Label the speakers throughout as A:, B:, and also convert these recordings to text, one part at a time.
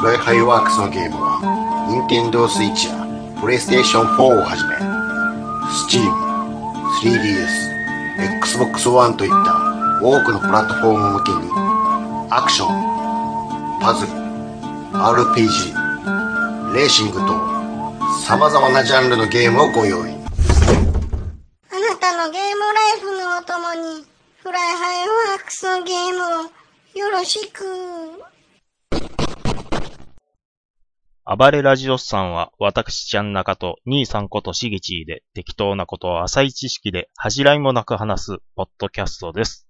A: ブライハイワークスのゲームは、Nintendo Switch や PlayStation 4をはじめ、Steam、3DS、Xbox One といった多くのプラットフォーム向けに、アクション、パズル、RPG、レーシングと、様々なジャンルのゲームをご用意。
B: あなたのゲームライフのお供に、フライハイワークスのゲームをよろしく。
C: 暴れラジオスさんは、私ちゃん中と、兄さんことしげちーで、適当なことを浅い知識で、恥じらいもなく話す、ポッドキャストです。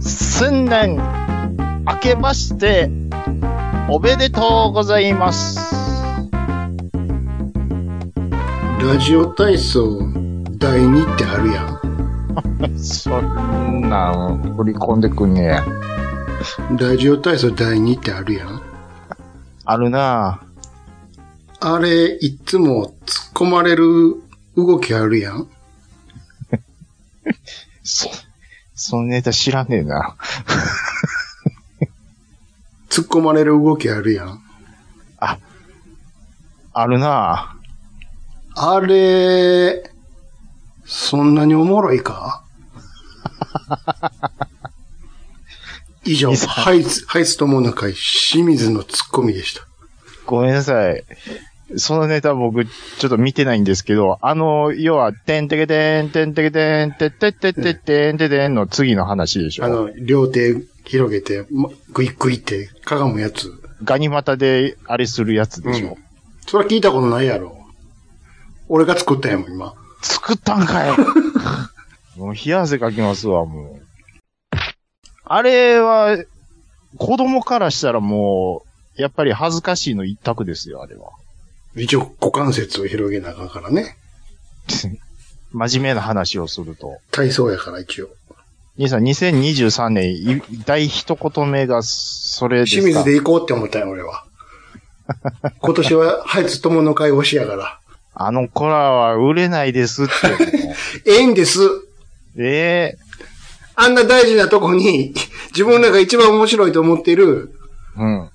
D: 新年明けましておめでとうございます
E: ラジオ体操第2ってあるやん。
D: そんなん振り込んでくんねや
E: ラジオ体操第2ってあるやん。
D: あるなぁ
E: あれ、いっつも突っ込まれる動きあるやん。
D: そそのネタ知らねえな
E: 突っ込まれる動きあるやん。
D: あるなぁ
E: あれ、そんなにおもろいか以上、
D: いざ
E: ハイツ、ハイツ友の会、清水のツッコミでした。
D: ごめんなさいそのネタ僕、ちょっと見てないんですけど、あの、要は、てんてけてん、てんてけてん、てってってってってんててんの次の話でしょ。
E: あの、両手広げて、まグイグイってかがむやつ。
D: ガニ股で、あれするやつでしょ。
E: うんそれ聞いたことないやろ。俺が作ったんやもん、今。
D: 作ったんかい。 もう冷や汗かきますわ、もう。あれは、子供からしたらもう、やっぱり恥ずかしいの一択ですよ、あれは。
E: 一応股関節を広げなあかんからね。
D: 真面目な話をすると。
E: 体操やから一応。
D: 兄さん、2023年、い第一言目が、それですか
E: 清水で行こうって思ったよ、俺は。 今年は、ハイツ友の会推しやから。
D: あの子らは売れないですって も
E: ええんです
D: う。ええ
E: あんな大事なとこに、自分らが一番面白いと思っている、
D: うん。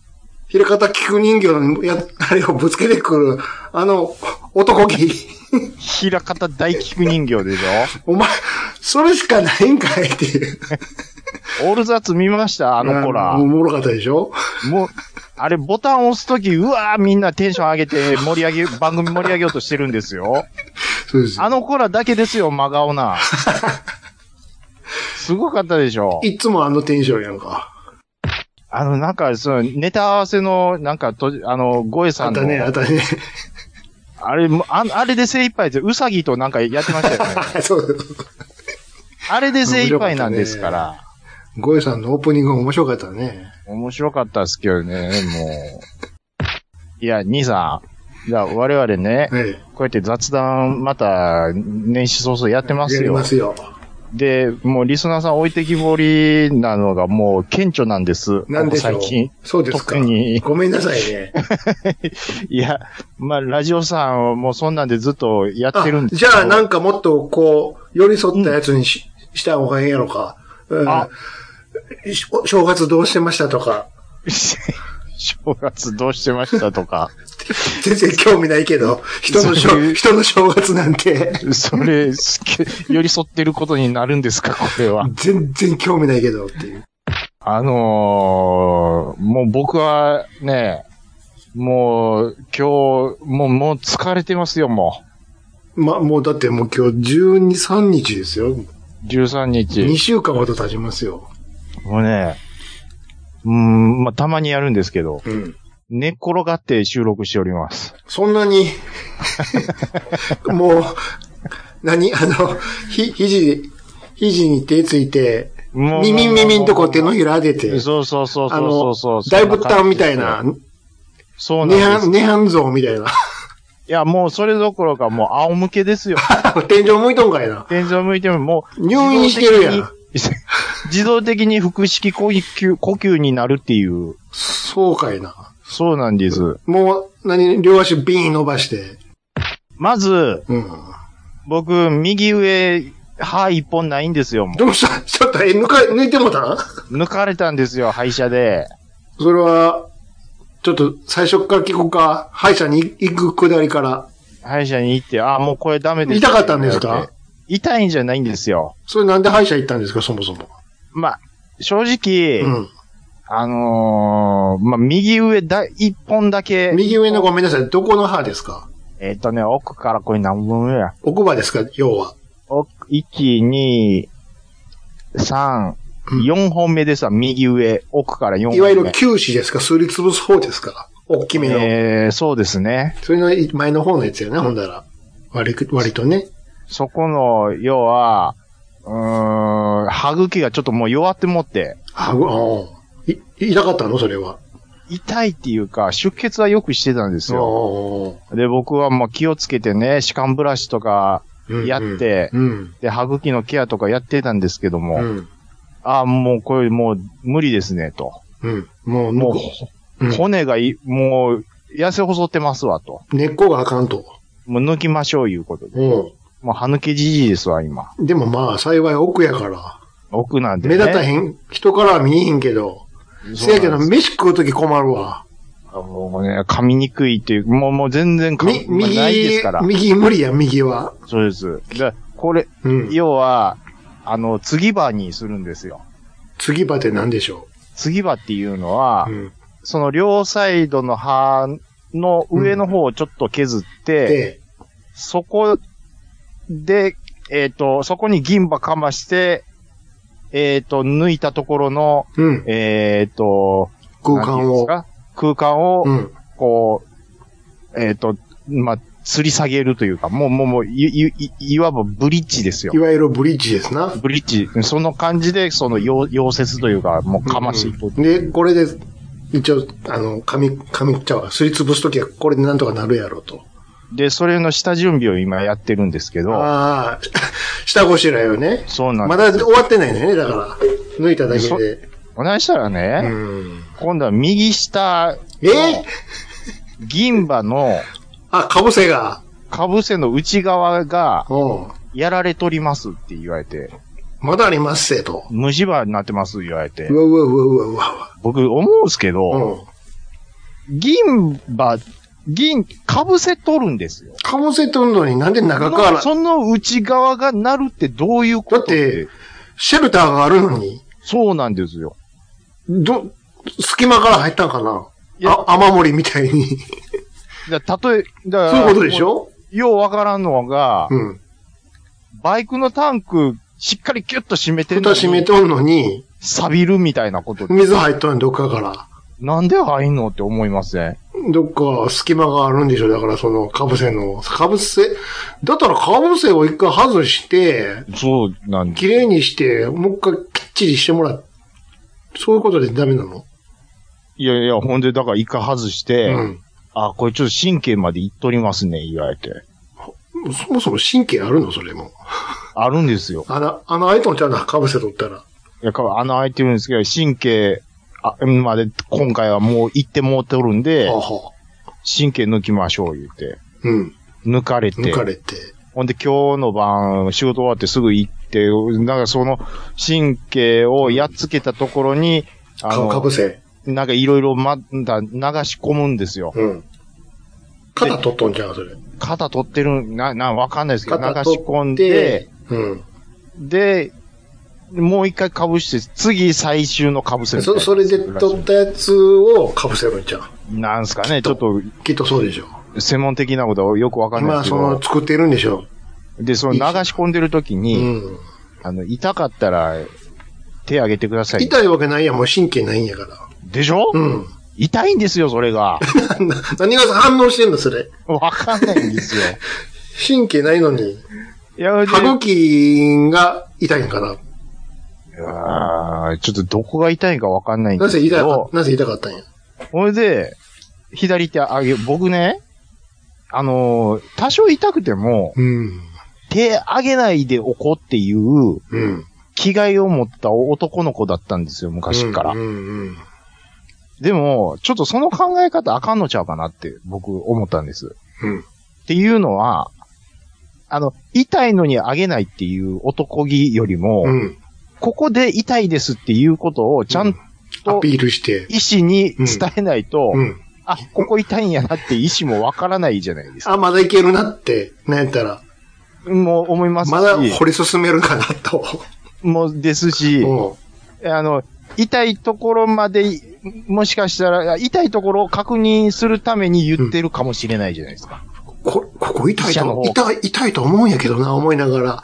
E: 平方菊人形のや、あれをぶつけてくる、あの、男気。
D: 平方大菊人形でし
E: お前、それしかないんかいっていう。
D: ょオールザッツ見ましたあの子ら。
E: あおもろかったでしょ
D: もう、あれボタン押すとき、うわーみんなテンション上げて盛り上げ、 番組盛り上げようとしてるんですよ。
E: そうです。
D: あの子らだけですよ、真顔 な。すごかったでしょ。
E: いつもあのテンションやんか。
D: あの、なんか、その、ネタ合わせの、なんか、と、あの、ゴエ
E: あ
D: さ
E: っ
D: んの、
E: たね、あったね。
D: あれもあ、あれで精一杯で、うさぎとなんかやってましたよ ね。
E: そう。
D: あれで精一杯なんですから。
E: ゴエさんのオープニング面白かったね。
D: 面白かったですけどね、もう。いや、兄さん。じゃあ、我々ね、
E: え
D: こうやって雑談、また、年始早々やってま
E: え。や
D: す
E: り
D: よ
E: ま。すよ。
D: で、もうリスナーさん置いてきぼりなのがもう顕著なんです。
E: なんでしょ
D: こ
E: う
D: こ最近。
E: そうですか
D: 特。に。
E: ごめんなさいね。
D: いや、まあ、ラジオさんはもうそんなんでずっとやってるんです
E: じゃあなんんかもっとこう、寄り添ったやつにし,、した方がええやろか。うん
D: あ
E: しお正月どうしてましたとか。
D: 正月どうしてましたとか。
E: 全然興味ないけど、人のしょ
D: そういう
E: 人の正月なんて、
D: それ、すっげ寄り添ってることになるんですか、これは。
E: 全然興味ないけどっていう。
D: あのー、もう僕はね、もう今日、もう、もう疲れてますよ、も
E: ま、もうだってもう今日12、3日ですよ。
D: う。13日。
E: 2週間ほど経ちますよ。
D: もうね、うーん、まあ、たまにやるんですけど、
E: うん。
D: 寝っ転がって収録しております。
E: そんなに、もう、何あの、ひ、肘、肘に手ついて、
D: もう
E: みみんみみんとこう手のひら当てて、
D: そうそうそう
E: あ
D: そう
E: の
D: そう。、
E: 大仏壇みたいな、。
D: そう
E: 涅
D: なんです
E: 槃、。涅槃像みたいな。
D: い や、もうそれどころかもう仰向けですよ。
E: 天井向いとんかいな。
D: 天井向いてももう。
E: 入院してるやん
D: 自動的に。自動的に腹式呼吸、呼吸になるっていう。
E: そうかいな。
D: そうなんです。
E: もう、何、両足ビーン伸ばして。
D: まず、
E: うん。
D: 僕、右上、歯一本ないんですよ。も
E: どうしたちょっと、え、抜か、抜いてもうた
D: う抜かれたんですよ、歯医者で。
E: それは、ちょっと最初から聞こうか。歯医者に行くくだりから。
D: 歯医者に行って、あ、もうこれダメです。
E: 痛かったんですか
D: 痛いんじゃないんですよ。
E: それなんで歯医者行ったんですか、そもそも。
D: まあ、正直、
E: うん。
D: あのーまあ、右上だ、一本だけ、
E: 右上のごめんなさい、どこの歯ですか
D: えっ、とね、奥からこれ何本目や。
E: 奥歯ですか、要は。
D: 奥、1、2、3、
E: うん
D: 4本目ですわ、右上。奥から4本目。
E: いわゆる臼歯ですか、すりつぶす方ですか。大きめの。
D: えー、そうですね。
E: それの前の方のやつやね、ほんだら。割く、割とね。
D: そこの、要は、うーん、歯茎がちょっともう弱ってもって、
E: 歯ご、ああ。い、痛かったのそれは。
D: 痛いっていうか、出血はよくしてたんですよ。で、僕はもう気をつけてね、歯間ブラシとか、
E: うん
D: やって
E: うん。
D: で、歯茎のケアとかやってたんですけども、
E: うん。
D: ああ、もうこれもう無理ですね、と。
E: うん。も
D: も
E: う、
D: う
E: もう、うん
D: 骨がい、もう、痩せ細ってますわ、と。
E: 根っこがあかんと。
D: もう抜きましょう、いうことで。
E: う
D: もう歯抜けじじいですわ、今。
E: ん。でもまあ、幸い奥やから。
D: 奥なんで、ね。
E: 目立た
D: へ
E: へん。人からは見えへんけど。
D: ん
E: せやけど、飯食うとき困るわ。
D: もうね、噛みにくいっていう、もう、もう全然噛
E: み、
D: み、まあ
E: 右、
D: ないですから。
E: 右無理や、右は。
D: そうです。だこれ、
E: うん。
D: 要は、あの、継ぎ歯にするんですよ。
E: 次場って何でしょ
D: 継ぎ歯っていうのは、
E: う。うん。
D: その両サイドの歯の上の方をちょっと削って、
E: で、
D: そこで、えっ、と、そこに銀歯かまして、えっ、と、抜いたところの、
E: うん。
D: えっ、と、
E: 空間
D: な
E: を。
D: んていうんですか。空間を
E: う、ん。
D: こう、えっ、と、まあ、吊り下げるというか、もう、もう、もう、い、い、いいわばブリッジですよ
E: い。わゆるブリッジですな。
D: ブリッジ、その感じで、その溶、溶接というか、もうかましていく。
E: で、これで、一応、あの、紙、紙ちゃうわ。すりつぶすときはこれでなんとかなるやろうと。
D: で、それの下準備を今やってるんですけど、
E: ああ、 下ごしらえをね。
D: そうなん
E: ま
D: で
E: だ終わってないんだよね、だから。抜いただけ
D: そ
E: で。
D: す。お願いしたら
E: う
D: ね、
E: ん。
D: 今度は右下、
E: えー
D: 銀歯の、
E: あ、かぶせが。
D: かぶせの内側が
E: うん。
D: やられとりますって言われて、
E: まだありますせと。
D: 虫歯になってます言われて
E: う、わうわうわうわうわ
D: 僕思うんすけ
E: う
D: ど、
E: わ。うん。
D: 銀歯、銀、かぶせとるんですよ。
E: かぶせとんのになんで中から、
D: その内側がなるってどういうこと
E: だって、シェルターがあるのに、
D: そうなんですよ。
E: ど、隙間から入ったんかない
D: や
E: あ、雨漏りみたいに。
D: だ例え、だ
E: そういうことでしょ
D: ようわからんのが、
E: うん。
D: バイクのタンク、しっかりキュッと閉めてんの
E: 蓋
D: に
E: 閉めとんのに、
D: 錆びるみたいなこと。
E: 水入っとんのどっかから。
D: なんで入んのって思いますね。
E: どっか隙間があるんでしょだからその、かぶせの。かぶせ、だったらかぶせを一回外して、
D: そうなんです。
E: 綺麗にして、もう一回きっちりしてもらう。そういうことでダメなの、
D: いやいや、ほんで、だから一回外して、あ、これちょっと神経までいっとりますね、言われて。
E: うん。そもそも神経あるのそれも。
D: あるんですよ。
E: 穴、穴開いとんちゃうな、かぶせ取ったら。
D: いや、か穴開いてるんですけど、神経、あ、まで、今回はもう行ってもうておるんで
E: は、は
D: 神経抜きましょう、言って。
E: うん。
D: 抜かれて。
E: 抜かれて。
D: ほんで今日の晩、仕事終わってすぐ行って、なんかその神経をやっつけたところに、あ
E: かかぶ
D: の、
E: せ。
D: なんかいろいろまだ流し込むんですよ。
E: うん。肩取っとんちゃうそれ。
D: 肩取ってる、な、な、わかんないですけど、流
E: 肩
D: し
E: 取
D: 込ん
E: っ
D: で
E: て、、うん。
D: で、もう一回被して、次最終の被せるみたい
E: そ、
D: な
E: それで取ったやつをかぶせるんちゃう
D: なんすかね、ちょっと
E: きっとそうでしょう。
D: 専門的なことはよくわかんないです
E: 今、
D: け
E: そ
D: ど
E: の、、作ってるんでしょ
D: で、その流し込んでる時
E: う。う
D: に、
E: ん。
D: あの、痛かったら、手挙げてください。
E: 痛いわけないやん、もう神経ないんやから。
D: でしょ
E: うん。
D: 痛いんですよ、それが。
E: 何が反応してんの、それ。
D: わかんないんですよ。
E: 神経ないのに。
D: いや、で
E: 歯茎が痛いんかな。
D: あーちょっとどこが痛いかわかんないん
E: な
D: で
E: ぜ
D: すけ
E: 痛か
D: ど、、
E: なぜ痛かったんや。
D: ほいで、左手上げ、僕ね、あのー多少痛くても、
E: うん。
D: 手上げないでおこうっていう
E: うん。
D: 気概を持った男の子だったんですよ、昔から。
E: うんうん
D: でも、ちょっとその考え方あかんのちゃうかなって僕思ったんです。
E: うん。
D: っていうのは、あの、痛いのにあげないっていう男気よりも、
E: うん。うん。
D: ここで痛いですっていうことをちゃん
E: ア
D: と
E: ピールして。
D: 医師に伝えないと、
E: うん。
D: あ、ここ痛いんやなって医師もわからないじゃないですか。
E: あ、まだいけるなって、なんやったら。
D: もう思いますし、
E: まだ掘り進めるかなと。
D: もうです
E: う
D: し、
E: ん。
D: あの、痛いところまで、もしかしたら、痛いところを確認するために言ってるかもしれないじゃないですか。
E: こ、ここ痛い
D: 記者の
E: と、
D: 方
E: 痛い、痛いと思うんやけどな、思いながらや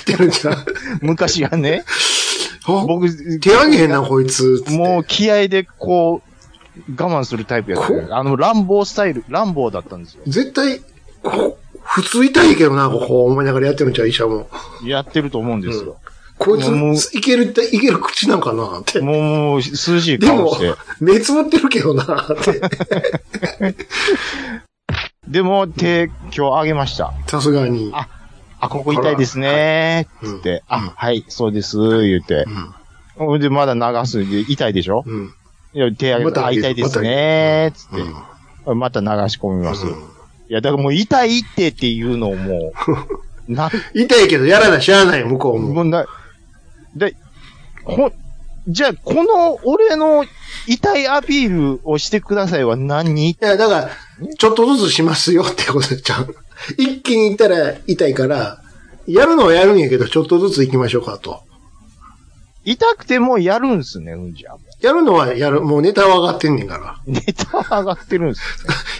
E: ってるんじゃん。
D: 昔はね、
E: あ
D: 僕、
E: 手上げへんな、こいつ。つって
D: もう気合でこう、我慢するタイプやったよ。あの、乱暴スタイル、乱暴だったんですよ。
E: 絶対、こ普通痛いけどな、ここ思いながらやってるんちゃう、医者も。
D: やってると思うんですよ。
E: こいつ
D: もう、
E: いける、いける口なんかな、って。
D: もう、もう、涼しい
E: で
D: 顔
E: も
D: して。、
E: 目つぶってるけどな、って。
D: でも、手、今日上げました。
E: さすがに。
D: あ、ここ痛いですね
E: ほらはい
D: つって、あ、はい、そうです、言って。ほんで、まだ流すんで、痛いでしょ
E: うん。
D: いや、手上げ
E: また
D: あ、
E: 上げ
D: 痛
E: る
D: いですねつ
E: うん。
D: って。また流し込みます。いや、だからもう痛いってっていうのを もう、な、
E: 痛いけど、やらな、しゃあない、向こうも。
D: もうな、で、ほ、じゃあ、この、俺の痛いアピールをしてくださいは何
E: いや、だから、ちょっとずつしますよってことちゃう。一気に行ったら痛いから、やるのはやるんやけど、ちょっとずつ行きましょうかと。
D: 痛くてもやるんすね、うんじゃ。
E: やるのはやる、もうネタは上がってんねんから。
D: ネタは上がってるんです。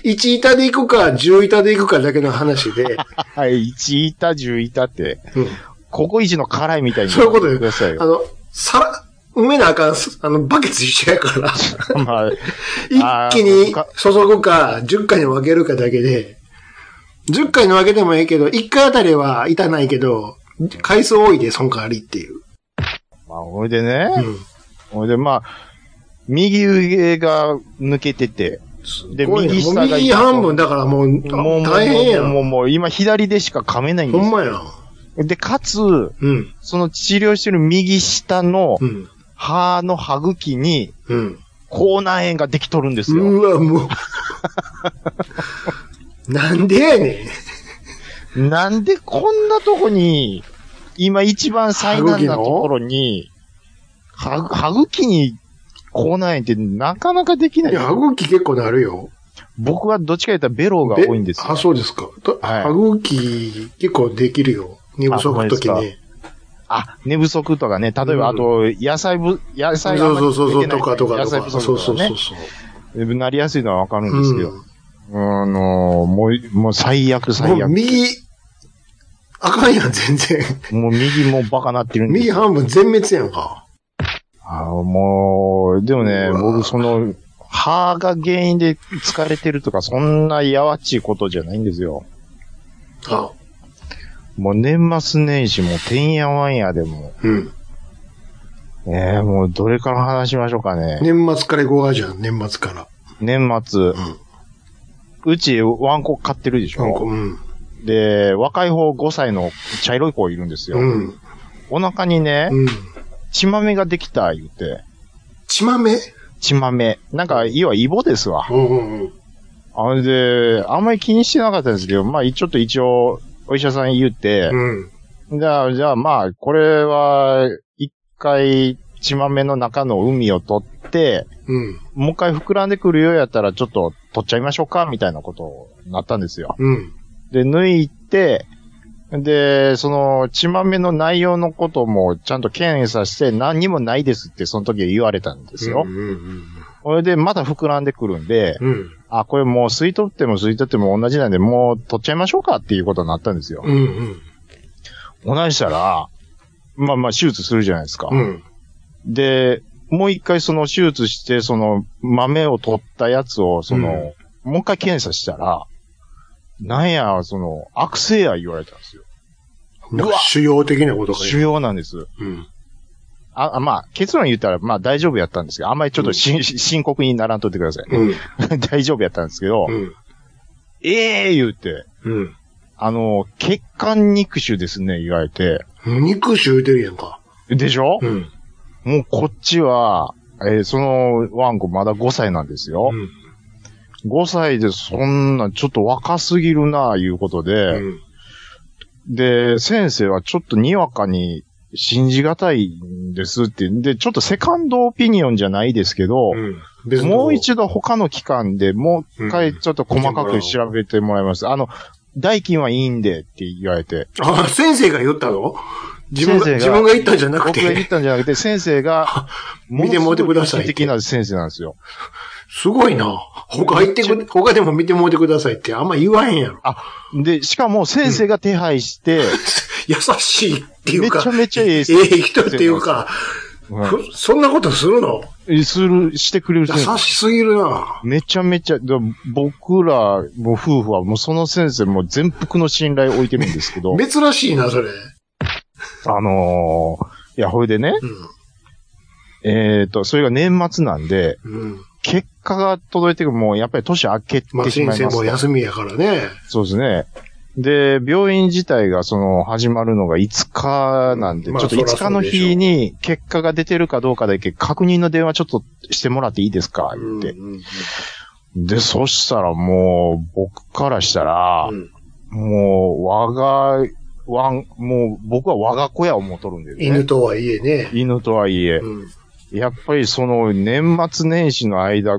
E: 1板で行くか、10板で行くかだけの話で、
D: はい、1板、10板って。
E: うん
D: ここ一の辛いみたいに。
E: そういうことよ
D: ください
E: あ
D: よ。
E: の、皿、埋めなあかん、あの、バケツ一緒やから、
D: まあ、あー
E: 一気に
D: か
E: 注ぐか、10回に分けるかだけで、10回に分けてもええけど、1回あたりは痛ないけど、回数多いで損ありっていう。
D: まあ、ほいでね。
E: うん
D: ほいで、まあ、右腕が抜けてて。で、
E: すごいな
D: 右下
E: も
D: が
E: う右半分だからもう、
D: もう、もう、
E: 大変や。
D: もう、もうんもう、今左でしか噛めないんで
E: ほ
D: す
E: ん
D: よ。
E: まや。
D: で、かつ、
E: うん。
D: その治療してる右下の
E: うん。
D: 歯の歯茎に、
E: うん。
D: 口内炎ができとるんですよ。
E: うわ、もう。 なんでやね。
D: なんでこんなとこに、今一番最難なところに、歯歯茎に口内炎ってなかなかできなんい
E: いや、歯茎結構なるよ。
D: 僕はどっちか言ったらベロが多いんです
E: あ、
D: よ。
E: そうですか。と
D: はい
E: 歯茎結構できるよ。寝不足の時
D: あほんま
E: ね。
D: あ、寝不足とかね。例えば、あ
E: う
D: と、野菜ぶ、野
E: そう
D: 菜があんま
E: そ
D: り
E: うそう
D: 食
E: そ
D: べて
E: う、
D: ない
E: とかとか
D: 野
E: と
D: 菜不
E: か。そう
D: 足
E: そう
D: とか
E: そ
D: ね。
E: うそう。
D: なりやすいのはわかるんですけど。
E: うん
D: あの、もう、もう最悪最
E: もう
D: 悪。
E: 右、あかんやん、全然。
D: もう右もバカなってるんです
E: 右
D: よ
E: 半分全滅やんか。
D: あーもう、でもね、
E: うわー
D: 僕その、歯が原因で疲れてるとか、そんなやわっちいことじゃないんですよ。
E: あ、
D: もう年末年始もてんやわんやでも
E: うん。
D: う、えー、もうどれから話しましょうかね。
E: 年末から行こうかじゃん、年末から。
D: 年末、
E: ん
D: うちワンコ飼ってるでし
E: なんか、
D: ょ。
E: うん。
D: で、若い方5歳の茶色い子いるんですよ。
E: うん。
D: お腹にね、
E: うん。
D: 血豆ができた言って、
E: 血豆
D: 血豆。なんか、要はイボですわ。
E: うんうんうん。
D: あれで、あんまり気にしてなかったんですけど、まあ、ちょっと一応、お医者さんに言って、
E: うん。
D: じゃあ、じゃあまあ、これは、一回、血豆の中の海を取って、
E: うん。
D: もう一回膨らんでくるようやったら、ちょっと取っちゃいましょうか、みたいなことになったんですよ。
E: うん。
D: で、抜いて、で、その、血豆の内容のことも、ちゃんと検査して、何にもないですって、その時言われたんですよ
E: う。んうん
D: それで、また膨らんでくるんで、
E: うん。
D: あ、これもう吸い取っても吸い取っても同じなんで、もう取っちゃいましょうかっていうことになったんですよ
E: う。んうん。
D: 同じしたら、まあまあ手術するじゃないですか。
E: うん。
D: で、もう一回その手術して、その豆を取ったやつを、その、もう一回検査したら、なんや、その、悪性や言われたんですよ。
E: なんか主要的なことか
D: 腫瘍なんです。
E: うん。
D: あ、あまあ、結論言ったら、まあ大丈夫やったんですけど、あんまりちょっとし、深刻にならんとってください。
E: う ん。
D: 大丈夫やったんですけど、
E: うん。
D: ええ言うて、
E: うん。
D: あの、血管肉腫ですね、言われて、
E: 肉腫言うてるやんか。
D: でしょ
E: うん。
D: もうこっちは、えーそのワンコまだ5歳なんですよ。
E: うん
D: 5歳でそんな、ちょっと若すぎるな、いうことで、
E: うん
D: で、先生はちょっとにわかに信じがたいんですって、で、ちょっとセカンドオピニオンじゃないですけど、
E: うん。別の
D: もう一度他の機関でもう一
E: う
D: 回
E: ん
D: ちょっと細かく調べてもらいます。あの、代金はいいんでって言われて、
E: あ、先生が言ったの自分が、
D: 先生
E: 自
D: が
E: 分が言ったんじゃなく、
D: 僕が言ってたんじゃなくて、先生が、
E: 見てもうてくださいって
D: 的な先生なんですよ。
E: すごいな。他行ってく、他でも見てもうてくださいってあんま言わへんやろ。
D: あ、で、しかも先生が手配して、
E: 優しいっていうか、
D: めちゃめちゃええ
E: ええ人っていうか、
D: うん
E: ふそんなことするの
D: する、してくれる
E: 優
D: 先生。
E: しすぎるな。
D: めちゃめちゃ、だ僕ら、もう夫婦はもうその先生もう全幅の信頼を置いてるんですけ ど、
E: 珍しいな、それ。
D: あのーいや、ほいでね、えっ、と、それが年末なんで、
E: うん。うん。
D: 結果が届いてくる、もうやっぱり年明けてし
E: ま
D: まい
E: あ、先
D: ます
E: 生も休みやからね。
D: そうですね。で、病院自体がその始まるのが5日なんで、
E: まあ
D: ちょっと
E: そらそう
D: 5
E: でしょ
D: 日
E: う
D: の日に結果が出てるかどうかだけ確認の電話ちょっとしてもらっていいですか
E: う
D: っ
E: ん
D: て。
E: うん
D: で、そしたらもう僕からしたら、
E: うん
D: もう我が、わん、もう僕は我が子や思うとるんですね。
E: 犬とはいえね。
D: 犬とはいえ、
E: うん。
D: やっぱりその年末年始の間、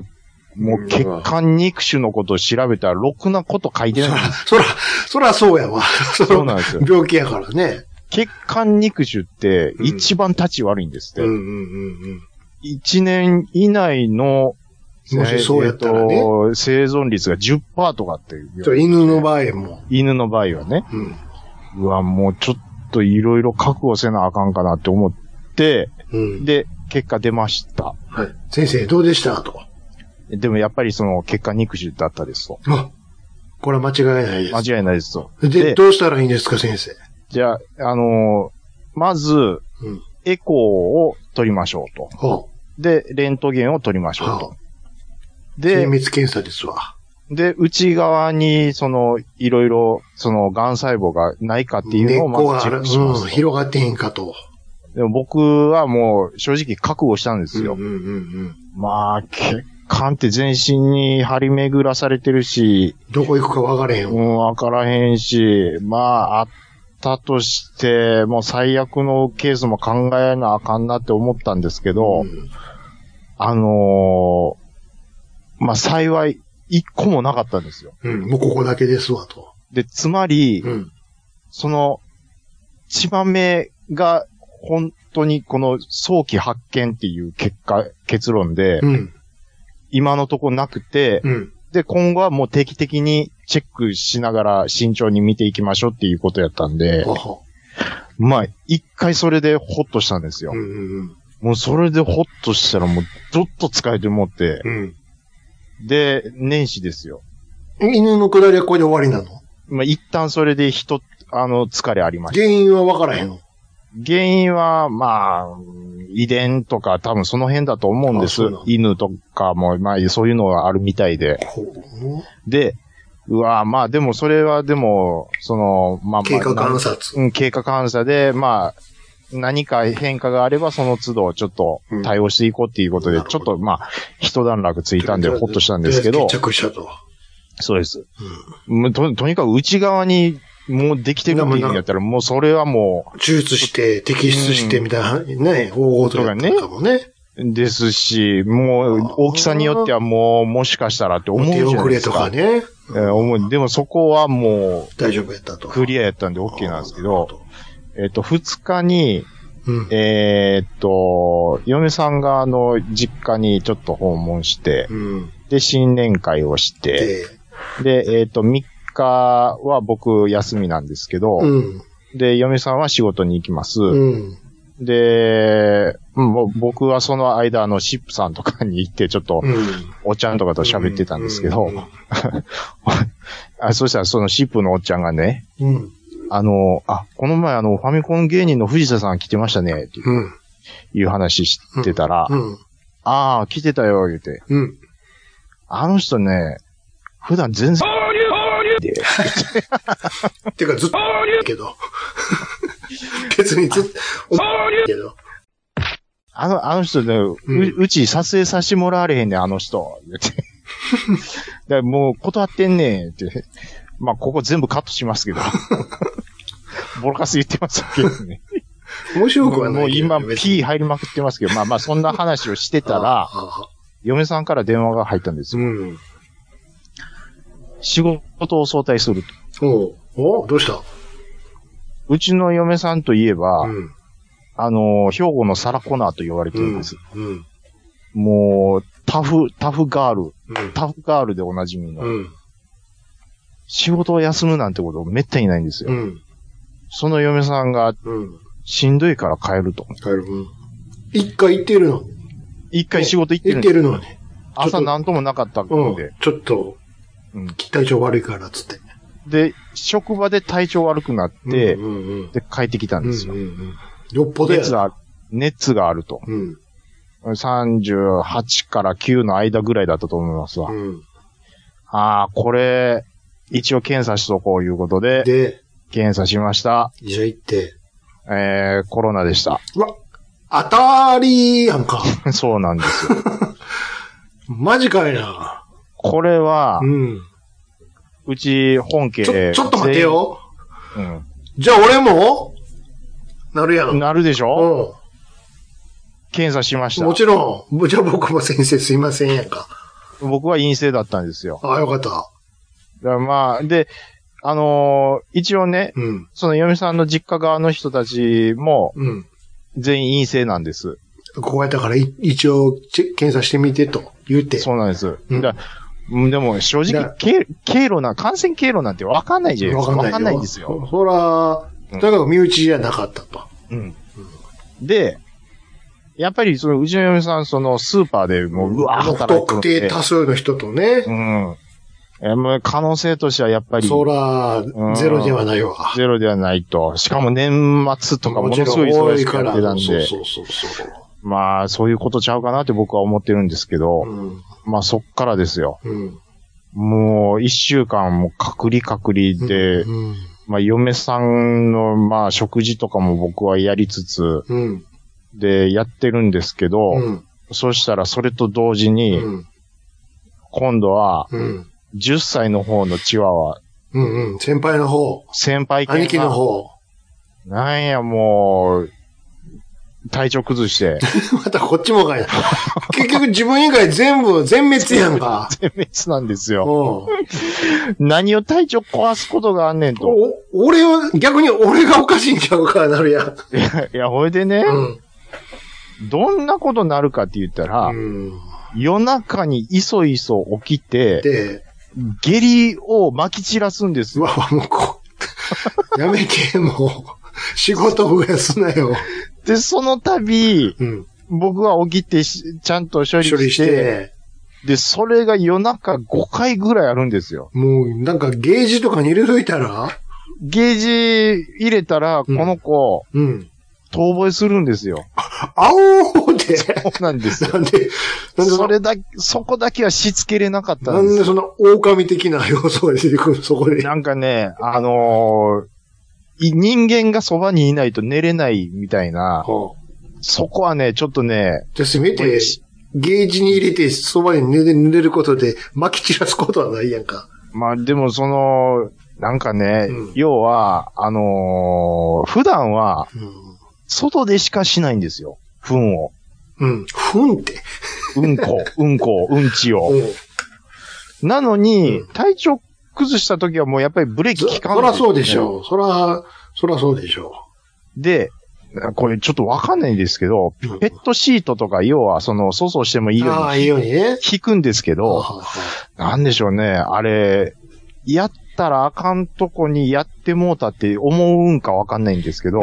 D: もう血管肉腫のことを調べたら、ろくなこと書いてないんですよ
E: そら、そらそうやわ。
D: そうなんですよ
E: 病気やからね。
D: 血管肉腫って
E: うん
D: 一番立ち悪いんですって。
E: うんうんうん
D: 一、年以内の、
E: もしそうやったらね
D: えーと生存率が10%とかっていう
E: うん。ちょ犬の場合も。
D: 犬の場合はね。
E: うん。
D: うわ、もうちょっといろいろ覚悟せなあかんかなって思って、
E: うん。
D: で、結果出ました。
E: はい。先生、どうでしたと。
D: でもやっぱりその血管肉腫だったですと。
E: あ、これは間違いないです。
D: 間違いないですと。
E: でどうしたらいいんですか、先生。
D: じゃあ、あのーまず、
E: うん。
D: エコーを取りましょうと。
E: は
D: で、レントゲンを取りまし
E: あ、
D: ょうと。
E: はあ、
D: で
E: 精、密検査ですわ。
D: で、内側に、その、いろいろ、その、癌細胞がないかっていう
E: 根
D: のを
E: っこ
D: まずチェ
E: がある、
D: ッ
E: う
D: クします
E: ん、
D: と。
E: 広がってへんかと。
D: でも僕はもう、正直覚悟したんですよ。
E: うんうんうん。
D: まあ、血管って全身に張り巡らされてるし、
E: どこ行くか分かれへん
D: う
E: わ。
D: ん、わからへんし、まあ、あったとして、もう最悪のケースも考えなあかんなって思ったんですけど、
E: ん
D: あのーまあ幸い、一個もなかったんですよ。
E: うん、もうここだけですわと。
D: で、つまり、
E: うん。
D: その、一番目が、本当にこの早期発見っていう結果、結論で、
E: うん。
D: 今のとこなくて、
E: うん。
D: で、今後はもう定期的にチェックしながら慎重に見ていきましょうっていうことやったんで
E: は、は。
D: まあ、一回それでほっとしたんですよ
E: うん。うん
D: もうそれでほっとしたらもう、ちょっと疲れてもって、
E: うん。
D: で、年始ですよ。
E: うん。犬のくだりはこれで終わりなの
D: まあ、一旦それで人、あの、疲れありました
E: 原因は分からへんの
D: 原因は、まあ、うん遺伝とか多分その辺だと思うんです
E: あそうなん。だ
D: 犬とかも、まあそういうのがあるみたいで。
E: ほう。
D: で、うわまあでもそれはでも、その、まあまあ。
E: 経過観
D: な
E: 察。
D: うん、経過監査で、まあ、何か変化があればその都度ちょっと対応していこうっていうことで、
E: うん
D: ちょっとまあ、一段落ついたんでほっとしたんですけど
E: 決、着したと。
D: そうです。もうととにかく内側にもうできてるっていうんやったら、もうそれはもう、
E: 手術して、摘出してみたいな、ね、方法とかね。かもね。
D: ですし、もう、大きさによってはもう、もしかしたらって思うじ
E: 手
D: ゃない
E: 遅
D: で
E: れ
D: す
E: と
D: か。
E: かね。
D: えー思う。でもそこはも
E: 大丈夫やったと。
D: う、クリアやったんで OK なんですけど、。えっと、2日に、
E: うん。
D: えーっと、嫁さんがあの、実家にちょっと訪問して、
E: うん。
D: で、新年会をして、
E: で、
D: で、えーっと、3日は僕休みなんですけど、
E: うん。
D: で、嫁さんは仕事に行きます。
E: うん。
D: で、うんもう僕はその間、あの、シップさんとかに行って、ちょっと、
E: うん。
D: おっちゃんとかと喋ってたんですけど、
E: うん
D: あそしたらそのシップのおっちゃんがね、
E: うん。
D: あの、あ、この前あの、ファミコン芸人の藤田さん来てましたね、って
E: うん。
D: いう話してたら、
E: うん。
D: ああ、来てたよ、言うて。
E: うん。
D: あの人ね、普段全然、
E: てかずっと、けど。 別にずっと、おけど。
D: あの、あの人ね、う
E: うん
D: うち撮影させてもらわれへんねん、あの人。言 って。だからもう断ってんねん、って。まあ、ここ全部カットしますけ ど。ボロカス言ってましたけどね。
E: 面白くはない
D: もう
E: けどね。
D: 今、
E: 別に
D: P 入りまくってますけど、まあまあ、そんな話をしてたら、
E: あああ
D: 嫁さんから電話が入ったんです
E: う
D: よ。
E: ん。
D: 仕事を早退すると。
E: おうおどうした
D: うちの嫁さんといえば、
E: うん。
D: あの、兵庫のサラコナーと言われて
E: う
D: るん
E: ん
D: です。。
E: うん。
D: もう、タフ、タフガール、
E: うん
D: タフガールでおなじみの、
E: うん。
D: 仕事を休むなんてことめったにないんですよ。
E: うん。
D: その嫁さんが
E: うん。
D: しんどいから帰ると。
E: 帰る。うん一回行ってるの。
D: 一回仕事行って
E: 行
D: る
E: っ
D: んです
E: てるのね。ちょ
D: 朝
E: っと
D: なんともなかった
E: う
D: の
E: ん
D: で。。
E: ちょっと
D: うん、
E: 体調悪いから、つって。
D: で、職場で体調悪くなって、
E: うんうんうん。
D: で、帰ってきたんですよ。
E: うんうんうん、よっぽどや
D: 熱が、熱があると。
E: うん。
D: 38から9の間ぐらいだったと思いますわ。
E: うん。
D: ああ、これ、一応検査しとこういうことで、
E: で、
D: 検査しました。
E: 医者行って、
D: えー、コロナでした。
E: うわ、当たりやんか。
D: そうなんですよ。
E: マジかいな。
D: これは
E: う、ん。
D: うち本家
E: ちょ、ちょっと待てよ。
D: 全員。
E: じゃあ俺もなるや。
D: うんん。なるでしょ
E: う
D: 検査しまし
E: ん。
D: た
E: も。ちろん。じゃあ僕も先生すいませんやんか。
D: 僕は陰性だったんですよ。
E: ああ、よかった。
D: だからまあ、で、あのー一応ね、
E: うん。
D: その嫁さんの実家側の人たちも
E: うん。
D: 全員陰性なんです。
E: こうやったから、い一応チェ、検査してみてと言って。
D: そうなんです。
E: うん
D: だうんでも、正
E: だ
D: 直、経経路な、感染経路なんてわかんないじゃないで
E: わ
D: すか。
E: かんな
D: わ
E: いよ
D: かんないんですよ。
E: ほほら、
D: うん
E: とにかく身内じゃなかったと。
D: うん。で、やっぱり、その、うちの嫁さん、その、スーパーでもう、うわー
E: 不
D: 働いてる
E: 特
D: ので
E: 定多数の人とね。
D: うん。えもう可能性としてはやっぱり、
E: そら、ゼロではないわ。
D: ゼロではないと。しかも年末とかも
E: も
D: の
E: ち
D: すご
E: ろん
D: い忙
E: 多
D: し
E: い
D: く
E: か
D: やっ
E: ら
D: てたん。
E: そう
D: で、
E: そうそうそう。
D: まあ、そういうことちゃうかなって僕は思ってるんですけど、
E: うん。
D: まあ、そっからですよ。
E: うん。
D: もう、一週間もう隔離隔離で、
E: うん。
D: まあ、嫁さんの、まあ、食事とかも僕はやりつつ、
E: うん。
D: で、やってるんですけど、
E: うん。
D: そしたらそれと同時に、
E: うん。
D: 今度は、
E: うん。
D: 10歳の方のチワワ、
E: うん。うん。先輩の方、
D: 先輩犬が
E: 兄貴の方。
D: なんや、もう、体調崩 して、
E: またこっちもかいな。結局自分以外全部全滅や んか。
D: 全滅なんです
E: うん。
D: よ。
E: お、
D: 何を体調壊すことがあんねんと。
E: 俺は、逆に俺がおかしいんちゃうかなるやん。
D: いや、ほいでね、
E: うん。
D: どんなことなるかって言ったら、
E: うん。
D: 夜中にいそいそ起きて、
E: で、
D: 下痢を撒き散らすんです
E: う
D: よ。
E: わ、もうこ、 やめて、もう。仕事増やすなよ。
D: で、その度、
E: うん。
D: 僕は起きてし、ちゃんと処理して
E: 処理して、
D: で、それが夜中5回ぐらいあるんですよ。
E: もうなんかゲージとかに入れといたら、
D: ゲージ入れたら、こ
E: うん
D: の子、
E: うん。
D: 遠吠えするんです よ。
E: あおーって、
D: そうなんですよ
E: なんで、なんで
D: そ
E: そ
D: れだ、そこだけはしつけれなかった
E: なんん
D: で
E: ですその狼的な要素が出てくる、そこで。
D: なんかね、あのーい人間がそばにいないと寝れないみたいな、
E: ほ
D: そこはね、ちょっとね
E: う、じゃあせめて
D: 俺し、
E: ゲージに入れて、そばに寝て寝れることで、撒き散らすことはないやんか。
D: まあでもその、なんかね、
E: うん
D: 要は、あのー普段は、外でしかしないんですよ。糞を。
E: うん。うん。ふんって。
D: うん こ、うんこ、うんちを。
E: うん。
D: なのに、
E: うん
D: 体調崩した時はもうやっぱりブレーキ
E: そ
D: 効かない、
E: そらそうでし。ょう。そら、そらそうでしょ
D: で、これちょっとわかんないんですけど、
E: うん。
D: ペットシートとか要はその粗相してもいいうよ
E: あ
D: う
E: あ、
D: に
E: いいようにね。
D: 引くんですけ
E: は
D: ど、
E: はは
D: なんでしょうね、あれ、やったらあかんとこにやってもうたって思うんかわかんないんですけど、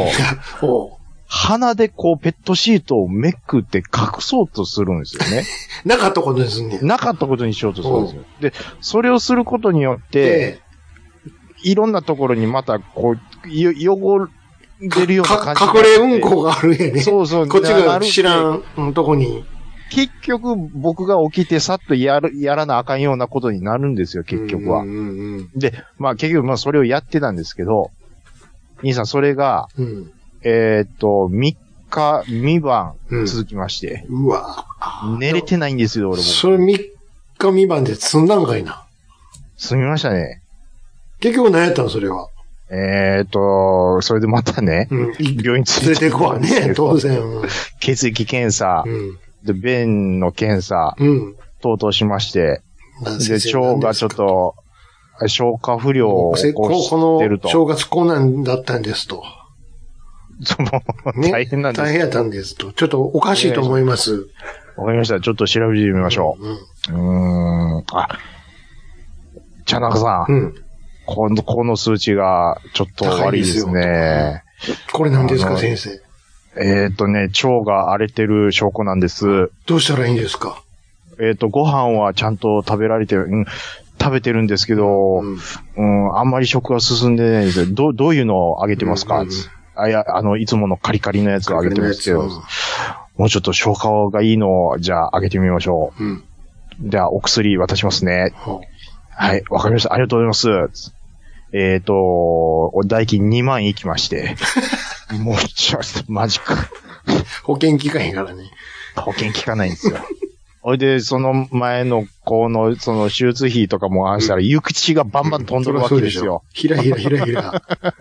E: おう
D: 鼻でこうペットシートをめくって隠そうとするんですよ ね。
E: なかったことにすんねん。
D: なかったことにしようとするんですよ。で、それをすることによって、
E: で、
D: いろんなところにまたこう、よ汚れるような
E: か
D: 感じ
E: 隠れうんこがあるんやね。
D: そうそう。
E: こっち
D: な
E: が
D: るんで
E: 知らんうんとこに。
D: 結局、僕が起きてさっとやる、やらなあかんようなことになるんですよ、結局は。
E: うんうんうん
D: で、まあ結局、まあそれをやってたんですけど、兄さん、それが、
E: うん。
D: えーっと、3日、2晩
E: うん。
D: 続きまして、
E: うわ
D: 寝れてないんですよ、俺も。
E: それ3日未満で積んだんかいな。
D: すみましたね。
E: 結局何やったのそれは。
D: えーっと、それでまたね、
E: うん。い
D: 病院つ
E: 連れてこわ ね、当
D: 然。
E: 然。うん
D: 血液検査
E: う、ん。
D: で便の検査、
E: うん。
D: 等々しまして、
E: なん
D: で、
E: 先生
D: 腸がちょっと、消化不良を
E: せ
D: 起
E: っこ
D: こ
E: う、こ
D: してる
E: の
D: と。
E: 正月こんなんだったんで すと。
D: その
E: ね
D: 大変なんです
E: 大変やったんですと。ちょっとおかしいと思います。
D: わかりました。ちょっと調べてみましょ
E: うん。
D: う。うーん。あ、茶中さん、
E: うん。
D: この、この数値がちょっと悪いですね。
E: これ何です
D: あ
E: か、
D: の
E: 先生。
D: えっ、とね、腸が荒れてる証拠なんです。
E: どうしたらいいんですか
D: えっ、と、ご飯はちゃんと食べられてる、うん、食べてるんですけど、
E: うん
D: うん、あんまり食が進んでないですよ。どう、どういうのをあげてますか、
E: うんうんうん
D: あ、いや、あの、いつものカリカリのやつをあげてるんですけど、
E: う
D: もうちょっと消化がいいのを、じゃあ、あげてみましょ
E: ん。
D: う。じゃあ、お薬渡しますね。
E: ほ
D: はい、わかりました。ありがとうございます。えっ、と、お代金2万いきま して。もうちょっと、マジか。
E: 保険効かへんからね。
D: 保険効かないんですよ。ほいで、その前の子の、その手術費とかもあしたら、湯口がバンバン飛んどるわけですよ。
E: ひらひらひらひら。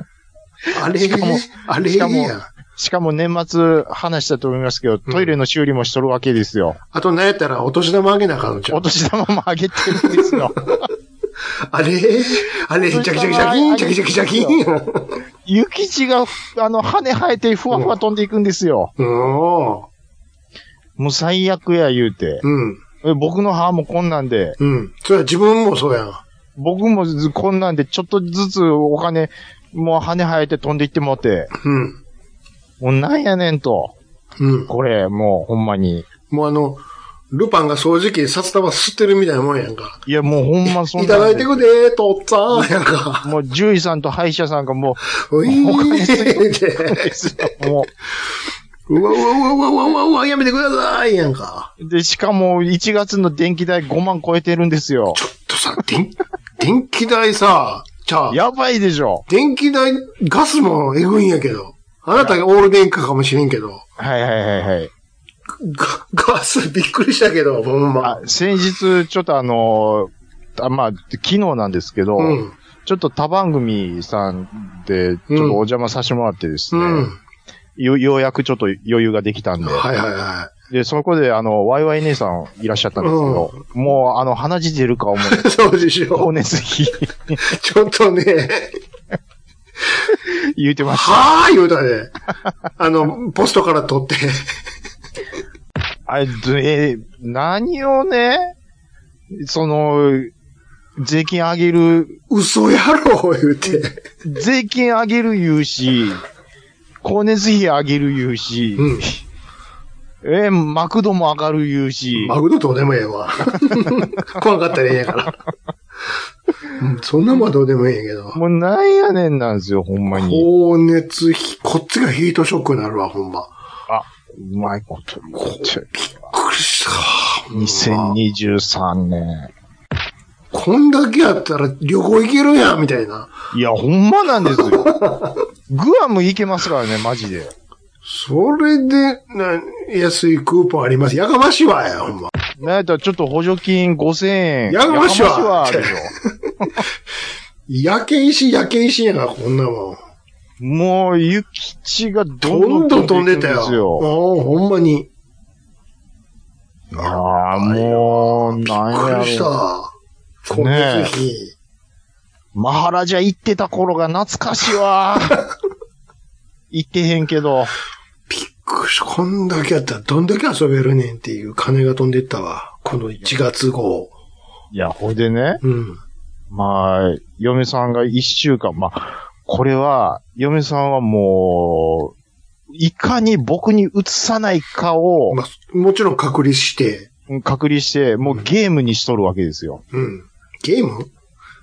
E: あれ
D: しかも
E: あれ
D: しか
E: や
D: も
E: ん。
D: しかも年末話したと思いますけど、トイレの修理もしとるわけですよ。
E: あと何やったらお年玉あげなあかんのちゃ
D: お
E: う
D: 年玉もあげてるんですよ。
E: あれあれジャキジャキジャキン、ジャキジャキジャキン。
D: 湯口が、あの、羽生えてふわふわ飛んでいくんですよ。
E: うんお
D: もう最悪や言うて
E: ー。うん。
D: え僕の歯もこんなんで、
E: うん。それは自分もそうやん。
D: 僕もずこんなんで、ちょっとずつお金、もう羽生えて飛んでいってもって、
E: うん。
D: もうなんやねんと。
E: うん。
D: これ、もうほんまに。
E: もうあの、ルパンが掃除機札束吸ってるみたいなもんやんか。
D: いや、もうほんまそんなん
E: い
D: で
E: ただいてくでーと、おっつぁんやんか。
D: もう獣医さんと歯医者さんがも
E: ういーって。
D: う、も
E: うわうわうわうわうわうわ、やめてくださいやんか。
D: う、で、しかも1月の電気代5万超えてるんですよ。
E: ちょっとさ、電、電気代さ、じゃあ、
D: やばいでしょ。
E: 電気代、ガスもえぐいんやけど。あなたがオール電化かもしれんけど。
D: はいはいはいはい。
E: ガ、ガスびっくりしたけど、ほんま
D: あ。、先日、ちょっとあのーあまあ、昨日なんですけど、
E: うん。
D: ちょっと他番組さんで、ちょっとお邪魔させてもらってです
E: う
D: ね、
E: ん。
D: よようやくちょっと余裕ができたんで、
E: はいはいは
D: で、そこであの、ワイワイ姉さんいらっしゃったんですけど、もうあの、鼻血出るか思う。
E: い。そうでし
D: 高
E: ょ。
D: 熱費
E: ちょっとね、
D: 言うてました。
E: はー言うたで。あの、ポストから取って。
D: あれ、えー何をね、その、税金上げる、
E: 嘘やろ、言うて。
D: 税金上げる言うし、光熱費上げる言うし、
E: うん
D: えーマクドも上がる言うし、
E: マグロどうでもええわ。 怖かったらええんやから。うんそんなもんはどうでもええんやけど。
D: もうなんやねんなんですよ、ほんまに。
E: 高熱費、こっちがヒートショックになるわ、ほんま。
D: うまいこと言って。
E: びっくりした。ほんま
D: 2023年。
E: こんだけやったら旅行行けるやん、みたいな。
D: いや、ほんまなんですよ。グアム行けますからね、マジで。
E: それで、な、安いクーポンあります。やかましいわや、ほんま。
D: なんやったらちょっと補助金5000円。
E: やかましいわ
D: やかましいわでしょ。
E: 焼け石、焼け石やな、こんなもん。
D: もう、ゆきちがど
E: どん
D: んど
E: ど
D: ん
E: ん飛んでた
D: いく
E: よ。
D: ですよ。
E: おうほんまに。
D: ああ、もう、
E: びっ
D: なん
E: く
D: や
E: りし
D: ろ。
E: た。今月費。
D: マハラジャ行ってた頃が懐かしい わ。行ってへんけど。
E: びっくりした。こんだけやったらどんだけ遊べるねんっていう金が飛んでったわ。この1月号。
D: いや、ほいでね、
E: うん。
D: まあ、嫁さんが一週間、まあ、これは、嫁さんはもう、いかに僕に映さないかを
E: まあ、もちろん隔離して、
D: 隔離して、もうゲームにしとるわけですよ。
E: うん。ゲーム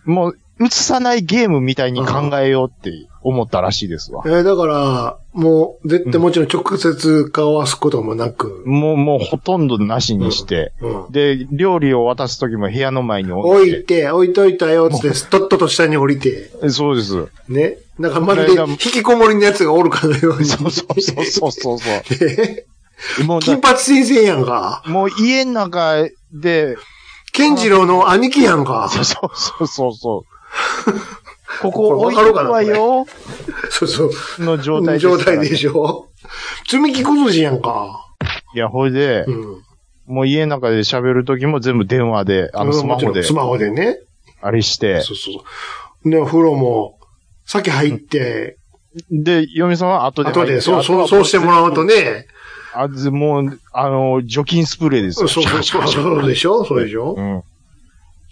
D: もう、映さないゲームみたいに考えようっていう。思ったらしいですわ
E: え。ーだから、もう、絶対もちろん直接顔を合わすこともなく、
D: もう、もうほとんどなしにして、
E: うん。
D: で、料理を渡す時も部屋の前に置
E: 置
D: い
E: いて、置いといたよ、つって、とっとと下に降りて、
D: て。そうです。そ
E: ね。なんかまるで、
D: これが
E: 引きこもりのやつがおるかのように。
D: うそうそうそうそうそ
E: で
D: う。もう
E: 金
D: だ、
E: 八先生やんか。
D: もう家の中で、
E: 健次郎の兄貴やんか。
D: そうそうそうそう。ここ
E: こ
D: 置
E: れ
D: い
E: わかる
D: とく
E: かな
D: わよ
E: そう そう。
D: の状態
E: 状態で
D: ょ。
E: しょ。積み木崩しやんか。
D: いや、ほいで
E: う、ん。
D: もう家の中で喋る時も全部電話で、あのスマ
E: も
D: ホ
E: ちろ
D: で
E: んス、マホでね。
D: あれして。
E: そうそう。で、お風呂も、先入って、
D: で、嫁さんは後で入って。
E: 後で、そう、
D: あと
E: そ
D: は
E: う、そうしてもらうとね、
D: あ、ずもう、あの、除菌スプレーです
E: そう
D: よ。
E: そうそう、そうでしょそうでしょ
D: うん。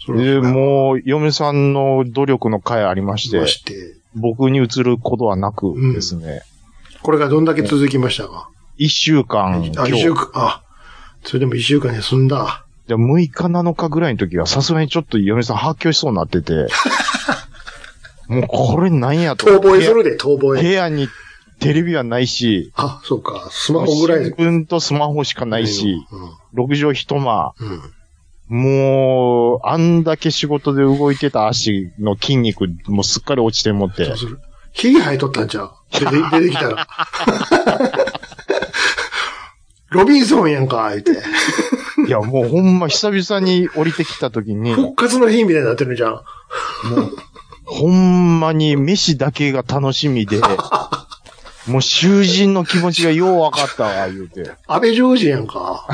E: そ
D: で、
E: う
D: もう、嫁さんの努力の会ありまし
E: して
D: て
E: ま、して。
D: 僕に移ることはなくですね、
E: これがどんだけ続きましたか
D: 一、週間、今
E: あ、一
D: 日、
E: 週間、あ、それでも一週間に済んだ。
D: で6日7日ぐらいの時は、さすがにちょっと嫁さん発狂しそうになってて、 もうこれなんやと。
E: 遠吠えするで、遠
D: 部屋
E: 吠
D: 部
E: え。
D: 屋にテレビはないし、
E: あ、そうか、スマホぐらい
D: 新聞とスマホしかないし、。6畳一間、
E: うん。うん。
D: もう、あんだけ仕事で動いてた足の筋肉、もうすっかり落ちてもって
E: どう、するヒゲ生えとったんちゃう出て出てき たら。ロビンソンやんか、言って。
D: いや、もうほんま久々に降りてきた時に、
E: 復活の日みたいになってるじゃん。
D: ほんまに飯だけが楽しみ で、もう囚人の気持ちがようわかったわ、言うて。
E: 安倍ジョージやんか。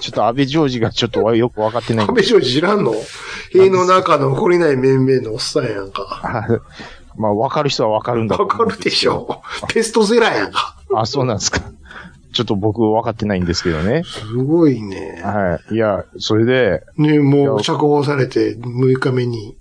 D: ちょっと安倍ジョージがちょっとわよくわかってない
E: 安
D: けど
E: 倍ジョージ知らんの塀の中の懲りない面々のおっさんやんか。
D: まあ、わかる人はわかるんだと
E: わ
D: 思
E: か
D: うん
E: る
D: す
E: でしょ。ベストセラーやんか。
D: あ、そうなんですか。ちょっと僕わかってないんですけどね。
E: すごいね。
D: はい。いや、それで、
E: ね、も
D: いうや
E: 釈放されて6日目に。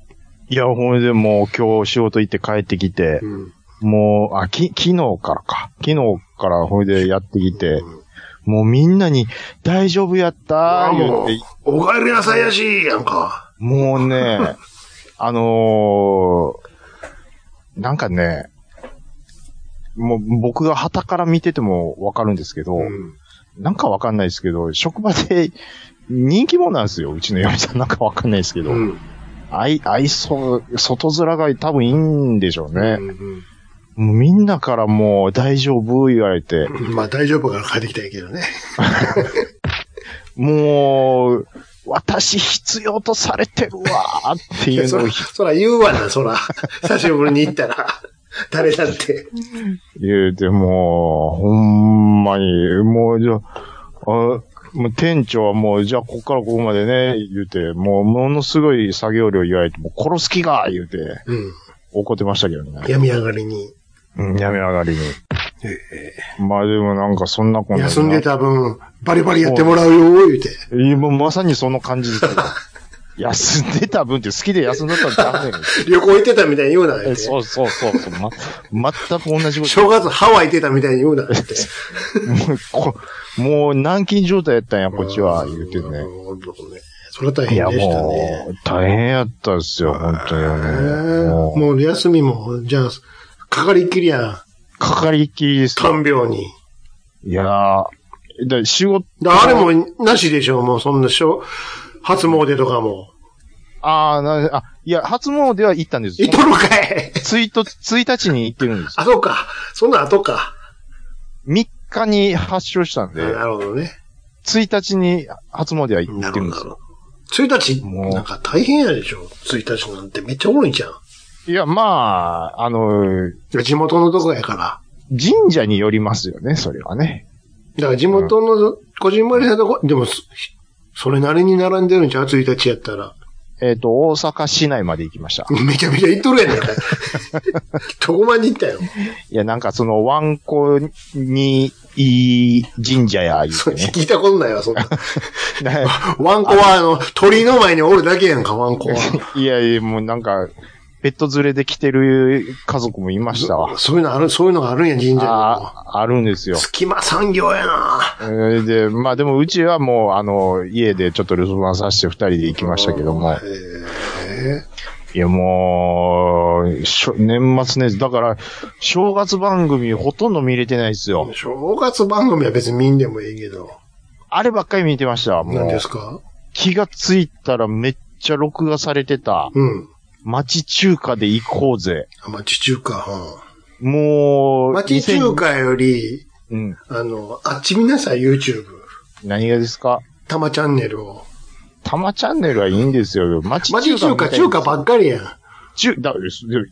D: いや、ほんでもう今日仕事行って帰ってきて、
E: うん。
D: もう、あ、き、昨日からか。昨日からほいでやってきて、
E: うん
D: もうみんなに大丈夫やった
E: あ
D: ー言
E: も
D: っ
E: う
D: て、、
E: お帰りなさいやし、やんか。
D: もうね、 あのー、なんかね、もう僕が旗から見ててもわかるんですけど、
E: うん。
D: なんかわかんないですけど、職場で 人気者なんですよ。うちの嫁さんなんかわかんないですけど。
E: うん。
D: 愛、愛想、外面が多分いいんでしょう
E: う
D: ね。
E: ん
D: もうみんなからもう大丈夫言われて、
E: まあ大丈夫から帰ってきたんやけどね。
D: もう、私必要とされてるわーって
E: い
D: いう
E: や、そ
D: のを
E: ら、そら言うわな、そら。 久しぶりに行ったら。誰だって。
D: 言うて、もう、ほんまに、もう、じゃあ、あもう店長はもう、じゃあ、こっからここまでね、言うて、もう、ものすごい作業量言われて、もう殺す気が言うて、
E: うん。
D: 怒ってましたけどね。
E: 病み上がりに。
D: うん、やめ上がりに。まあでもなんかそんなこんな
E: 休んでた分、バリバリやってもらうよ、言うて。
D: いやもうまさにその感じですよ 休んでた分って好きで休んでたんじゃ ね
E: 旅行行ってたみたいに言うな、言
D: え。
E: う
D: え
E: て。
D: そうそうそうそう。ま、全く同じこと。
E: 正月ハワイ行ってたみたいに言うな、言うて。
D: もうこもう軟禁状態やったんや、こっちは、言うて
E: な
D: ね
E: る。ほどね。それは大
D: いや、
E: 変でした
D: も
E: ね。
D: う、大変やったですよ、本当にね。
E: もう、
D: も
E: もう休みも、じゃあ、かかりっきりやん。
D: う、かかりっきりですよ。
E: 看病に。
D: いやー、だから仕事、
E: だあれもなしでしょ、もうそんなしょ、初詣とかも。
D: あーな、あ、いや、初詣は行ったんです
E: 行っとるかい
D: ツイート、1日に行ってるんですよ。
E: あ、そうか。そんな後か。
D: 3日に発症したんで、
E: なるほどね。
D: 1日に初詣は行
E: な
D: って
E: る
D: る
E: ほ
D: ん
E: ど
D: で
E: な
D: す
E: る
D: よ。
E: ほど。1日、
D: もう
E: なんか大変やでしょ。1日なんてめっちゃ多いじゃん。
D: いや、まあ、あの、
E: 地元のとこやから。
D: 神社によりますよね、それはね。
E: だから地元の、こじんまりしたとこ、でも、すそれなりに並んでるんちゃう ?1 日やったら。
D: えっ、と、大阪市内まで行きました。
E: めちゃめちゃ行っとるやないかい。 どこまで行ったよ。
D: いや、なんかその、ワンコに、いい神社や、言う
E: そ
D: て
E: う
D: ね。
E: 聞いたことないわ、そんな。
D: な
E: ワンコは、あの、鳥の前におるだけやんか、ワンコは。
D: いやいや、もうなんか、ペット連れで来てる家族もいましたわ。
E: そういうのある、そういうのがあるんや、神社にも。
D: ああるんですよ。
E: 隙間産業やな
D: えーで、まあでもうちはもう、あの、家でちょっと留守番させて二人で行きましたけども
E: へ。え
D: いや、もう、しょ年末年始、だから、正月番組ほとんど見れてないですよ。
E: 正月番組は別に見んでもいいけど。
D: あればっかり見てました、も
E: 何
D: う
E: で。すか
D: 気がついたらめっちゃ録画されてた。
E: うん。
D: 町中華で行こうぜ。
E: あ町中華。う
D: もう、
E: ん、町中
D: 2000。
E: 華より、
D: うん。
E: あの、あっち見なさい、YouTube。
D: 何がですか
E: たまチャンネルを。
D: たまチャンネルはいいんですよ。町
E: 町中華、中華ばっかりやん。
D: 中、だ、で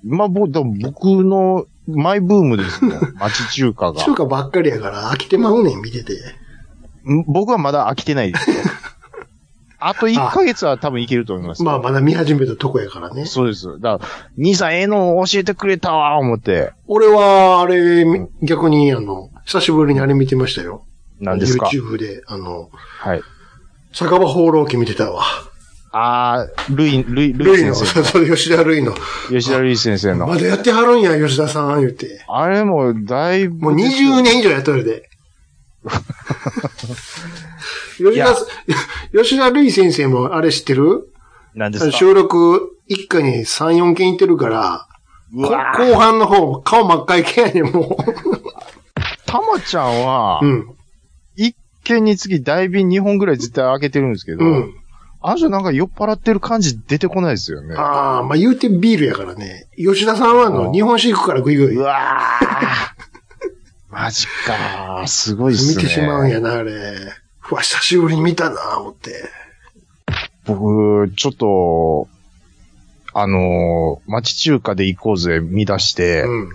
D: 今、ぼだ僕のマイブームですよ。 町中華が
E: 中。華ばっかりやから飽きてまうねん、見てて。
D: ん僕はまだ飽きてないです よ。あと1ヶ月は多分いけると思います。
E: まあ、まだ見始めたとこやからね。
D: そうです。だから、兄さん、ええの教えてくれたわ、思って。
E: 俺は、あれ、み逆に、あの、久しぶりにあれ見てましたよ。
D: 何ですか
E: ?YouTube で、あの、
D: はい。
E: 酒場放浪記見てたわ。
D: あー、ルイ、ルイ、ル
E: ル
D: イ
E: イの、
D: 先生。
E: そう、吉田ルイの。
D: 吉田ルイ先生の。
E: まだやってはるんや、吉田さん、言うて。
D: あれも、だいぶ。
E: もう20年以上やっと るで。吉
D: いや
E: 田、吉田類先生もあれ知ってる
D: なんですか
E: 収録一家に3、4件行ってるから、
D: う
E: こ後
D: わー
E: 半の方、顔真っ赤い系やねん、も
D: たまちゃんは
E: う。う、ん。
D: 一軒につき大瓶2本ぐらい絶対開けてるんですけど、
E: うん。
D: あの人なんか酔っ払ってる感じ出てこないですよね。
E: ああ、まあ言うてビールやからね。吉田さんはあ
D: あ
E: の、
D: ー
E: 日本酒行くからグイグイ。
D: う
E: 見
D: わー マジかー。すごいっすね。
E: てしまうんやな、あれ。うわ、久しぶりに見たな、思って。
D: 僕、ちょっと、あのー町中華で行こうぜ見出して、
E: うん。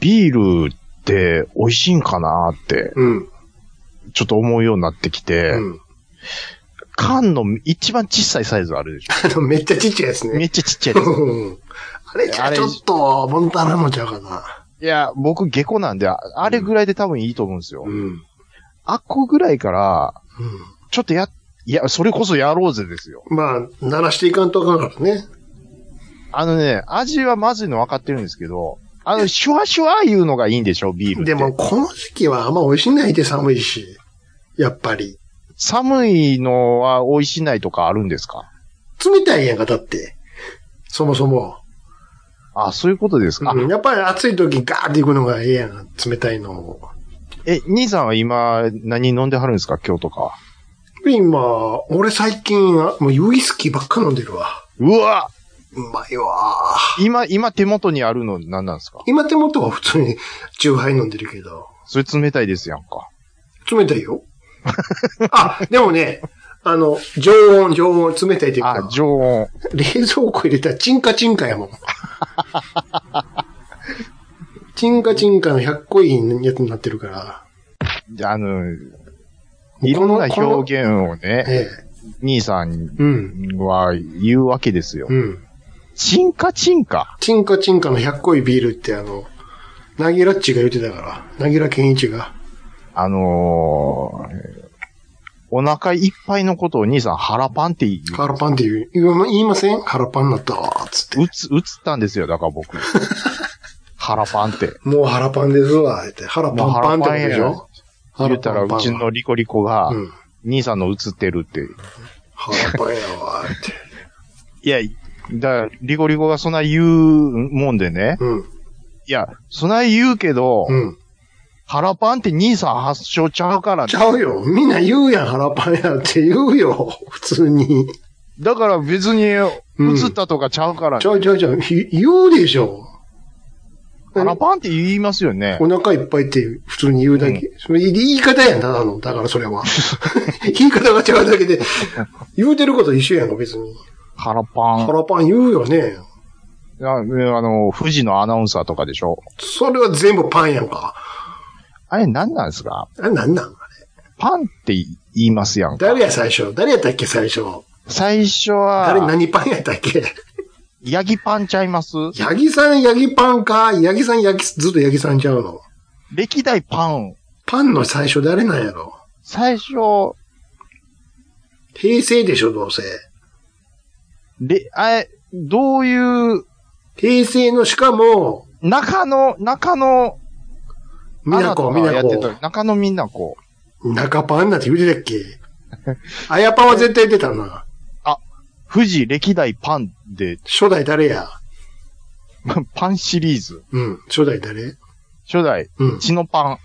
D: ビールって美味しいんかなーって、
E: うん。
D: ちょっと思うようになってきて、
E: うん。
D: 缶の一番小さいサイズあるでし
E: あの、めっちゃちっちゃいやつ
D: ょ。め
E: ね。
D: っちゃちっちゃいです。
E: うん あれじゃあちょっと、モンタナもちゃうかな。
D: いや、僕、下戸なんで、ああれぐらいで多分いいと思うんですよ。
E: うん。うん。
D: あっこぐらいから、ちょっとや、いや、それこそやろうぜですよ。
E: まあ、鳴らしていかんとあかんからね。
D: あのね、味はまずいの分かってるんですけど、あの、シュワシュワ言うのがいいんでしょ、ビールって。
E: でも、、この時期はあんま美味しないで寒いし。やっぱり。
D: 寒いのは美味しないとかあるんですか
E: 冷たいやんか、だって。そもそも。
D: あ、そういうことですか、
E: うんやっぱり暑い時ガーって行くのがええやん。冷たいのを。
D: え、兄さんは今、何飲んではるんですか今日とか。
E: 今、俺最近は、もうウイスキーばっか飲んでるわ。
D: うわ
E: うまいわ。
D: 今、今手元にあるの何なんですか
E: 今手元は普通にチューハイ飲んでるけど。
D: それ冷たいですやんか。
E: 冷た いよ。あ、でもね、あの、常温、常温、冷たいという
D: あ
E: か、、
D: 常温。
E: 冷蔵庫入れたらチンカチンカやもん。チンカチンカの100個いいやつになってるから。
D: あの、いろんな
E: この
D: 表現をね、
E: ええ。
D: 兄さん
E: うん。
D: は言うわけですよ。
E: うん。
D: チンカチンカ。
E: チンカチンカの100個いいビールってあの、なぎらっちが言ってたから。なぎらけんいちが。
D: あのー、お腹いっぱいのことを兄さん腹パンって言う。
E: 腹パンって言う、言う言いません腹パンになったわ、つって。
D: うつ、うつったんですよ、だから 僕。腹パンって。
E: もう腹パンですわ、って。腹パンパンってことでしょ
D: 言ったら、う
E: 腹パンパン
D: ちのリコリコが、
E: うん。
D: 兄さんの映ってるって。
E: 腹パンやわ、って。
D: いや、だからリコリコがそんな言うもんでね。
E: うん。
D: いや、そんな言うけど、
E: うん。
D: 腹パンって兄さん発祥ちゃうからね
E: ち。ゃうよ。みんな言うやん、腹パンやって言うよ。普通に。
D: だから別に、映
E: ん
D: ったとかちゃうからね
E: ち。ゃうちゃうちゃう。ひ言うでしょ。
D: 腹パンって言いますよね。
E: お腹いっぱいって普通に言うだけ。それ言い方やん、ただの。だからそ れは。言い方が違うだけで。言うてること一緒やんか、別に。
D: 腹パン。
E: 腹パン言うよね。
D: ああの、富士のアナウンサーとかでしょ
E: それは全部パンやんか。
D: あれ何なんですか
E: あれなんなんあれ
D: パンって言いますやんか。
E: 誰や最初誰やったっけ最初。
D: 最初
E: 誰
D: は、
E: 何パンやったっけ
D: ヤギパンちゃいます
E: ヤギさん、ヤギパンか。ヤギさん、ヤギ、ずっとヤギさんちゃうの。
D: 歴代パン、
E: パンの最初誰なんやろ
D: 最初、
E: 平成でしょ、どうせ。
D: れ、あれ、どういう、
E: 平成のしかも、
D: 中野、中野、
E: みな
D: アナと
E: こ、
D: か
E: みな
D: やって
E: こ
D: た、。中野みなこ。
E: 中パンなんて言うてたっけあやパンは絶対出たな。
D: 富士歴代パンで、
E: 初代誰や
D: パンシリーズ。
E: うん。初代誰
D: 初代、
E: うん。
D: 血のパン。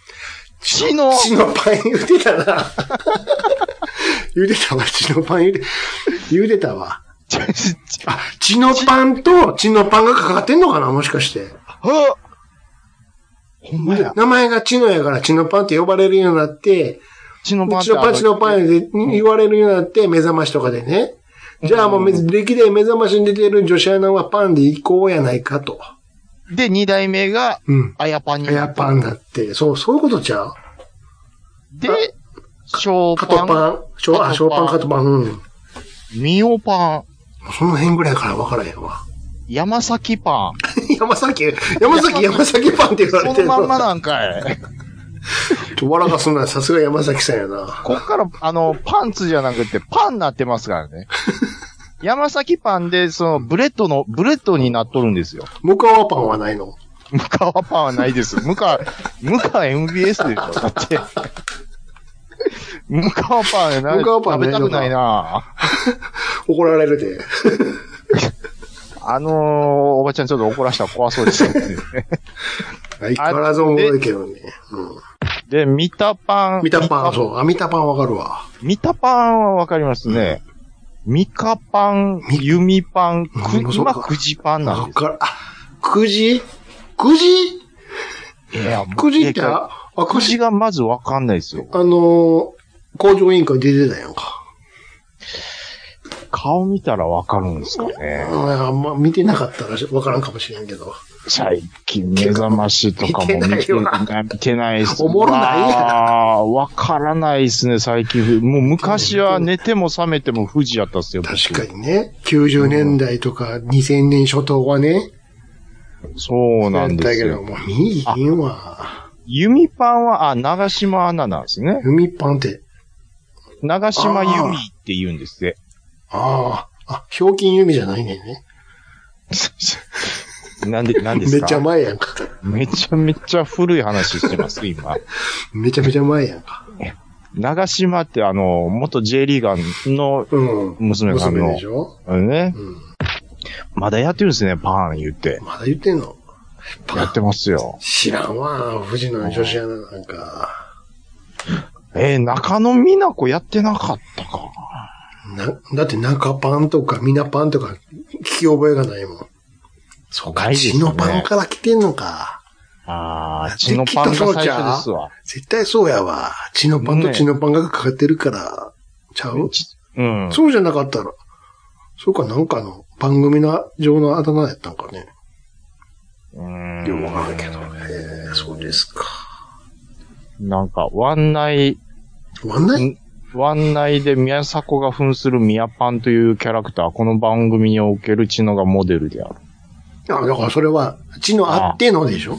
D: 血の
E: 血のパン言うてたな。 言うてたわ、血のパン言うて、言うてたわ。あ、血のパンと血のパンがかかってんのかなもしかして。
D: あほんまや。
E: 名前が血のやから血のパンって呼ばれるようになって、
D: 血のパン
E: 血のパン血のパンで言われるようになって、目覚ましとかでね。じゃあもうめ、歴代目覚ましに出てる女子アナはパンで行こうやないかと。
D: で、二代目が、
E: うん。
D: あやパンに
E: あ
D: な
E: や
D: った。
E: パンだって。そう、そういうことちゃう
D: で、小
E: カト
D: パン、
E: パン、ショーあ、ショーパン、カトパン、うん。
D: ミオパン、
E: その辺ぐらいから分からへんわ。
D: 山崎パン。
E: 山崎、山崎、山崎パンって言われ
D: その
E: てる
D: まんまなんかい。
E: と笑がすんならさすが山崎さんやな。
D: こっから、あの、パンツじゃなくて、パンになってますから ね。山崎パンで、その、ブレッドの、ブレッドになっとるんですよ。
E: 向川パンはないの
D: ムカワパンはないです。ムカ、ムカ MBS でしょだって。ムカワパンな、
E: ムカワパン
D: 食べたくない
E: ね
D: な。
E: 怒られるで。
D: あのー、おばちゃんちょっと怒らしたら怖そうですよね。
E: 相変わらずおもろいけどね。うん。
D: で、ミタパン。
E: 三田パン、そう。あ、三田パンわかるわ。
D: ミタパンはわかりますね。ミカパン、ユミパン、く
E: うんそう
D: 今
E: か
D: くじパンな
E: そ
D: ん
E: っ
D: です
E: から、あ、くじくじ
D: いやもう
E: くじって、
D: いや
E: あ、あ
D: く
E: く
D: じ
E: じ
D: がまずわかんないですよ。
E: あのー、工場委員会出てたやんか。
D: 顔見たらわかるんですかね。
E: うんあんま見てなかったらわからんかもしれんけど。
D: 最近目覚ましとかも見てない
E: 見てないわ
D: 見てないっす
E: おもろないやん
D: ああ、わからないっすね、最近。もう昔は寝ても覚めても富士やったっすよ。
E: 確かにね。90年代とか2000年初頭はね。
D: に。そうなんです
E: やったけど、
D: よ。
E: もう見いひんわ。
D: 弓パンは、あ、長島アナなんですね。
E: 海パンって。
D: 長島由美って言うんですって。
E: ああ。あ、ひょうきん弓じゃないねんね。
D: なんで、なんで
E: め
D: す
E: っ
D: か
E: ちゃ前やんか。
D: めちゃめちゃ古い話してます、今。
E: めちゃめちゃ前やんか。
D: 長島ってあの、元 J リーガーの
E: うん。
D: 娘さん
E: 娘
D: の
E: でし、ょ
D: あのね、
E: うん。
D: まだやってるんですね、パン言って。
E: まだ言ってんの
D: やってますよ。
E: 知らんわ。富士の女子アナなんか。
D: えー中野美奈子やってなかったか。
E: な、だって中パンとかミナパンとか聞き覚えがないもん。そう
D: な
E: か、
D: いですね
E: 血のパンから来てんのか。
D: ああ、血のパンが最初ですわ。
E: 絶対そうやわ。血のパンと
D: ね
E: 血のパンがかかってるから、ちゃう
D: ちうん。
E: そうじゃなかったら。そうか、なんかの番組の上のあだ名やったんかね。
D: うーん
E: よくわからんけど。へえ、そうですか。
D: なんか、湾内、
E: わんない
D: 湾内で宮迫が扮する宮パンというキャラクター、この番組における血のがモデルである。
E: あ、だからそれは、血のあってのでしょ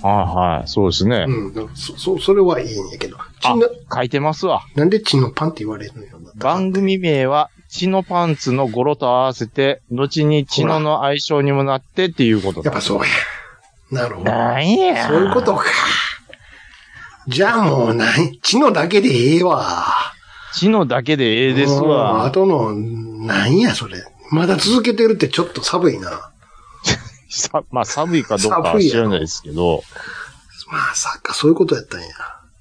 D: はいはい、そうですね。
E: うん。だからそ、そ、それはいいんやけど。血
D: あ
E: の、、
D: 書いてますわ。
E: なんで血のパンって言われるのよ。
D: 番組名は、血のパンツの語呂と合わせて、後に血のの愛称にもなってっていうこと
E: や
D: だ
E: っ。ぱそうや。なるほど。
D: なんや。
E: そういうことか。じゃあもう何、血のだけでええわ。
D: 血のだけでええです
E: うんあ
D: わ。
E: との、なんやそれ。まだ続けてるってちょっと寒いな。
D: さまあ、寒いかどうかは知らないですけど。
E: まさかそういうことやったんや。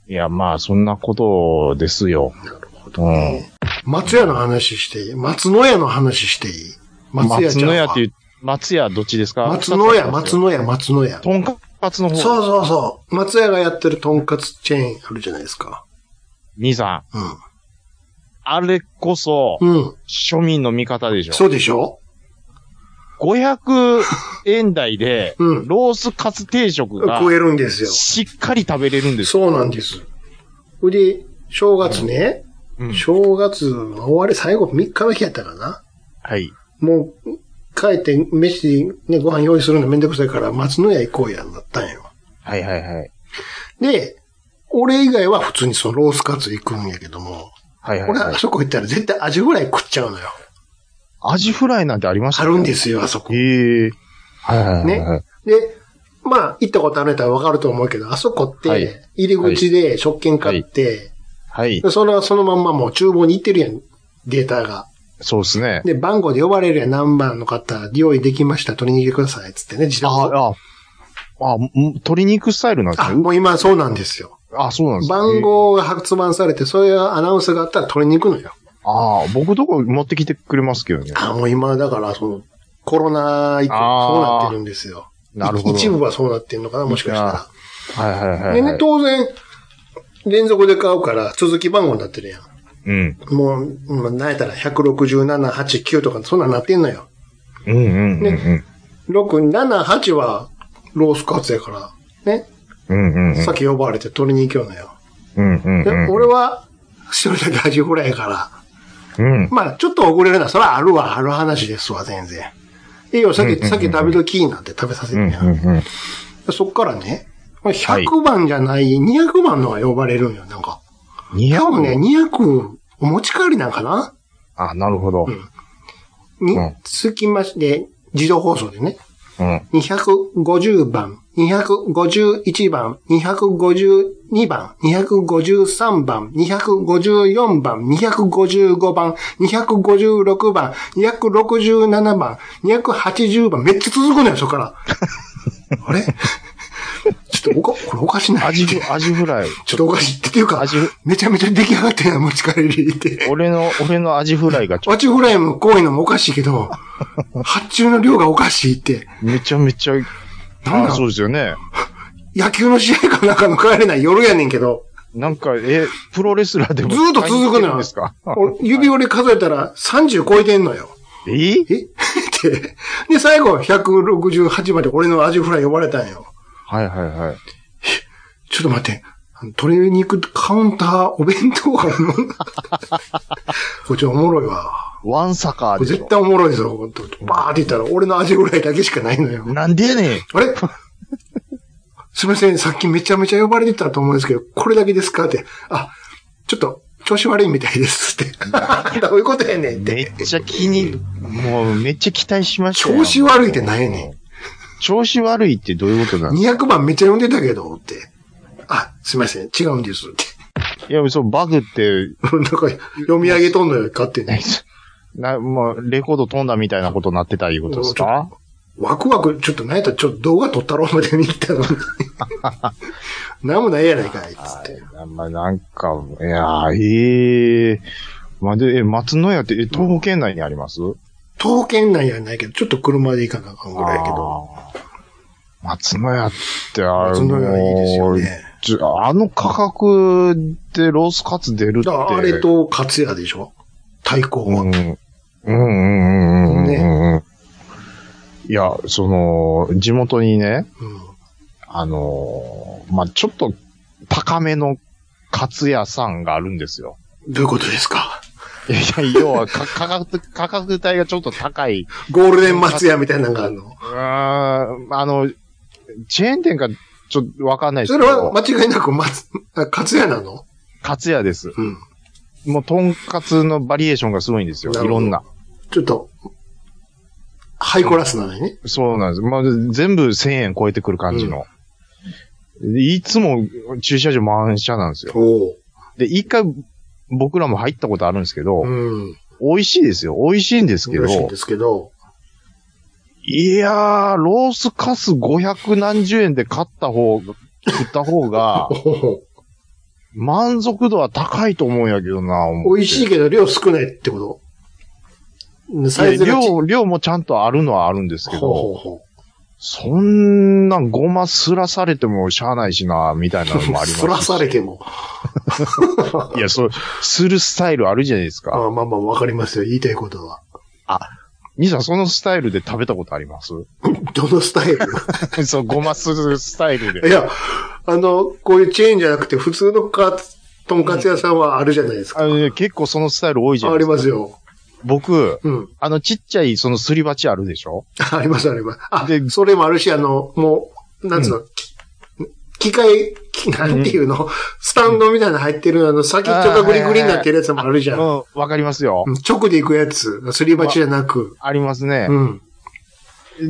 D: いや、まあ、そんなことですよ。
E: なるほどね。松屋の話していい松野屋の話していい松屋
D: 松
E: ちゃん
D: 野
E: は
D: 屋っていう、松屋どっちですか
E: 松野屋、
D: 二つ
E: 松野屋、松野屋。
D: とんかつの方。
E: そう
D: う。
E: そうそう。松屋がやってるとんかつチェーンあるじゃないですか。
D: 兄さん、
E: う
D: あれこそ、
E: ん。うん。
D: 庶民の味方でしょ。
E: そうでしょ
D: 500円台で、
E: うん
D: ロースカツ定食が、
E: 食えるんですよ。
D: しっかり食べれるんですよ。
E: そうなんです。それで、正月ね、
D: うん
E: 正月の終わり、最後3日の日やったかな。
D: はい。
E: もう、帰って飯、ね、ご飯用意するのめんどくさいから、松の屋行こうやんだったんよ。
D: はいはいはい。
E: で、俺以外は普通にそのロースカツ行くんやけども、
D: はいはい、
E: 俺
D: は
E: あ
D: い。
E: そこ行ったら絶対アジフライ食っちゃうのよ。
D: アジフライなんてありました
E: あるんですよ、あそこ。で、
D: へえ。はいはいはいはい。
E: まあ、行ったことある人はわかると思うけど、あそこっ
D: はい
E: て、入り口で食券買って、
D: はい。
E: でそのそのまんまもう厨房に行ってるやん、データが。
D: そうですね。
E: で、番号で呼ばれるやん何番の方、用意できました、取りに来てください、つってね、自宅を。
D: あ、あ、あ、ん鶏肉スタイルなんです
E: あ、
D: ね。
E: もう今そうなんですよ。
D: あ、そうなんですね
E: 番。号が発売されて、そういうアナウンスがあったら取りに行くのよ。
D: ああ、僕とこ持ってきてくれますけどね。
E: あ、もう今、だから、その、コロナ以降、
D: あー
E: そうなってるんですよ。
D: なるほど。
E: 一部はそうなってんのかな、もしかしたら。
D: はいはいはい、はい。
E: でね、当然、連続で買うから、続き番号になってるやん。
D: うん。
E: もう、まあ、なんやったら、167、8、9とか、そんなんなってんのよ。
D: うんうんうんうん。
E: 6、7、8は、ロースカツやから、ね。
D: うんうんうん。
E: さっき呼ばれて取りに行くよのよ。
D: うんうん
E: で
D: うん。
E: 俺は、一人だけアジフライやから、
D: うん。
E: まあ、ちょっと遅れるな、それはあるわ、ある話ですわ、全然。いいよ、さっ
D: うんうんう
E: き、
D: ん
E: さっきダビドキーなんて食べさせ
D: う
E: て
D: ん
E: やん。
D: うんうん。
E: そっからね、これ
D: はい
E: 100番じゃない、200番のが呼ばれるんよ、なんか。
D: 200
E: 多分ね、200、お持ち帰りなんかな
D: あ、なるほど。
E: に、
D: うん
E: つきまして、自動放送でね、
D: うん。
E: 250番、251番、252番、253番、254番、255番、256番、267番、280番、めっちゃ続くのよ、そこから。あれちょっとおか、これおかしない。
D: アジフ、アジフライ。
E: ちょっとおかしい。っていうか
D: ア、ジフ、
E: めちゃめちゃ出来上がってない、持ち帰りって。
D: 俺の、俺のアジフライがちょ
E: ワチフライもこういうのもおかしいけど、発注の量がおかしいって。
D: めちゃめちゃ、
E: なん
D: あ
E: だ
D: そうですよね。
E: 野球の試合かなんかの帰れない夜やねんけど、
D: なんか、え、プロレスラーでも。
E: ずーっと続くのよ
D: ですか
E: 俺指折り数えたら30超えてんのよ。
D: え
E: えって。 で、最後168まで俺のアジフライ呼ばれたんよ。
D: はいはいはい。
E: ちょっと待って。あの鶏肉カウンターお弁当があるの こっちおもろいわ。
D: ワンサカ
E: こ
D: ー
E: れ
D: でしょ
E: 絶対おもろいぞ。こうバーって言ったら俺のアジフライだけしかないのよ。
D: なんでやねん。
E: あれ すみません、さっきめちゃめちゃ呼ばれてたと思うんですけど、これだけですかって。あ、ちょっと、調子悪いみたいですって。 どういうことやねんっ
D: め
E: て。
D: っちゃ気に、もうめっちゃ期待しましたよ
E: 調子悪いってなんやねん。
D: 調子悪いってどういうことなの
E: 200番めっちゃ呼んでたけど、って。あ、すみません、違うんですって。
D: いや、そう、バグって、
E: なんか、読み上げとんのよ、勝手に。
D: な、まあ、レコード飛んだみたいなことになってたいうことですか
E: ワクワク、ちょっとなんやったら、ちょっと動画撮ったろうまで見に行 ったのに。なんもないやないかい、つって。
D: まあ、なんか、いやー、ええまあ、で、え、松野屋って、え、東北県内にあります
E: 刀剣なんやないけど、ちょっと車で行かなあかんぐらいやけど。
D: あー。松野屋って、あれ、
E: 松野屋いいですよね。
D: ちょあの価格でロースカツ出るって。
E: だからあれとカツヤでしょ対抗
D: う
E: は。
D: ん。うんうんうんうんうんうんうん。いや、その、地元にね、
E: うん
D: あのーまあ、ちょっと高めのカツ屋さんがあるんですよ。
E: どういうことですか
D: いやいや、要はか価格、価格帯がちょっと高い。
E: ゴールデン松屋みたいなのがあるの
D: うーん、あの、チェーン店かちょっとわかんないです
E: そ
D: けど
E: れ、は間違いなく松、あカツヤなの
D: カツ屋です。
E: うん。
D: もう、とんかつのバリエーションがすごいんですよ。
E: なる
D: い
E: ほど
D: ろんな。
E: ちょっと、ハイコラスなのにね。
D: そうなんです。まあ、全部1000円超えてくる感じの。いつも駐車場満車なんですよ。
E: おう。
D: で、一回僕らも入ったことあるんですけど、
E: うん。
D: 美味しいですよ。美味しいんですけど、
E: 嬉しいん
D: い
E: ですけど。
D: やー、ロースカス500何十円で買った方が、食った方が
E: お、う
D: 満足度は高いと思うんやけどな、思って
E: 美味しいけど量少ないってことサイズ
D: いや
E: がち
D: 量、量もちゃんとあるのはあるんですけ
E: ほうほ
D: ど、
E: うほ
D: そんなごますらされてもしゃあないしな、みたいなのもあ
E: う。
D: ります
E: そらされても。
D: いや、そう、するスタイルあるじゃないですか。
E: あまあまあ、わかりますよ。言いたいことは。
D: ミさん、そのスタイルで食べたことあります
E: どのスタイル
D: そう、ごまするスタイル
E: い
D: で。
E: や、あの、こういうチェーンじゃなくて、普通のカツ、とんかつ屋さんはあるじゃないですか。
D: あの結構そのスタイル多いじゃ
E: あ
D: ないで
E: り
D: すか。
E: ますよ。
D: 僕、
E: うん。
D: あの、ちっちゃい、そのすり鉢あるでしょ
E: あります、あります。あ、
D: で
E: それもあるし、あの、もう、なんつうの、き機械、きなんていうの、スタンドみたいなの入ってる、あの、先っちょがグリグリになってるやつもあるじ
D: う
E: ゃ
D: ん、
E: ん。
D: わかりますよ。
E: うん直で行くやつ、すり鉢じゃなく。
D: ありますね
E: う。ん。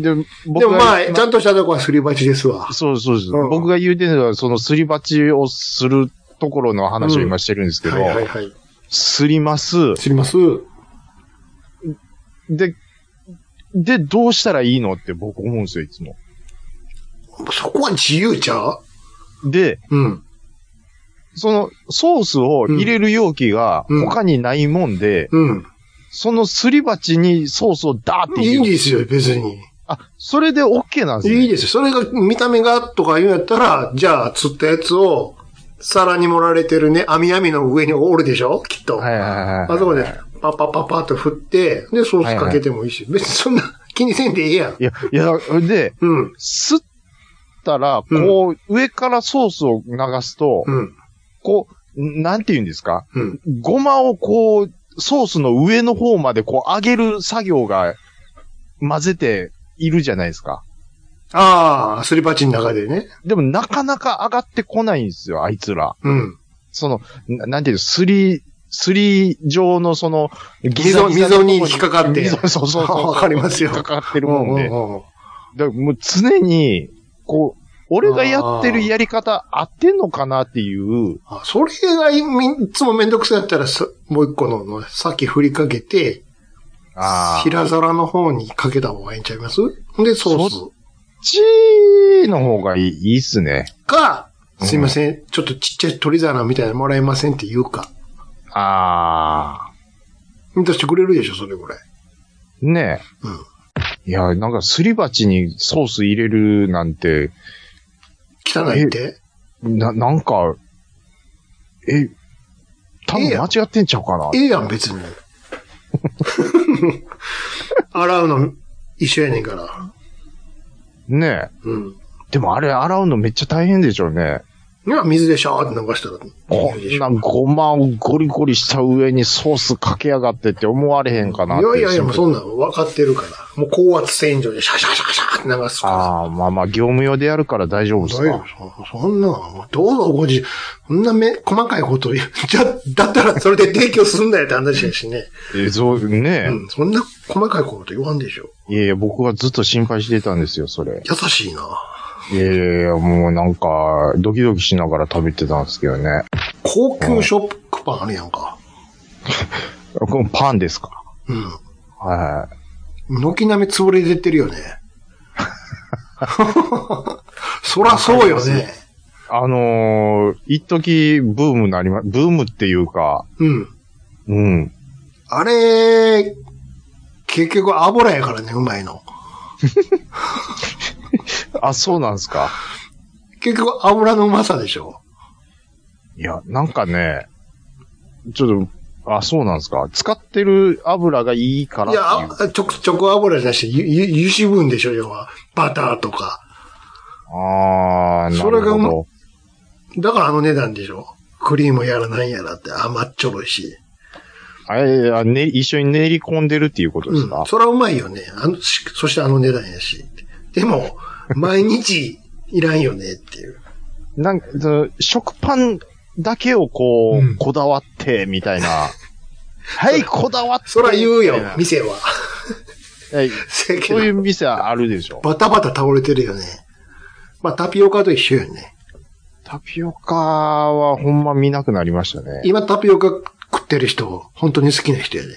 D: で、僕
E: でもまあ、
D: が
E: ちゃんとしたとこはすり鉢ですわ。
D: そうそうです、
E: うん
D: 僕が言うてるのは、そのすり鉢をするところの話を今してるんですけど、
E: はいはいはい。
D: すります、
E: すります。
D: で、で、どうしたらいいのって僕思うんですよ、いつも。
E: そこは自由ちゃう
D: で、
E: うん。
D: そのソースを入れる容器が
E: うん
D: 他にないもんで、
E: うん。
D: そのすり鉢にソースをダーって
E: いいん
D: 入れる。
E: ですよ、別に。
D: あ、それで OK なんですね。
E: いいですよ。それが、見た目がとか言うんやったら、じゃあ、釣ったやつを、皿に盛られてるね、網網の上におるでしょきっと。
D: はいはいはいはい
E: あそこで、パッパッパッパッと振って、で、ソースかけてもいいし、別にそんな気にせんでいいやん。
D: いや、いや、で、
E: うん、
D: 吸ったら、こう、上からソースを流すと、
E: うん、
D: こう、なんて言うんですか
E: うん。
D: ごまをこう、ソースの上の方までこう上げる作業が混ぜているじゃないですか。
E: ああ、すり鉢の中でね。
D: でもなかなか上がってこないんですよ、あいつら。
E: うん。
D: その、ななんていうの、すり、すり状のその、ギザギザの
E: 溝
D: とこ
E: に引っかかって
D: 溝 そうそうそう。
E: わかりますよ
D: 引っかかってるもんで。だか
E: うんうん
D: らもう常に、こう、俺がやってるやり方合ってんのかなっていう、
E: あそれがいいつもめんどくさいやったら、さもう一個のの、さっき振りかけて、
D: あー
E: 平皿の方にかけた方がいいんちゃいますで、ソース。
D: ちの方がいいいいっすね。
E: か、
D: うん
E: すいません、ちょっとちっちゃい鳥皿みたいなのもらえませんって言うか。
D: あ
E: 出してくれるでしょ、それぐらい。
D: ー。ねえ。
E: うん
D: いや、なんかすり鉢にソース入れるなんて、
E: 汚いって。
D: な、なんか、え、多分
E: ええや
D: 間
E: ん
D: 違ってんちゃうかな。
E: ええやん、 別に。洗うの一緒やねんから。
D: ねえ。
E: うん。
D: でもあれ洗うのめっちゃ大変でしょうね。
E: いや、水でシャーって流したら。
D: こんなごまをゴリゴリした上にソースかけやがってって思われへんかなっ
E: い
D: て。
E: やいやいや、もうそ
D: うん
E: なん分かってるから。もう高圧洗浄でシャシャシャシャって流すから。
D: ああ、まあまあ、業務用でやるから大丈夫です
E: 大丈夫
D: か。
E: そそんな、もうどうぞご自、そんなめ、細かいこと言う。じゃ、だったらそれで提供すんだよって話やしね。
D: え、そう、ね
E: うん、そんな細かいこと言わんでしょ。
D: え。いやいや、僕はずっと心配してたんですよ、それ。
E: 優しいな。
D: いやいやいや、もうなんか、ドキドキしながら食べてたんですけどね。
E: 高級ショップパンあるやんか。
D: このパンですか
E: うん。
D: は
E: 軒並み潰れ出てるよね。そらそうよね。
D: い。あのー、一時ブームなりま、ブームっていうか、
E: うん。
D: うん。
E: あれ、結局油やからね、うまいの。
D: あ、そうなんですか。
E: 結局油のうまさでしょ。
D: いや、なんかね、ちょっと、あ、そうなんですか。使ってる油がいいから
E: い
D: って
E: や、
D: いう。
E: あちょくちょく油じゃなくて、ゆゆ油脂分でしょ、要は。バターとか。
D: あー、な
E: それ
D: る
E: が
D: ほ
E: うま
D: ど。
E: だからあの値段でしょ。クリームやらなんやらって甘っちょろいし。
D: あれ、あね、一緒に練り込んでるっていうことです
E: う
D: か
E: ん。、それはうまいよね。あの、しそしてあの値段やし。でも、毎日いらんよねっていう。
D: なんか、その食パンだけをこう、
E: うん
D: こだわって、みたいな。 はい、こだわって。
E: そら言うよ
D: みたいな、
E: 店は。
D: はい
E: せやけ
D: そう
E: ど
D: いう店はあるでしょ。
E: バタバタ倒れてるよね。まあ、タピオカと一緒よね。
D: タピオカはほんま見なくなりましたね。
E: 今タピオカ食ってる人、本当に好きな人やで。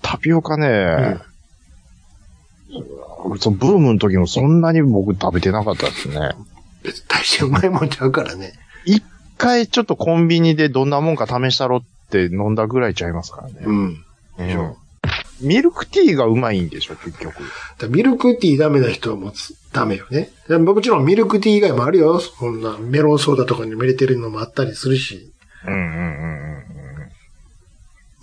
D: タピオカね、
E: う
D: そのブームの時もそんなに僕食べてなかったですね。
E: ん。別に大してうまいもんちゃうからね。
D: 一回ちょっとコンビニでどんなもんか試したろって飲んだぐらいちゃいますからね。
E: うん。
D: うん
E: でしょ
D: ミルクティーがうまいんでしょ、結局。
E: だからミルクティーダメな人はもうつダメよね。でももちろんミルクティー以外もあるよ。そんなメロンソーダとかにも入れてるのもあったりするし。
D: うんうんうんうんう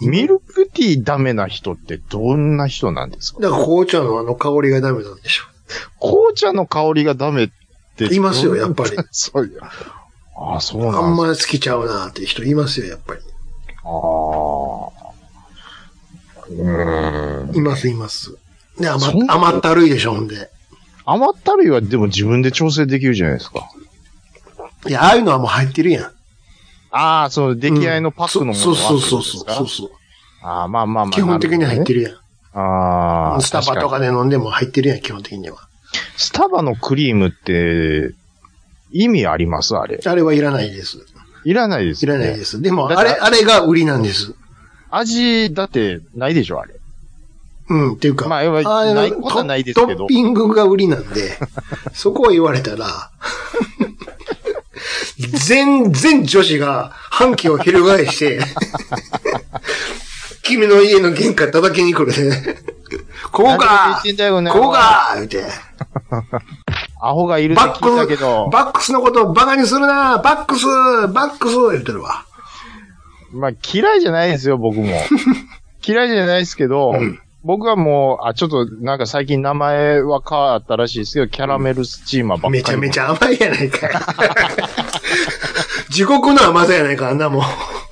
D: ん。ミルクティーダメな人ってどんな人なんですか
E: だから紅茶のあの香りがダメなんでしょ。
D: 紅茶の香りがダメって。
E: いますよ、やっぱり。
D: そういや。ああ、そうなん
E: あん
D: だ。
E: まり好きちゃうなっていう人いますよ、やっぱり。
D: ああ。うーん。
E: います、います。で、甘
D: そんな
E: 甘ったるいでしょ、ほんで。
D: 甘ったるいはでも自分で調整できるじゃないですか。
E: いや、ああいうのはもう入ってるやん。
D: ああ、その出来合いのパックのもの
E: そうそうそう
D: が
E: そう
D: あるんで
E: そう
D: すか
E: そう。
D: ああ、まあまあまあ。
E: 基本的には入って
D: る
E: るやん。
D: ほどね。ああ。
E: スタバと
D: 確
E: か
D: に。
E: で飲んでも入ってるやん、基本的には。
D: スタバのクリームって、意味ありますあれ。
E: あれはいらないです。
D: いらないです
E: い
D: よ
E: ら
D: ね、
E: ないです。でも、
D: だか
E: あ
D: ら
E: れ、あれが売りなんです。
D: 味、だって、ないでしょあれ。
E: うん、っていうか。
D: まあ要は
E: あれ
D: ないことはないですけど
E: トッピングが売りなん で、そこを言われたら、全然女子が反旗を 翻して、君の家の玄関叩きに来るね。こう
D: 何
E: か
D: 言ってんだよこの野郎
E: こうか言うて。
D: アホがいるって
E: バック
D: 聞いたけど
E: ス、、バックスのことをバカにするなバックスバックス言ってるわ。
D: まあ嫌いじゃないですよ、 僕も。嫌いじゃないですけど、僕はもう、あ、ちょっとなんか最近名前は変わったらしいですけど、キャラメルスチーマーばっかり。
E: めちゃめち
D: ゃ。
E: ゃ甘いやないか い。地獄の甘さやないか、あんなもん。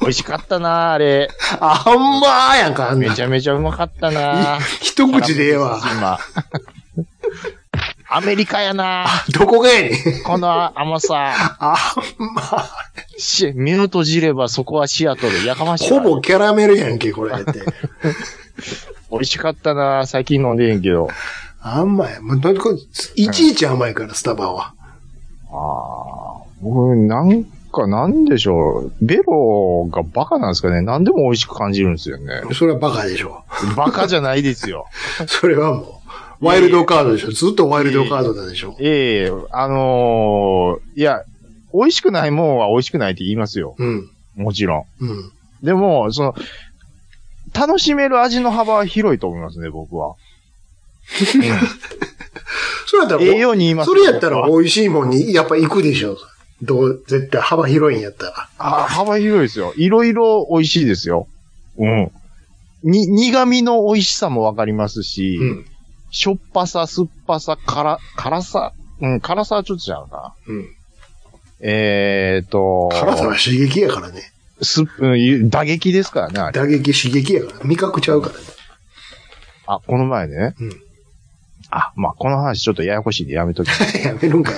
D: 美味しかったな、 あれ。
E: あ、ほんまーやんか、あん
D: め
E: な
D: ち。ゃめちゃうまかったな。
E: 一口でええわ。
D: 今。アメリカやな。
E: どこがやねん。
D: この甘 さ。
E: あ、ほんまあ、
D: しミュートじればそこはシアトル。やかましい
E: ほ
D: わ。
E: ぼキャラメルやんけ、これって。
D: 美味しかったな。最近飲んでへんけど。
E: 甘い。もうとにかくいちいち甘いから、スタバは。
D: ああ、僕、なんか、なんでしょう。ベロがバカなんですかね。何でも美味しく感じるんですよね。
E: それはバカでしょ。
D: バカじゃないですよ。
E: それはもう、ワイルドカードでしょ。ずっとワイルドカードなんでしょ。
D: ええあのーいや、美味しくないもんは美味しくないって言いますよ。
E: うん。
D: もちろ
E: うん。
D: ん。でも、その、楽しめる味の幅は広いと思いますね、僕 は。
E: それや ったら、
D: ええように言います
E: そ
D: よ
E: れやったら美味しいもんに、やっぱ行くでしょ。どう、絶対幅広いんやったら。
D: あ幅広いですよ。いろいろ美味しいですよ。うん。に、苦味の美味しさもわかりますし、
E: うん。
D: しょっぱさ、酸っぱさ、辛、辛さ、うん、辛さはちょっと違うか
E: うん。
D: な。えーと、
E: 辛さは刺激やからね。
D: す、うん、打撃ですからね、あれ。
E: 打撃刺激やから。味覚ちゃうからね。
D: あ、この前ね。
E: うん
D: あ、まあ、この話ちょっとややこしいんでやめとき。 い
E: やめるんか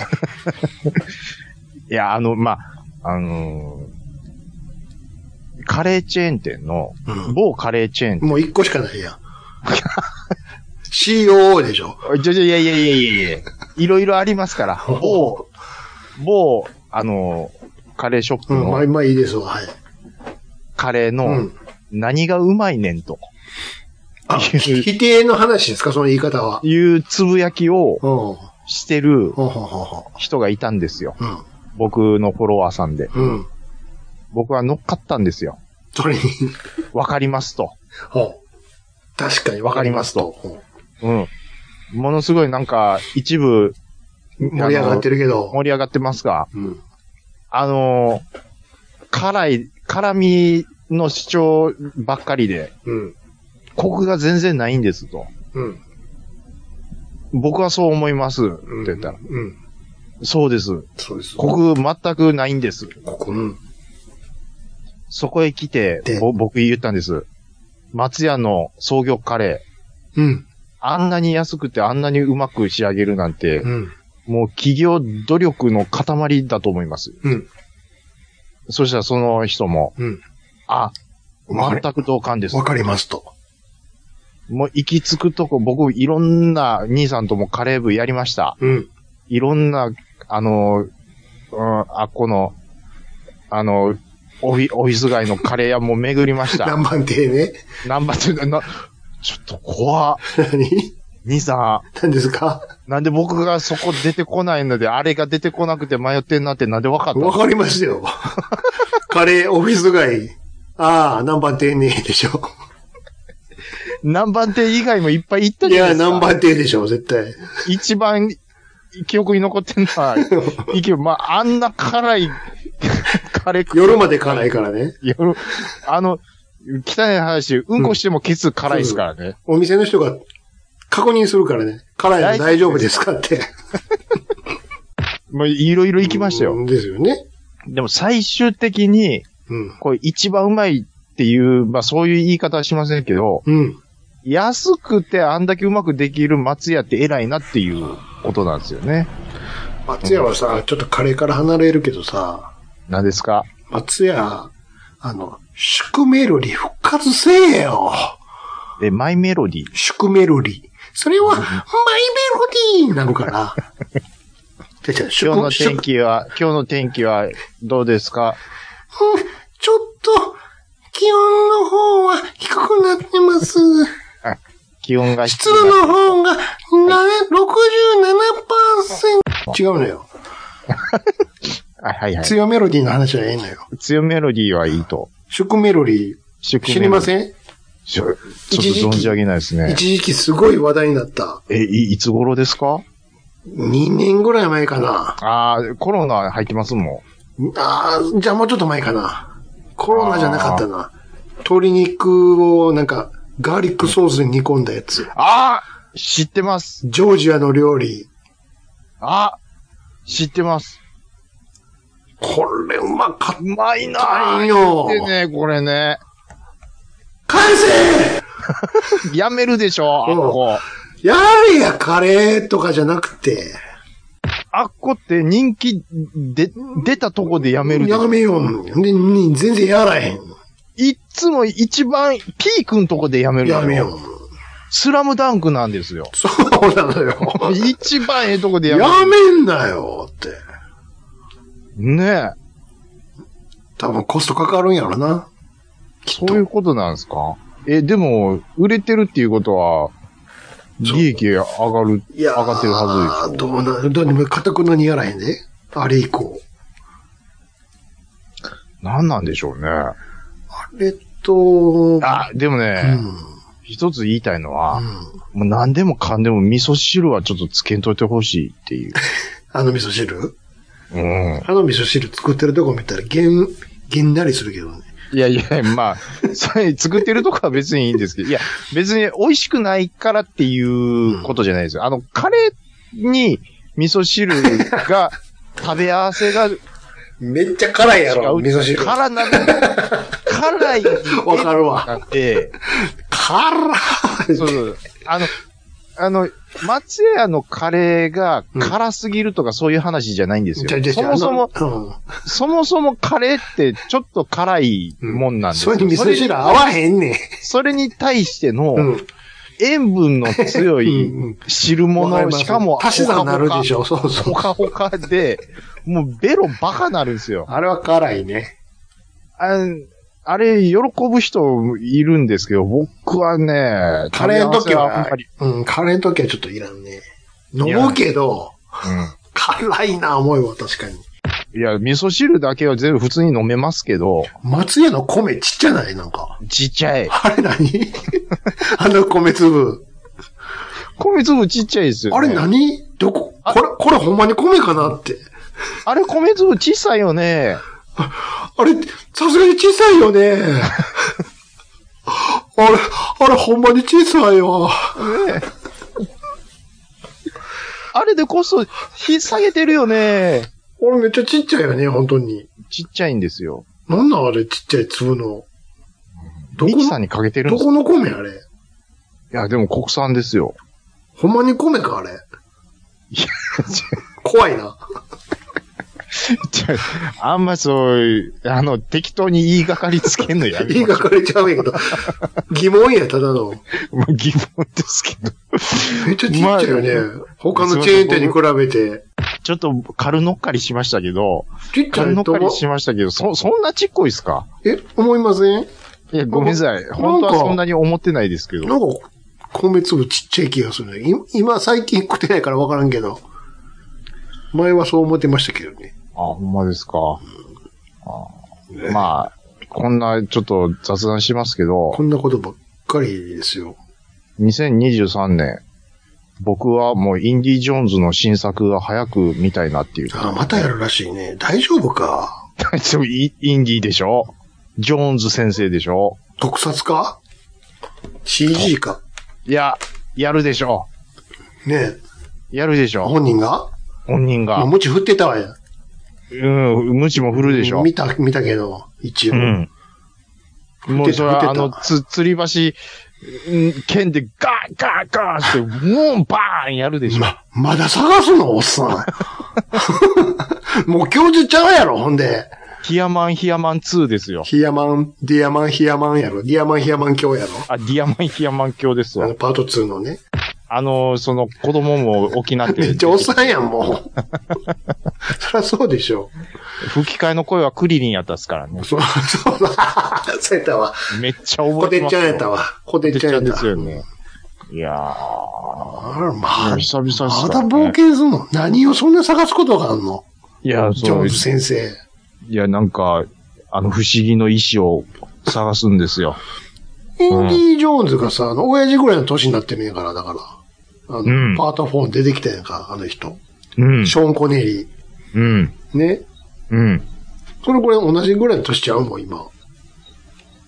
E: い。
D: や、あの、まあ、あのーカレーチェーン店の、
E: うん
D: 某カレーチェーン
E: もう一個しかないやん。COO でしょ。
D: 店。ちょ、ちょ、いやいやいやいやいやいろいろありますから。某、某、あのーカレーショップ
E: うん、まあ、
D: の
E: まあいいですわ、はい。
D: カレー
E: う
D: の
E: ん。
D: 何がうまいねんと。
E: あ、
D: いう
E: 否定の話ですか、その言い方は。
D: いうつぶやきを
E: うん。ほ
D: してる
E: うほうほうほ
D: 人がいたんですよ。
E: う。
D: 僕のフォロワーさんで。
E: うん。うん。
D: 僕は乗っかったんですよ。
E: それに、
D: わかりますと。
E: ほう。確かにわかりますと。うん
D: うん。ものすごいなんか、一部、
E: 盛り上がって
D: る。
E: るけど。
D: 盛り上がってますが、
E: うん。
D: あのー辛い、辛味の主張ばっかりで、
E: うん。
D: コクが全然ないんですと。
E: うん。
D: 僕はそう思います。って
E: うん。
D: 言ったら、
E: うん。
D: そうです。
E: そうです。
D: コク全くないんです。
E: ここ。うん。
D: そこへ来て
E: で、
D: ぼ僕言ったんです。松屋の創業カレー。
E: うん。
D: あんなに安くてあんなにうまく仕上げるなんて、
E: うん。
D: もう企業努力の塊だと思います。
E: うん。
D: そしたらその人も、
E: うん。
D: あ、
E: わか
D: 全
E: り
D: く同感です
E: わ。かりますと。
D: もう行き着くとこ、僕いろんな兄さんともカレー部やりました。
E: うん。
D: いろんな、あの、うん、あ、この、あの、オフィオフィス街のカレー屋も巡りました。
E: 何番手ね。
D: ナンバー2な、ちょっと怖っ。
E: 何
D: 兄さ
E: 何ですか
D: ん、なんで僕がそこ出てこないので、あれが出てこなくて迷ってんなってなんで分かった
E: わ
D: の
E: かりますよ。カレー、オフィス街。ああ、南蛮亭ねでしょ。
D: 南蛮亭以外もいっぱい行った
E: い
D: じゃな
E: や、
D: いですか。
E: 南蛮亭でしょ、絶対。
D: 一番記憶に残ってんの は、いけまあ、あんな辛い、 カレー食う
E: 夜まで辛いからね。
D: 夜、あの、汚い話、うんこしてもケツ辛いですからね。
E: お店の人が確認するからね。辛いの大丈夫ですかって。
D: もういろいろ行きましたよ。
E: うん。ですよね。
D: でも最終的に、
E: うん。
D: これ一番うまいっていう、まあそういう言い方はしませんけど、
E: うん。
D: 安くてあんだけうまくできる松屋って偉いなっていうことなんですよね。
E: 松屋はさ、ちょっとカレーから離れるけどさ、
D: 何ですか
E: 松屋、あの、宿メロリ復活せえよ。
D: え、マイメロディ。
E: 宿メロリ。それは、マイメロディーな るから。じゃじゃ、宿
D: 今日の
E: 宿
D: 天気は、今日の天気はどうですか
E: うん ちょっと、気温の方は低くなってます。
D: あ昨気温が低
E: 湿度の方が、な、67%。違うのよ。
D: あはいはい。
E: 強メロディーの話はええのよ。
D: 強メロディーはいいと。
E: 祝メロディー、知りません
D: ちょちょっと
E: 一時期
D: 存じ上げないですね。
E: 一時期すごい話題になった。
D: え、いいつ頃ですか
E: 2年ぐらい前かな。
D: ああ、コロナ入ってますも
E: ああ、じゃあもうちょっと前かな。コロナじゃなかったな。鶏肉をなんか、ガーリックソースで煮込んだやつ
D: ん。。ああ知ってます。
E: ジョージアの料理。
D: あ知ってます。
E: これうまかっ
D: うまいな
E: たん
D: ー
E: よ。
D: でね、これね。
E: 返せ
D: やめるでしょ、あっこ。
E: やれや、カレーとかじゃなくて。
D: あっこって人気で、出たとこでやめるでし
E: や
D: ょ。
E: めよう。で、に全然やらへん。
D: いっつも一番ピークのとこでやめるでしょ
E: やめよう。
D: スラムダンクなんですよ。
E: そう なのよ。
D: 一番ええとこでや
E: や
D: める。
E: めんなよって。
D: ねえ。
E: 多分コストかかるんやろな。
D: そういうことなんですかえ、でも、売れてるっていうことは、利益上がる、
E: いや
D: 上がってるはず
E: ずどうなる、どうにも、かたくなにやらへんで。あれ以降。
D: 何なんでしょうね。
E: あれと、
D: あ、でも
E: う
D: ね、
E: ん。
D: 一つ言いたいの
E: う
D: は、
E: ん
D: もう何でもかんでも味噌汁はちょっとつけんといてほしいって いう。
E: あの味噌汁
D: うん。
E: あの味噌汁作ってるとこ見たら、げん、げんなりするけどね。
D: いやいや、まあ、それ作ってるとこは別にいいんですけど、いや、別に美味しくないからっていうことじゃないですよ。あの、カレーに味噌汁が、食べ合わせが違う。
E: めっちゃ辛いやろ、味噌汁。
D: 辛 な、辛い。
E: わかるわ。
D: だって、
E: 辛い
D: そうそう。あの、あの、松屋のカレーが辛すぎるとかそういう話じゃないんですよ。
E: じゃじゃじ
D: そ
E: ゃ
D: もそも、
E: あのうん
D: そもそもカレーってちょっと辛いもんなんです
E: そ
D: よ。
E: れに味噌汁合わへんねん。
D: それに対しての、
E: うん。
D: 塩分の強い
E: うんうん
D: 汁
E: わり
D: 物、
E: ます
D: しかも、
E: 足し算になるでし
D: ょ。
E: ょ、そうそ
D: ほ
E: う。
D: かほかで、もうベロバカなるんですよ。
E: あれは辛いね。
D: ああれ、喜ぶ人いるんですけど、僕はね、
E: カレーの時
D: 食べ合わせあん
E: は
D: まり、
E: うん、カレーの時はちょっといらんね。飲むけど、辛いな、思いは確かに。
D: うんいや、味噌汁だけは全部普通に飲めますけど、
E: 松屋の米ちっちゃないなんか。
D: ちっちゃい。
E: あれ 何あの米粒。
D: 米粒ちっちゃいですよ、
E: あ
D: ね。
E: れ何どここれ、これほんまに米かなって。
D: あれ米粒小さいよね。
E: あれ、さすがに小さいよ ね。あれ、あれほんまに小さいわ。
D: あれでこそ、引っ下げてるよね。
E: あれめっちゃちっちゃいよね、本当に。
D: ちっちゃいんですよ。
E: なんなんあれ、ちっちゃい粒の。ど
D: ミ
E: こ
D: キサー
E: の、
D: にかけてるん
E: ど
D: です
E: この米あれ
D: いや、でも国産ですよ。
E: ほんまに米かあれ
D: いや、
E: 怖いな。
D: ちょ あんまそういう、あの、適当に言いがかりつけんのやめ
E: いい
D: ま
E: が
D: しょ
E: かれちゃうんやけど。疑問や、ただの。
D: うまあ疑問ですけど。
E: めっちゃちっちゃいよね。他のチェーン店に比べて。
D: ちょっと軽乗っかりしましたけど、
E: ちっちゃ
D: 軽乗
E: い
D: っ
E: と
D: か
E: 思
D: りしましたけど、そ、そんなちっこいですか
E: え、思いません
D: いや、ごめんなさい。
E: か
D: 本当はそんなに思ってないですけ
E: な
D: ど。
E: んか、米粒ちっちゃい気がするね。い今、最近食ってないからわからんけど。前はそう思ってましたけどね。
D: あ、ほんまですか。あまあ、こんなちょっと雑談しますけど
E: こ、んなことばっかりですよ。
D: 2023年、僕はもうインディ・ジョーンズの新作が早く見たいな っていう。
E: あ、またやるらしいね。大丈夫か
D: ちょイインディでしょジョーンズ先生でしょ
E: 特撮か ?CG か
D: いや、やるでしょ
E: ねえ
D: やるでしょ
E: 本人が
D: 本人
E: も
D: が
E: う。無知振ってたわよ。
D: うん、無知も振るでしょ
E: 見た、見たけど、一応。
D: うん。もうそれ
E: 振って
D: は
E: た
D: あの、つ、釣り橋、うん剣でガーンガーンガーンって、もうバーンやるでしょ。
E: ま、まだ探すのおっさん。 もう教授ちゃうやろ、ほんで。
D: ヒアマンヒアマン2ですよ。
E: ヒアマン、ディアマン、ヒアマンやろ。ディアマン、ヒアマン教やろ。
D: あ、ディアマンヒアマン教です
E: あ
D: わ
E: の、。パート2のね。
D: あの、その、子供も沖縄って
E: めっ、 ちゃおっさんやん、も う。そりゃそうでしょ。
D: 吹き替えの声はクリリンやったっすからね。
E: そう、そうだ。そうやったわ。
D: めっちゃ覚
E: こ
D: えて
E: てっ
D: ます
E: ち
D: よ。
E: ゃんやったわ。こてっちゃんやった。
D: ですよね。いや
E: あら、
D: ー、
E: ま
D: 久々です、ね。
E: また冒険するの何をそんな探すことがあるの
D: いや、
E: ジ
D: そ
E: ョ
D: う
E: ーズ先生。
D: いや、なんか、あの、不思議の石を探すんですよ。
E: インディ・ジョーンズがさ、あの、親父ぐらいの年になってるんやから、だから。あの、
D: うん
E: パート4出てきたやんか、あの人。
D: うん。
E: ショーン・コネリ
D: うん。
E: ー。ね。
D: うん。
E: それこれ同じぐらいの年ちゃうもん、今。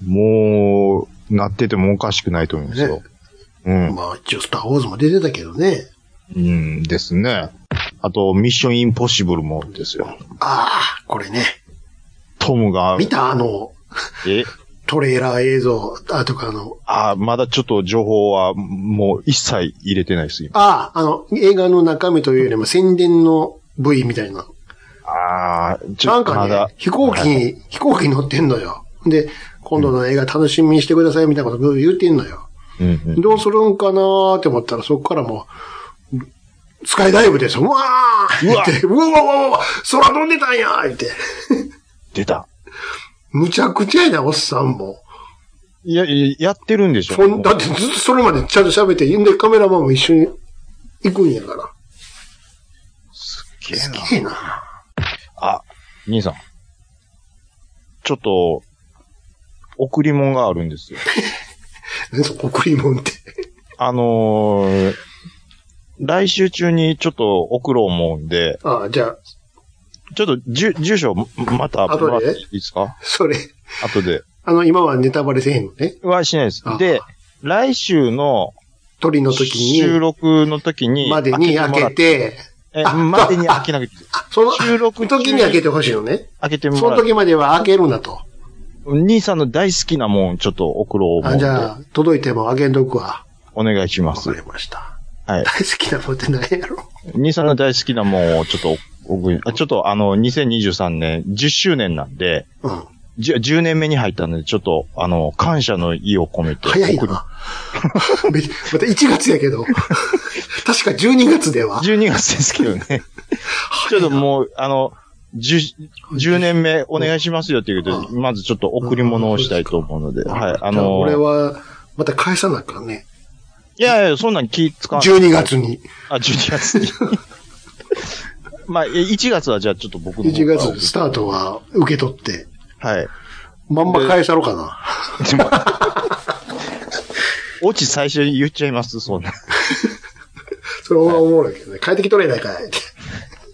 D: もう、なっててもおかしくないと思いますよ。うん。
E: まあ、一応、スター・ウォーズも出てたけどね。
D: うんですね。あと、ミッションインポッシブルもですよ。
E: ああ、これね。
D: トムが、
E: 見たあの、
D: え
E: トレーラー映像、あ、とかあの、
D: あ、まだちょっと情報はもう一切入れてないです、今。
E: ああ、あの、映画の中身というよりも宣伝の部位みたいな。
D: ああ、ち
E: な
D: ょ
E: ん
D: っと
E: か
D: まだ
E: ね、。飛行機
D: はい
E: に、飛行機に乗ってんのよ。で、今度の映画楽しみにしてくださいみたいなこと言ってんのよ。
D: うんうん
E: どうするんかなーって思ったら、そこからもう、スカイダイブです。うわーうわって、うわうわうわうわ空飛んでたんやーって。
D: 出た。
E: むちゃくちゃやな、おっさんも。
D: いや、いややってるんでしょ
E: そんだってずっとそれまでちゃんと喋って、んでカメラマンも一緒に行くんやから。
D: すげえな
E: すげえな。
D: あ、兄さん。ちょっと、贈り物があるんですよ。
E: 何その贈り物って。
D: あのー、来週中にちょっと送ろう思うんで、
E: ああ、じゃあ、
D: ちょっと住住所ままた
E: 後で
D: もらっていいですか
E: それ、
D: 後で。
E: あの、今はネタバレせえへんのね。
D: はしないです
E: あ。
D: で、来週の
E: 鳥の時
D: 収
E: に、
D: 録の時に、
E: までに開
D: もら
E: け、
D: ってえ、
E: あ
D: までに開けなくて、
E: その
D: 収録中に
E: 時に開けてほしいのね。
D: 開けて
E: そ
D: も
E: の
D: らって、
E: 時までは開けるなと。
D: 兄さんの大好きなもんちょっと送ろう思う
E: あ
D: ん
E: じ
D: で、
E: ゃあ、届いても開けんとくわ。
D: お願いしま
E: わ
D: す
E: か。りました。
D: はい。
E: 大好きなもんって何やろ。
D: 兄さんの大好きなもんをちょっと送り、あちょっとあの、2023年10周年なんで、
E: うん。
D: じゅ 10, 年目に入ったんで、ちょっと、あの、感謝の意を込めて。
E: 早い
D: 送る
E: な。めまた1月やけ ど。確か12月では。
D: 12月ですけどね。ちょっともう、あの、10, 10年目お願いしますよっていうことで、まずちょっと贈り物をしたいと思うので、はい、あ
E: じゃあ
D: の、
E: 俺は、また返さなあかんね。
D: いやいや、そんなん気使わない。
E: 12月に。
D: あ、12月 に。まあ、え1月はじゃあちょっと僕の方
E: 1
D: から。
E: 月スタートは受け取って、
D: はい。
E: まんま返さろうかな。
D: オチ最初に言っちゃいます、そんな。
E: それはおもろいけどね。帰ってきとれないかいって。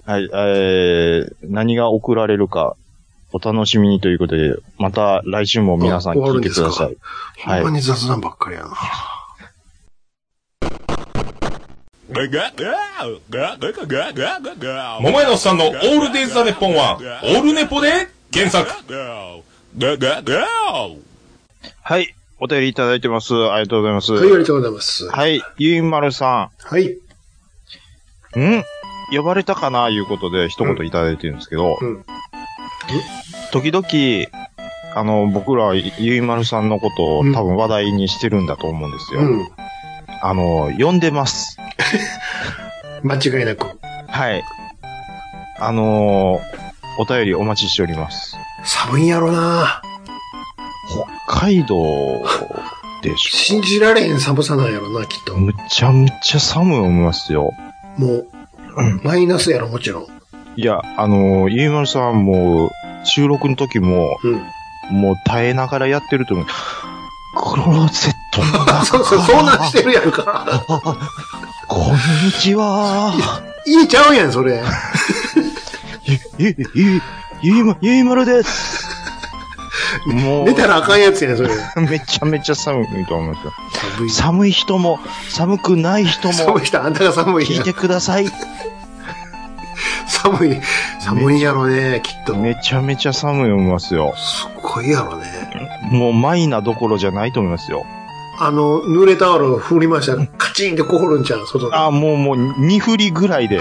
D: はい、えー、何が送られるか、お楽しみにということで、また来週も皆さん
E: あ終わ
D: 聞
E: る
D: い
E: ん
D: てく
E: ですか
D: ださい。は
E: ほ
D: い
E: んまに雑談ばっかりやな。
F: 桃屋のおっさんのオールデイズ・ザ・ネッポンは、オールネポで検索。
D: はい、お便りいただいてます。ありがとうございます。
E: はい、ありがとうございます。は
D: はい、ゆいまるさ
E: い。
D: ん。ん呼ばれたかないうことで一言いただいてるんですけど、
E: うんうん
D: 時々、あの、僕ら、ゆいまるさんのことを
E: うん
D: 多分話題にしてるんだと思うんですよ。
E: うん。
D: あの、呼んでます。
E: 間違いなく。
D: はい。あのーお便りお待ちしております。
E: 寒いんやろな
D: 北海道でし
E: 信じられへん寒さなんやろな、きっと
D: ょ。。むちゃむちゃ寒い思いますよ。
E: もう、マイナスやろ、もちろん。
D: いや、あのー、ゆいまるさんも、収録の時も、
E: うん。
D: もう耐えながらやってると思う。クローゼットの中
E: そうそう、遭難してるやんか。
D: こんにちは。
E: いいちゃうやん、それ。
D: ゆ、ゆ、ゆ、ゆいま、ゆいまるです。も
E: 寝たらあかんやつやん、それ。
D: う、めちゃめちゃ寒いと思いますよ。
E: 寒い。
D: 寒い人も、寒くない人も
E: 寒い、人、あんたが寒い
D: 聞
E: や
D: い
E: ん
D: て。ください。
E: 寒い。寒いやろね、きっと。
D: めちゃめちゃ寒い思いますよ。
E: すっごいやろね。
D: もうマイナどころじゃないと思いますよ。
E: あの、濡れタオルを振りましたら、カチンって凍るんちゃう外で
D: ああ、もうもう2振りぐらいで、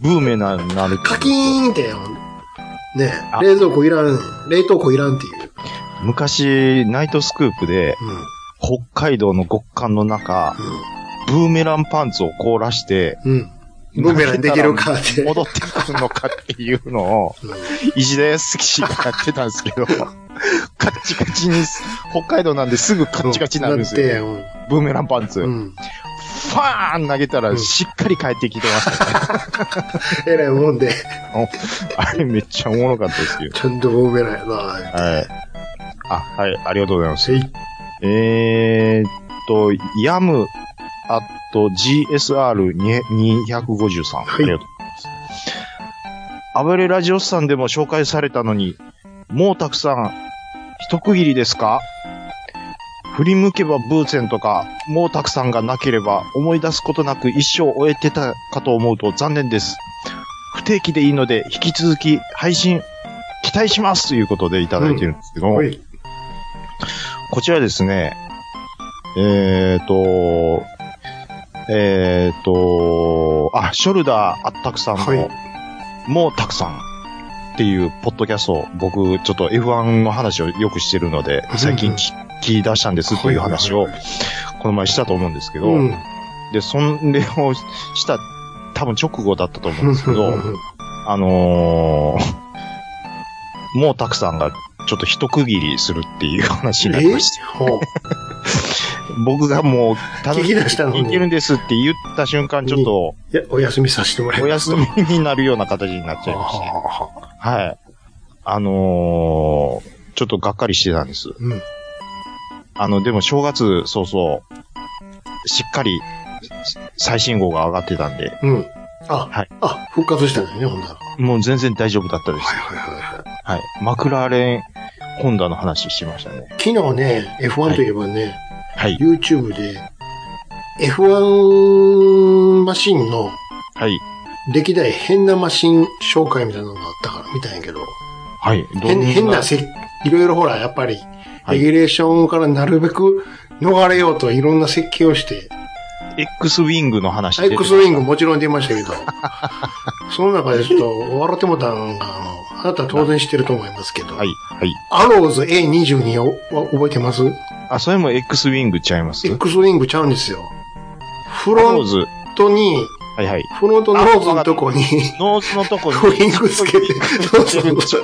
D: ブーメランになると思
E: カ
D: う
E: キーンってやん。ね
D: あ
E: 冷蔵庫いらん、冷凍庫いらんっていう。
D: 昔、ナイトスクープで、
E: うん。うん
D: 北海道の極寒の中、ブーメランパンツを凍らして、
E: うん。ブーメランできるかって。
D: 戻ってくるのかっていうのを、石田康樹がやってたんですけど、カッチカチに、北海道なんですぐカッチカチになるんですよ。
E: なって
D: ブーメランパンツ。
E: う
D: フ
E: ん。
D: ァーン投げたらしっかり返ってきてましたね。
E: えらいもんで、
D: あれめっちゃおもろかったですけど。
E: ちゃんとボーメランやな。
D: はい。あ、はい、ありがとうございます。
E: せい。
D: えーっと、ヤム、あと GSR253。ありがとうございます。アベレラジオスさんでも紹介されたのに、もうたくさん、一区切りですか振り向けばブーツェンとか、もうたくさんがなければ思い出すことなく一生終えてたかと思うと残念です。不定期でいいので、引き続き配信期待しますということでいただいてるんですけど、
E: おい。
D: こちらですね、えっ、と、えっ、と、あ、ショルダーあったくさんの、
E: はい
D: もうたくさんっていうポッドキャストを、僕、ちょっと F1 の話をよくしてるので、最近き聞き出したんですという話を、この前したと思うんですけど、
E: うん。
D: で、それをした、多分直後だったと思うんですけど、
E: う
D: あのー、もうたくさんが、ちょっと一区切りするっていう話になりまして、
E: ほう。
D: 僕がもう、
E: 聞き出したのに
D: いけるんですって言った瞬間、ちょっと、
E: いや、お休みさせてもらい
D: お
E: ます。
D: 休みになるような形になっちゃいまして。
E: は
D: はい。あのー、ちょっとがっかりしてたんです。
E: うん
D: あの、でも正月、そうそう、しっかり、最新号が上がってたんで、
E: あうん。あ、
D: はい
E: あ、復活したんだよね、ほんなら。
D: もう全然大丈夫だったです。
E: はいはいはいはい。
D: はい。マクラーレン、ホンダの話してましたね。
E: 昨日ね、F1 といえばね、
D: はい。
E: YouTube で、F1 マシンの
D: はい。
E: 歴代変なマシン紹介みたいなのがあったから見たんやけど、
D: はい。ど
E: 変
D: ん
E: 変なせ、いろいろほら、やっぱり、
D: は
E: レ
D: い
E: ギュレーションからなるべく逃れようといろんな設計をして、
D: X ウィングの話出てまし
E: X
D: た
E: ウィングもちろん出ました けど、その中でちょっと笑ってもうたんが、あの、あなたは当然知ってると思いますけど、
D: はい。はい。
E: アローズ A22 をお覚えてます
D: あ、それも X ウィングちゃいます
E: ?X ウィングちゃうんですよ。フ
D: フロ
E: ロ
D: ー
E: ン
D: ズ。
E: トに、
D: はいはい。
E: フロントノーズのとこに、
D: ノーズのとこに。
E: ウィングつけて、そうそうそう。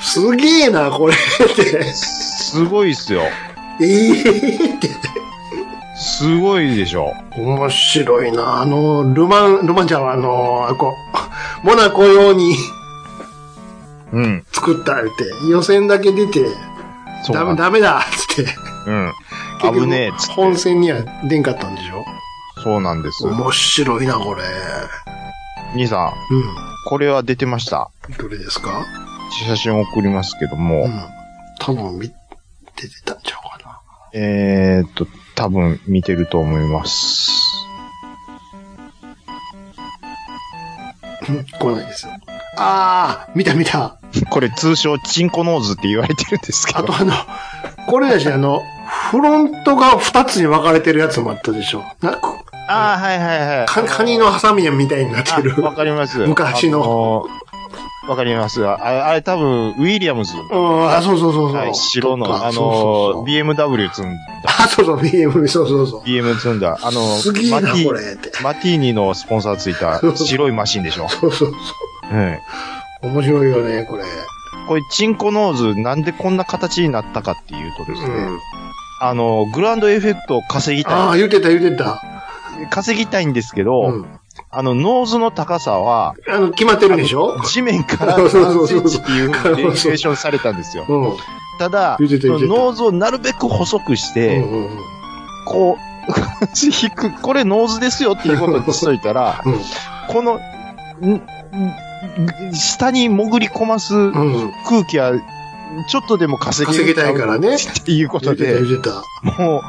E: すげえな、これって。
D: すごいっすよ。
E: ええって。
D: すごいでしょ。
E: 面白いな。あの、ルマン、ルマンちゃんはあの、あこう、モナコ用に
D: うん。
E: 作ったって、予選だけ出て、
D: そう
E: ダ
D: な
E: メ
D: んだ。
E: ダメだっつって。
D: うん。
E: 結局
D: 危ねえっつって
E: 本戦には出んかったんでしょ
D: そうなんです。
E: 面白いな、これ。
D: 兄さん、
E: う
D: これは出てました。
E: ん。どれですか
D: 写真送りますけども、
E: うん。多分見ててたんちゃうか
D: えーっと、多分見てると思います。
E: な。来ないですよ。あー、見た見た。
D: これ通称チンコノーズって言われてるんですけ
E: あ
D: ど
E: と、あの、これだし、あの、フロントが二つに分かれてるやつもあったでしょ。なこ
D: あーはいはいはい。
E: カカニのハサミみたいになってる
D: あ。わかります。
E: 昔の
D: あのわかります。ああれ多分、ウィリアムズ。
E: うん、あ、そうそうそうそう。
D: はい、白
E: と
D: の、
E: か
D: あ
E: そうそうそ
D: の、
E: う
D: BMW 積んだ。
E: あ、そうそう、BM、そうそうそう。
D: BM 積んだ。あの、
E: すげえ
D: マ
E: な、
D: ティ
E: これって。
D: マティーニのスポンサーついた白いマシンでしょ。
E: そうそうそう。
D: うん。
E: 面白いよね、これ。
D: これ、チンコノーズ、なんでこんな形になったかっていうとですね、
E: うん。
D: あの、グランドエフェクトを稼ぎ
E: あ
D: た
E: あ、言ってた、言ってた。
D: い、稼ぎたいんですけど、
E: うん。
D: あの、ノーズの高さ は、
E: あの、決まってるでしょ
D: 地面から
E: そうそう
D: 3
E: そ
D: セ
E: う
D: ン
E: そ
D: チ
E: う
D: っていう風にレギュレーションされたんですよ。
E: うん。うん
D: ただ、そ
E: 言ってた言
D: の
E: ってた
D: ノーズをなるべく細くして、
E: うんうん。
D: こう、 低く、これノーズですよっていうことにしといたら、
E: うん
D: この、んん下に潜り込ます
E: うん。
D: 空気は、ちょっとでも稼げ
E: 稼ぎたいからね。
D: っていうこと
E: 言ってた、
D: で、
E: 言ってた。
D: も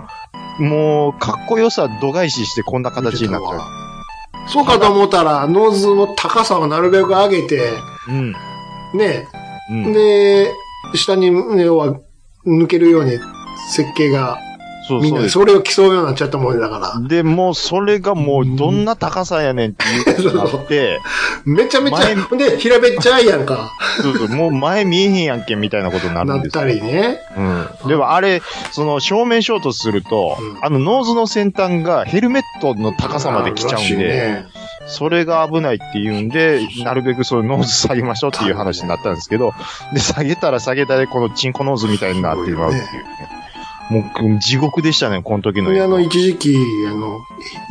D: う、もう、かっこよさ度外視してこんな形になっち
E: 言てた
D: ゃ
E: わそうかと思ったら、ノーズの高さをなるべく上げて、
D: う。うん。
E: ね、
D: うん。
E: で、下に、ね、要は、抜けるように設計が、
D: そう
E: みん
D: そう
E: な
D: です。
E: それを競うようになっちゃったもんだか
D: で、もう、それがもう、どんな高さやねんっていうことになって、
E: ら、めちゃめち
D: 前
E: ゃ、ほんで、平べっちゃいやん か、
D: そうそう、もう前見えへんやんけ、みたいなことになる
E: なんっ
D: ですよ
E: たりね。
D: うん。でもあれ、その正面衝突すると、
E: うん
D: あのノーズの先端がヘルメットの高さまで来ちゃうんで、
E: らしいね
D: それが危ないっていうんで、なるべくそのノーズ下げましょうっていう話になったんですけど、で、下げたら下げたで、このチンコノーズみたいになってしまうっていうね。もう、地獄でしたね、この時の映
E: で、
D: 画。
E: あの、一時期、あの、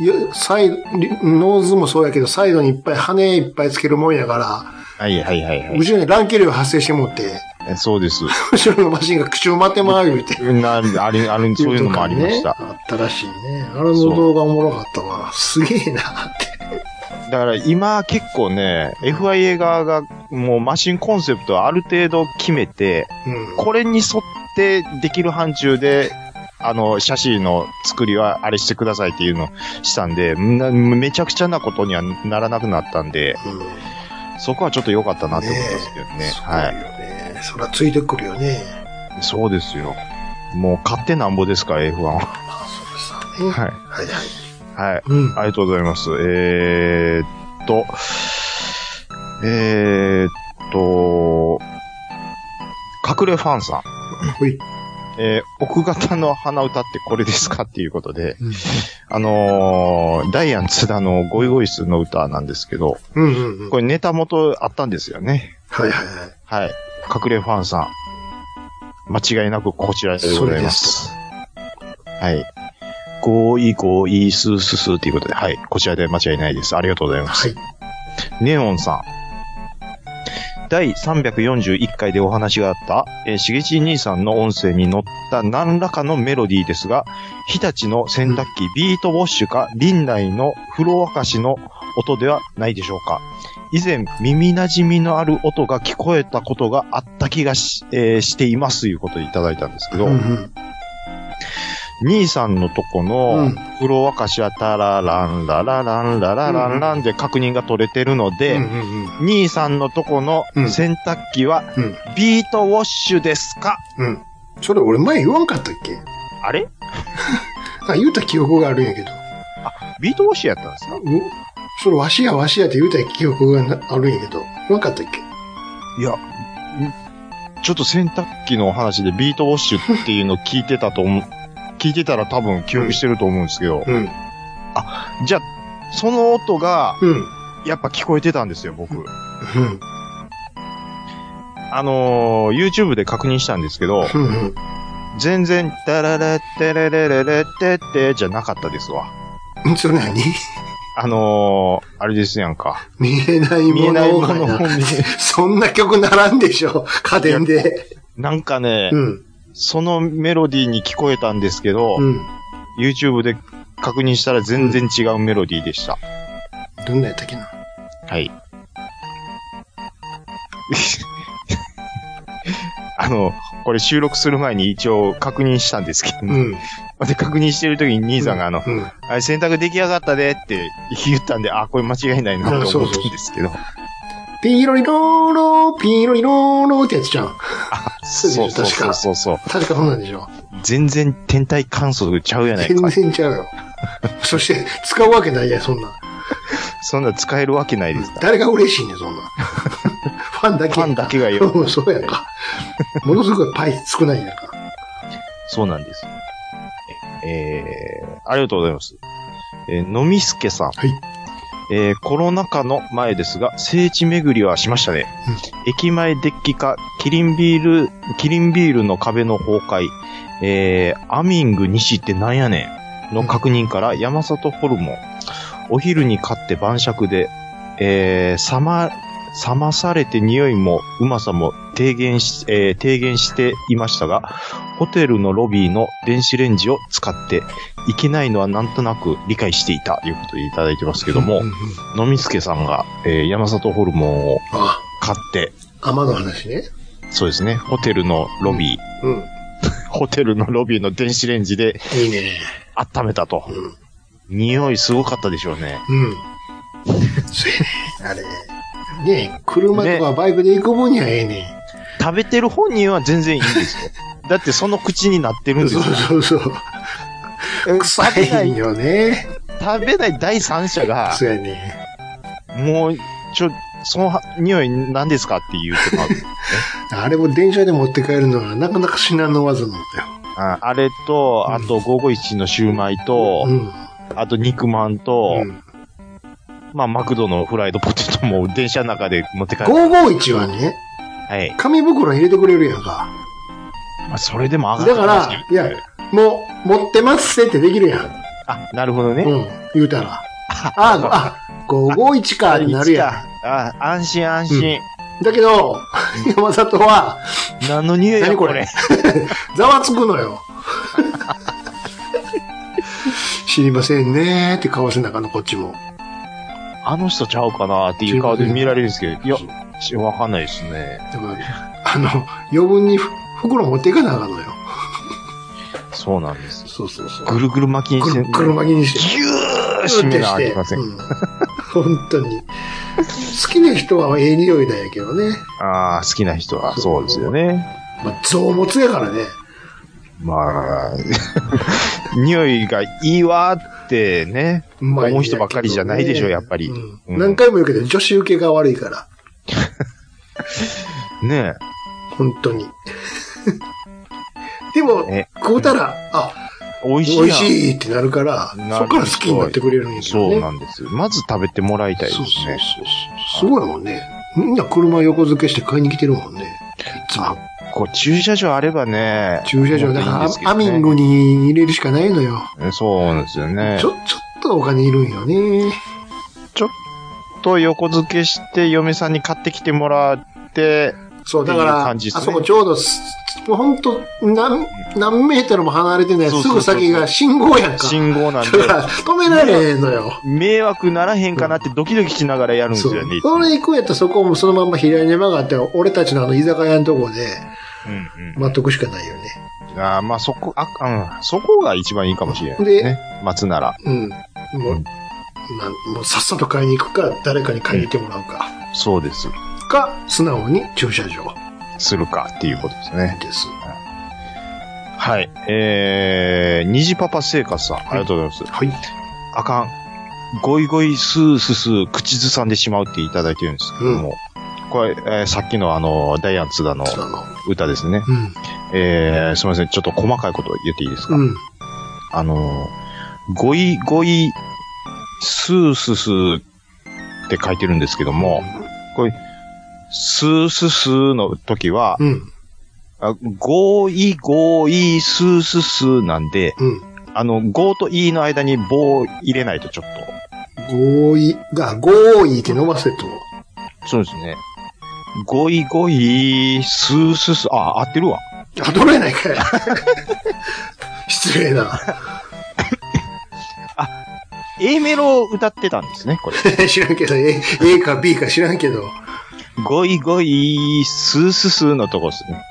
E: よサイド、リノーズもそうやけど、サイドにいっぱい羽いっぱいつけるもんやか
D: はいはいはい
E: ら、
D: はい
E: 後ろに乱気流発生してもって、
D: え。そうです。
E: 後ろのマシンが口を待って回るって。
D: な、あれ、あれ、そういうのもありました。
E: ね、あったらしいね。あの動画おもろかったわ。すげえなって。
D: だから今結構ね、FIA 側がもうマシンコンセプトをある程度決めて、
E: うん。
D: これに沿ってできる範疇で、あの、シャシーの作りはあれしてくださいっていうのをしたんで、なめちゃくちゃなことにはならなくなったんで、
E: うん
D: そこはちょっと良かったなって思いますけどね。
E: すごい
D: はい。
E: よね。そらついてくるよね。
D: そうですよ。もう買ってなんぼですから、F1 は。
E: まあ、そうですよね。
D: はい。
E: はいはい。
D: はい。
E: うん。
D: ありがとうございます。えー、っと、えー、っと、隠れファンさん。
E: ほい。
D: えー奥方の鼻歌ってこれですかっていうことで、
E: うん
D: あのーダイアン津田のゴイゴイスの歌なんですけど、
E: うんうんうん。
D: これネタ元あったんですよね。
E: はいはいはい。
D: はい。隠れファンさん。間違いなくこちらでございます。はい。ゴイゴイスースースーっていうことで、はい。こちらで間違いないです。ありがとうございます。
E: はい。
D: ネオンさん。第341回でお話があった、えー、しげち兄さんの音声に乗った何らかのメロディーですが、日立の洗濯機ビートウォッシュか、林内の風呂沸かしの音ではないでしょうか。以前、耳馴染みのある音が聞こえたことがあった気がし,、えーしていますということでいただいたんですけど、
E: うんうん。
D: 兄さんのとこ
E: う
D: の
E: ん
D: 風呂沸かしはタラランララランララランランで確認が取れてるので、
E: うんうんうん。
D: 兄さんのとこの
E: うん
D: 洗濯機は
E: うん、
D: ビートウォッシュですか、
E: うん。それ俺前言わんかったっけ
D: あれ
E: あ、言うた記憶があるんやけど。
D: ビートウォッシュやったんですか
E: うんそれわしやわしやって言うた記憶がなあるんやけど。言わんかったっけ
D: いや、ちょっと洗濯機の話でビートウォッシュっていうのを聞いてたと思う、聞いてたら多分記憶してると思うんですけど、
E: うん。
D: じゃあ、その音が、
E: うん。うん。
D: やっぱ聞こえてたんですよ、僕。あのー、YouTube で確認したんですけど、
E: うん。うん。
D: 全然、ダララッテレレレレテってじゃなかったですわ。
E: うん。それ何
D: あのー、あれですやんか。
E: 見えない
D: 見え
E: も
D: ないも
E: の
D: の
E: が
D: を
E: な。
D: 見え
E: そんな曲ならんでしょ。家電で。
D: なんかね、
E: うん。
D: そのメロディーに聞こえたんですけど、
E: うん。
D: YouTube で確認したら全然違うメロディーでした。
E: どんなやったっけな。
D: はい。あの、これ収録する前に一応確認したんですけど、
E: う
D: ね
E: ん。
D: で確認してる時に兄さんがあの、
E: うん。
D: あれ洗濯出来上がったでって言ったんで、あ、これ間違いないなと思ったんですけど。
E: ピロリローロー、ピロリローローってやつじゃん。
D: そ
E: そうう
D: そ
E: そうう
D: そうそうそう。
E: 確かそうなんでしょ。
D: 全然天体観測ちゃうやない
E: 全
D: か。
E: 然ちゃうよ。そして、使うわけないやん、そんなん。
D: そんな使えるわけないですから。
E: 誰が嬉しいねん、そ んなん。ファンだけ。
D: ファンだけがよ
E: うん、そうやんか。ものすごいパイ少ないやんか。
D: そうなんです。えー、ありがとうございます。えー、のみすけさん。
E: はい
D: えー、コロナ禍の前ですが、聖地巡りはしましたね。駅前デッキ化、キリンビール、キリンビールの壁の崩壊、えー、アミング西ってなんやねんの確認から、山里ホルモン、お昼に買って晩酌で、えー、冷ま、冷まされて匂いもうまさも低減し、えー低減していましたが、ホテルのロビーの電子レンジを使っていけないのはなんとなく理解していたということでいただいてますけども
E: うんう、ん
D: のみすけさんが、えー山里ホルモンを
E: あ、
D: 買って、
E: 雨の話ね。
D: そうですね、ホテルのロビー、
E: うん。
D: ホテルのロビーの電子レンジで
E: いいね。
D: 温めたと。
E: うん。
D: 匂いすごかったでしょうね。
E: うん。そうやね。あれ。ねえ車とかバイクで行く分にはええね
D: 食べてる本人は全然いいんです よ。だってその口になってるん
E: ん。
D: です
E: そ
D: よ
E: う。そうそう。
D: 食べな
E: 臭い
D: い、
E: よね。
D: 食べない第三者が、
E: そうやね。
D: もう、ちょ、その匂い何ですかって言うてまう。
E: あれも電車で持って帰るのはなかなか至難の技なんだよ。
D: ああれと、
E: うん
D: あと551のシューマイと、
E: うん。
D: あと肉まんと、
E: うん
D: まあマクドのフライドポテトも電車の中で持って帰る。
E: 551はね、
D: はい。
E: 紙袋に入れてくれるやんか。
D: まあそれでも上が
E: だか
D: ったん
E: ら
D: です、
E: いや、もう、持ってますってできるやん。
D: あ、なるほどね。
E: うん、言うた ら。あ、あ、551かってなるやん。
D: あ、安心安心。
E: だけど、山里は、
D: 何の匂いや
E: 何
D: こ
E: こ
D: れ
E: れ。ざわつくの よ。知りませんねーって顔せなあかんの、こっちも。
D: あの人ちゃうかなっていう顔で見られるんですけど、いや、ちわかんないですね。
E: だから、あの、余分にふ袋持っていかなあかんのよ。
D: そうなんです。
E: そうそうそう。
D: ぐるぐる巻きに
E: く
D: して、
E: る車木にして。
D: ぎゅー締めなあきません。
E: うん本当に。好きな人はええ匂いなんやけどね。
D: ああ、好きな人はそうですよね。
E: まあ、臓物やからね。
D: まあ、 匂いがいいわってね、
E: まあ
D: 思う人ばっかりじゃないでしょ、やっぱり。
E: うん
D: うん
E: 何回も言うけど、女子受けが悪いから。
D: ね
E: 本当に。でも
D: え、
E: 食うたら、あ、
D: え、美味しい
E: 美
D: やん。
E: 味しいってなるから、
D: なる
E: そっから好きになってくれるんやけどね。
D: そうなんです。まず食べてもらいたいです
E: そう
D: ね。
E: そうそうそう。すごいもんね。みんな車横付けして買いに来てるもんね。いつも。
D: こう、駐車場あればね。
E: 駐車場、
D: も
E: だ
D: っといいん
E: か
D: ですけ
E: ら、
D: ど
E: ア
D: ね
E: ミングに入れるしかないのよ。
D: そうなんですよね。
E: ち
D: ちょ
E: ょ、ちょっとお金いるんよね。
D: っと横付けして、嫁さんに買ってきてもらって、
E: そう、だか
D: っていう
E: ら、
D: 感じっすね
E: あそこちょうどす、もうほんと、何、何メートルも離れてない、
D: そう
E: す
D: そうそう
E: ぐ先が信号やんか。
D: 信号 なんで、
E: だから、止められへんのよ。
D: 迷惑ならへんかなってドキドキしながらやるんです
E: そう
D: よね。いつも
E: それ行くんやったらそこもそのまんま左に曲がって、俺たちのあの居酒屋のとこで
D: うん
E: 待っとくしかないよね。
D: うん。あーまあそこ、あ、うん、そこが一番いいかもしれないですね。松なら。
E: うん。もう、
D: うん
E: なんもうさっさと買いに行くか、誰かに買いに行ってもらうか。
D: そうです。
E: か、素直に駐車場
D: するかっていうことですね。
E: です。
D: はい。えー、虹パパ生活さん、ありがとうございます。
E: はい。
D: あかん。ゴイゴイスースースー口ずさんでしまうっていただいてるんですけども、これ、えーさっきのあの、ダイアン津田の
E: そうなの。
D: 歌ですね。
E: うん。
D: えー、すみません。ちょっと細かいこと言っていいですか、
E: うん。
D: あの、ゴイゴイスースースーって書いてるんですけども、これ、スースースーの時は、
E: うん。
D: あゴイゴイスースースーなんで、
E: うん。
D: あの、ゴーとイーの間に棒を入れないとちょっと、
E: 合意が、合意って伸ばせと。
D: そうですね。ゴイゴイ、スースースー、あ、合ってるわ。
E: あ、取れないかい。 失礼な。
D: A メロを歌ってたんですね、これ。
E: 知らんけど、A, A か B か知らんけど。
D: ゴイゴイ、スースースーのとこですね。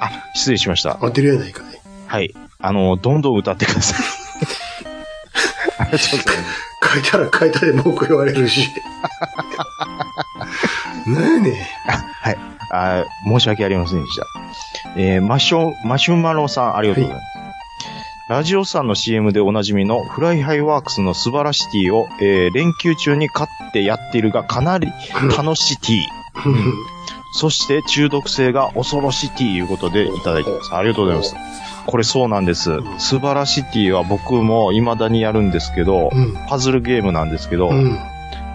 D: あ、失礼しました。
E: 合ってるやないかい。
D: はい。あの、どんどん歌ってください。 ありがとうございます。
E: 書いたら書いたで文句言われる し。なんやねん
D: あー申し訳ありませんでした。えーマシュ、マシュマロさん、ありがとうございます。ラジオさんの CM でおなじみのフライハイワークスの素晴らしティを、えー連休中に買ってやっているがかなり楽しティ
E: うん
D: そして中毒性が恐ろしいということでいただいてます。ありがとうございます。これそうなんです。素晴らしいティは僕も未だにやるんですけど、
E: うん
D: パズルゲームなんですけど、
E: うん。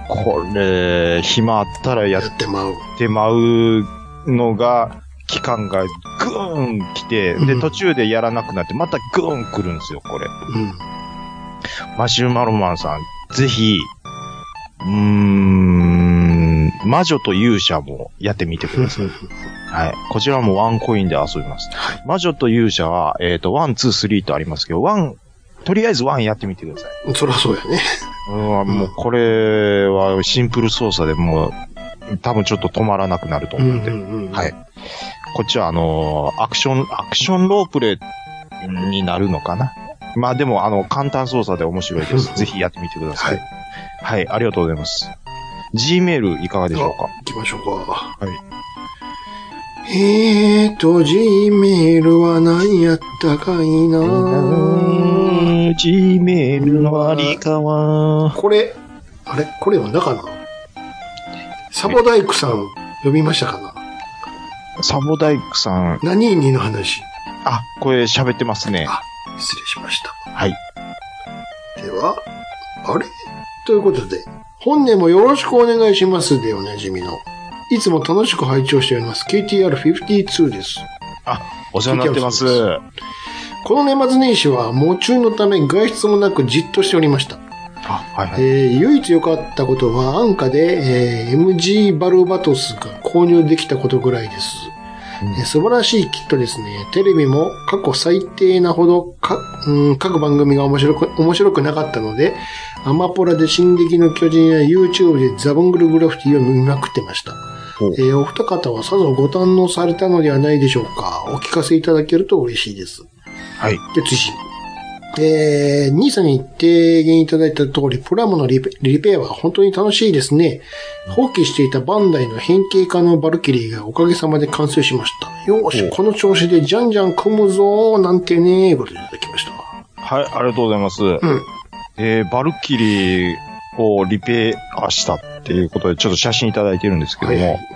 D: これ、暇あったらや
E: や
D: っ
E: ってまう。
D: てまうのが、期間がぐーん来て、
E: う
D: で、
E: ん
D: 途中でやらなくなって、またぐーん来るんですよ、これ。
E: うん。
D: マシュマロマンさん、ぜひ、うーん、魔女と勇者もやってみてください。はい。こちらもワンコインで遊びます。魔女と勇者は、えっ、と、ワン、ツー、スリーとありますけど、ワン、とりあえずワンやってみてください。
E: そりゃそうやね。
D: うわもうこれはシンプル操作でもう、多分ちょっと止まらなくなると思うんで。
E: うん
D: はい。こっちはあのーアクション、アクションロープレイになるのかなまあでも、あの、簡単操作で面白いです。 ぜひやってみてください。はい、ありがとうございます。Gmail いかがでしょうか
E: 行きましょうか。。
D: はい
E: えーと、G メールは何やったかいなぁ
D: ?Gmail のありかは、
E: これ、あれこれ読んだかなサボダイクさん読みましたかな
D: サボダイクさん、
E: 何にの話
D: あ、これ喋ってますね。
E: 失礼しました。
D: はい。
E: では、あれということで、本年もよろしくお願いしますでおなじみの、いつも楽しく拝聴しております KTR52 です。
D: お世話になってます。
E: この年末年始は、喪中のため外出もなくじっとしておりました。
D: あ、はいはい。
E: えー唯一良かったことは、安価で、えー MG バルバトスが購入できたことぐらいです。えー素晴らしいキットですね。テレビも過去最低なほどか、うん、各番組が面白く、面白くなかったので、アマポラで進撃の巨人や YouTube でザブングルグラフィティを見まくってました。
D: お
E: えーお二方はさぞご堪能されたのではないでしょうか。お聞かせいただけると嬉しいです。
D: はい。
E: で、次。えー、兄さんに提言いただいた通り、プラモのリペリペアは本当に楽しいですね。放棄していたバンダイの変形化のバルキリーがおかげさまで完成しました。よーし、この調子でじゃんじゃん組むぞー、なんてねー、ごといただきました。
D: はい、ありがとうございます。
E: ん
D: えー、バルキリーをリペアしたっていうことで、ちょっと写真いただいてるんですけども、
E: はいはい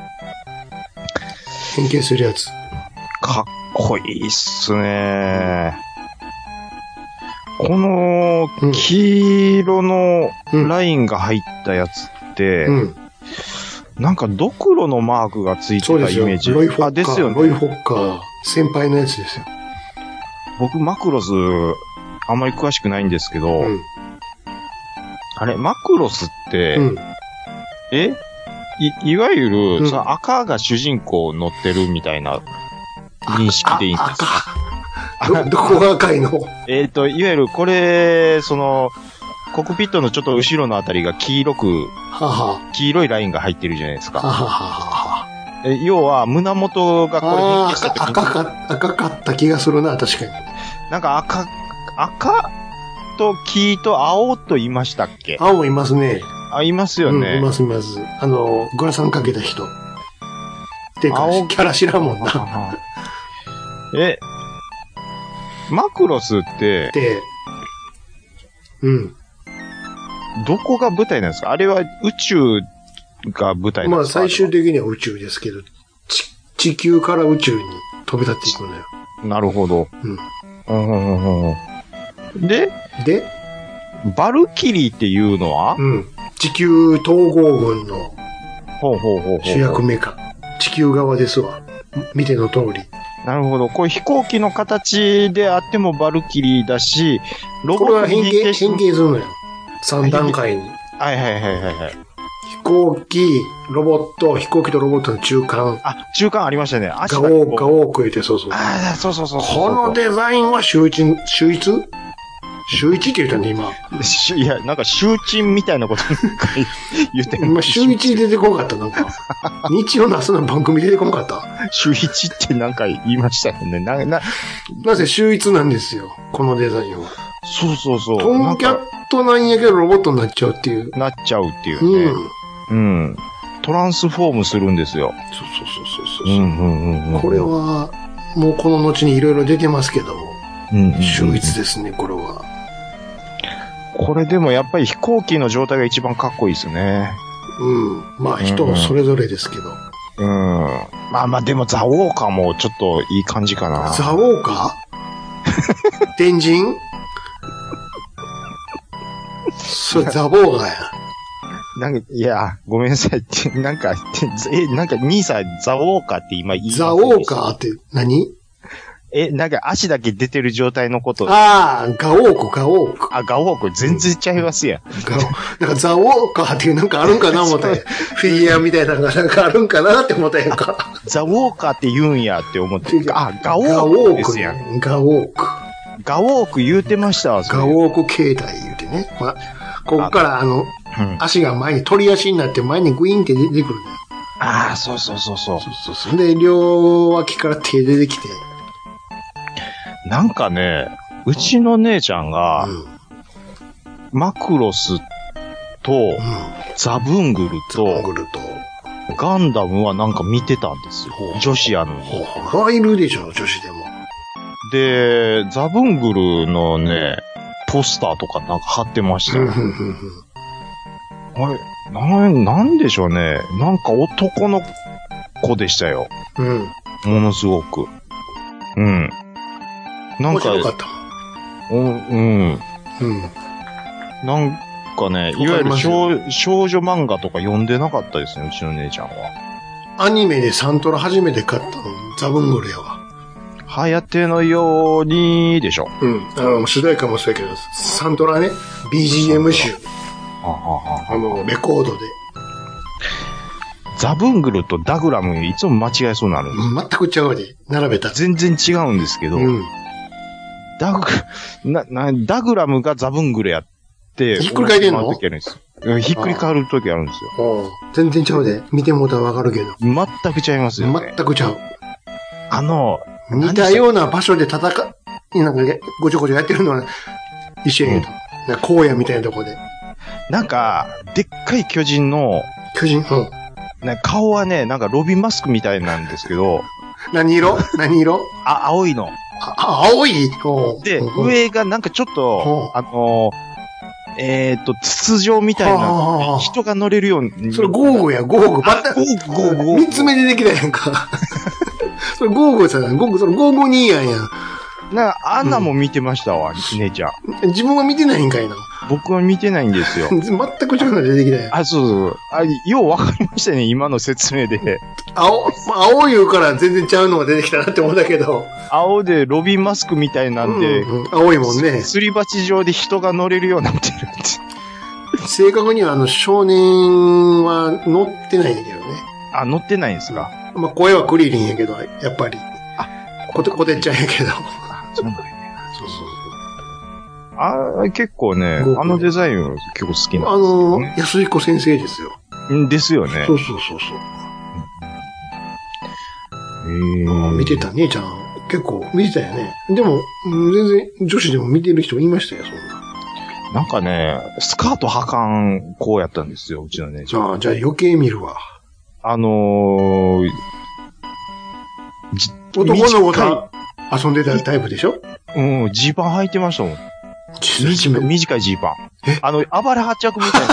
E: 変形するやつ。
D: かっこいいっすね。この
E: うん
D: 黄色の
E: うん
D: ラインが入ったやつって、
E: うん。
D: なんかドクロのマークがついて
E: そう
D: た
E: です
D: イ
E: よ。
D: メージ。
E: ロイ・フォ
D: あ、
E: ッ
D: で
E: カ
D: す
E: ー、
D: よ
E: ロイ・
D: ね。
E: フォッカー、先輩のやつですよ。
D: 僕マクロス、あんまり詳しくないんですけど、
E: うん。
D: あれ、マクロスって、
E: うん。
D: えい、いわゆる、
E: うん
D: その赤が主人公乗ってるみたいな認識でいいんですか
E: ど、どこが赤いの
D: えっ、と、いわゆるこれ、その、コックピットのちょっと後ろのあたりが黄色く、
E: はは。
D: 黄色いラインが入ってるじゃないです
E: はは
D: か。
E: ははは。
D: え要は、胸元がこれ変
E: あ
D: 形した
E: あー、
D: 時
E: 赤か、赤かった気がするな、確かに。
D: に、なんか赤、赤と黄と青と言いましたっけ
E: 青いますね。
D: あ、いますよ
E: うん、い
D: ね。
E: ますいます。あの、グラサンかけた人。てか、
D: 青
E: キャラ知らんもんな。
D: え、マクロスって、
E: で、うん。
D: どこが舞台なんですかあれは宇宙が舞台なん
E: ま
D: で
E: あ、
D: すか
E: 最終的には宇宙ですけど、ち地球から宇宙に飛び立っていくのよ。
D: なるほど。
E: うん
D: うんうんうんうん。で、
E: で、
D: バルキリーっていうのは、
E: うん。地球統合軍の
D: ほうほうほうほう。
E: 主役メカ。地球側ですわ。見ての通り。
D: なるほど。これ飛行機の形であってもバルキリーだし、ロ
E: こ
D: ボ
E: れ
D: ッ
E: は
D: ト
E: 変
D: に
E: 形、
D: して
E: 変形するのよ。3段階に。
D: はいはいはいはいはい。
E: 飛行機、ロボット、飛行機とロボットの中間
D: あ、中間ありましたね。足
E: が
D: がこ
E: 多く、
D: う
E: が多くいて、そうそう。
D: ああ、そうそうそうそう
E: このデザインは秀一、秀一秀一って言ったね、今。
D: し いや、なんか、集中みたいなことなんか言って
E: 今、秀一出てこんかった、なんか。日曜の朝の番組出てこんかった。
D: 週一ってなんか言いましたよね。な、な、
E: なぜ秀一なんですよ、このデザインは。
D: そうそうそう。
E: トンキャットなんやけどロボットになっちゃうっていう。。
D: なっちゃうっていううんね。うん。トランスフォームするんですよ。
E: そうそうそうそう
D: う
E: そう、
D: んうんうんうん。
E: これは、もうこの後にいろいろ出てますけども、
D: うんうんうん、
E: 秀一ですね、これは。
D: これでもやっぱり飛行機の状態が一番かっこいいですね。
E: うん。まあ、人それぞれですけど。
D: うん。まあまあでもザオーカーもちょっといい感じかな。
E: ザオーカー天神それザボーガーや。
D: なんか、いや、ごめんなさいって、なんか、え、なんか兄さんザオーカーって今言い
E: ザオーカーって何
D: え、なんか足だけ出てる状態のこと。あ
E: ああ、ガオーク、ガオーク。
D: ガオーカー全然ちゃいますやん。
E: ガオなんかザオーカーっていうなんかあるんかな思って。フィギュアみたいなのがなんかあるんかなって思ったやんか。
D: ザウォーカーって言うんやって思って。あ、ガオー
E: ガオ
D: ク
E: ー
D: で
E: ク
D: すやん。
E: ね。ガオーク。
D: ガオーク言うてましたわ、それ
E: ガオーク形態言うてね。ほら、ここからあの、
D: うん
E: 足が前に、鳥足になって前にグイーンって出てくるんだよ。
D: ああ、そうそうそうそう。
E: そうそう。で、両脇から手出てきて。
D: なんかね、うちの姉ちゃんが、
E: うん
D: マクロスと、ザブングル
E: うん。
D: と、
E: ぐると。
D: ガンダムはなんか見てたんですよ
E: ほう。
D: 女子やのに。
E: ほら、いるでしょ、女子でも。
D: で、ザブングルのね、ポスターとかなんか貼ってました
E: うん
D: よ。
E: うんうんうん
D: あれ、なん、なんでしょうね。なんか男の子でしたよ。
E: うん。
D: ものすごく。うん。なん
E: 面
D: か、
E: 白かったも
D: うん、うん。
E: ん。うん。
D: なんかね、いわゆる少少女漫画とか読んでなかったですね、うちの姉ちゃんは。
E: アニメでサントラ初めて買ったの、ザブングルやわ。
D: 流行ってのように、でしょ。
E: うん。あの、主題歌もそうやけど、サントラね、BGM 集、
D: はあはあは
E: あの、レコードで、
D: あザブングルとダグラム、いつも間違えそうになるんです。
E: 全く違うで、並べた。
D: 全然違うんですけど、
E: うん。
D: ダグ、な、な、ダグラムがザブングルやって、
E: ひっくり返ってんの
D: 思ってる時あるんですよひっくり返るときあるんですよ。
E: おう全然ちゃうで、見てもうたらわかるけど。
D: 全く違いますよ、ね。
E: 全くちゃう。
D: あの、
E: 似たような場所で戦い、なんかねごちょごちょやってるのは一緒やけど、なんか荒野みたいなとこで。
D: なんか、でっかい巨人の、
E: 巨人、うん、
D: ね、顔はね、なんかロビンマスクみたいなんですけど、
E: 何色何色
D: あ、青いの。
E: ああ青いおう
D: で、
E: うん
D: 上がなんかちょっと、
E: う
D: あのー、えっと、筒状みたい
E: はあはあは
D: な、
E: あ
D: 人が乗れるように。
E: それゴーゴや、ゴーゴ。また、
D: ゴーゴーゴーゴー
E: 三つ目でできたやんか。 それゴーゴさん、ゴーゴ、それゴーゴ兄やんや
D: なんか、アンナも見てましたわ、姉ちゃん。
E: ん。自分は見てないんかいな。。
D: 僕は見てないんですよ
E: 全く違うの出てきたやん。
D: あ、そうそう。あ、ようわかりましたね、今の説明で。
E: 青、まあ青いうから全然ちゃうのが出てきたなって思ったけど。
D: 青でロビンマスクみたいなんで、
E: うんうん青いもんね。
D: すり鉢状で人が乗れるようになってるって。
E: 正確にはあの少年は乗ってないんだけどね。
D: あ、乗ってないんですか
E: まあ、声はクリリンやけど、やっぱり。こて、こてっちゃんやけど。
D: あ、そうなんや
E: そうそ
D: あー結構ね
E: 豪、華
D: あのデザインは結構好きなん
E: あ
D: ですけど
E: の
D: ね、
E: 安彦先生ですよ。
D: うんですよね
E: そ。うそうそうそう。
D: へー
E: 見てた、姉ちゃん。結構見てたよね。でも、うん全然女子でも見てる人いましたよ、そんな。
D: なんかね、スカートはかん、こうやったんですよ、うちの姉ち
E: じ
D: ゃん。
E: ゃあ、じゃあ余計見るわ。
D: あのー、じ
E: 男の子と遊んでたタイプでしょ
D: うん、ジーパン履いてましたもん。
E: 短め
D: 短いジーパン。あの、暴れ発着みた いな。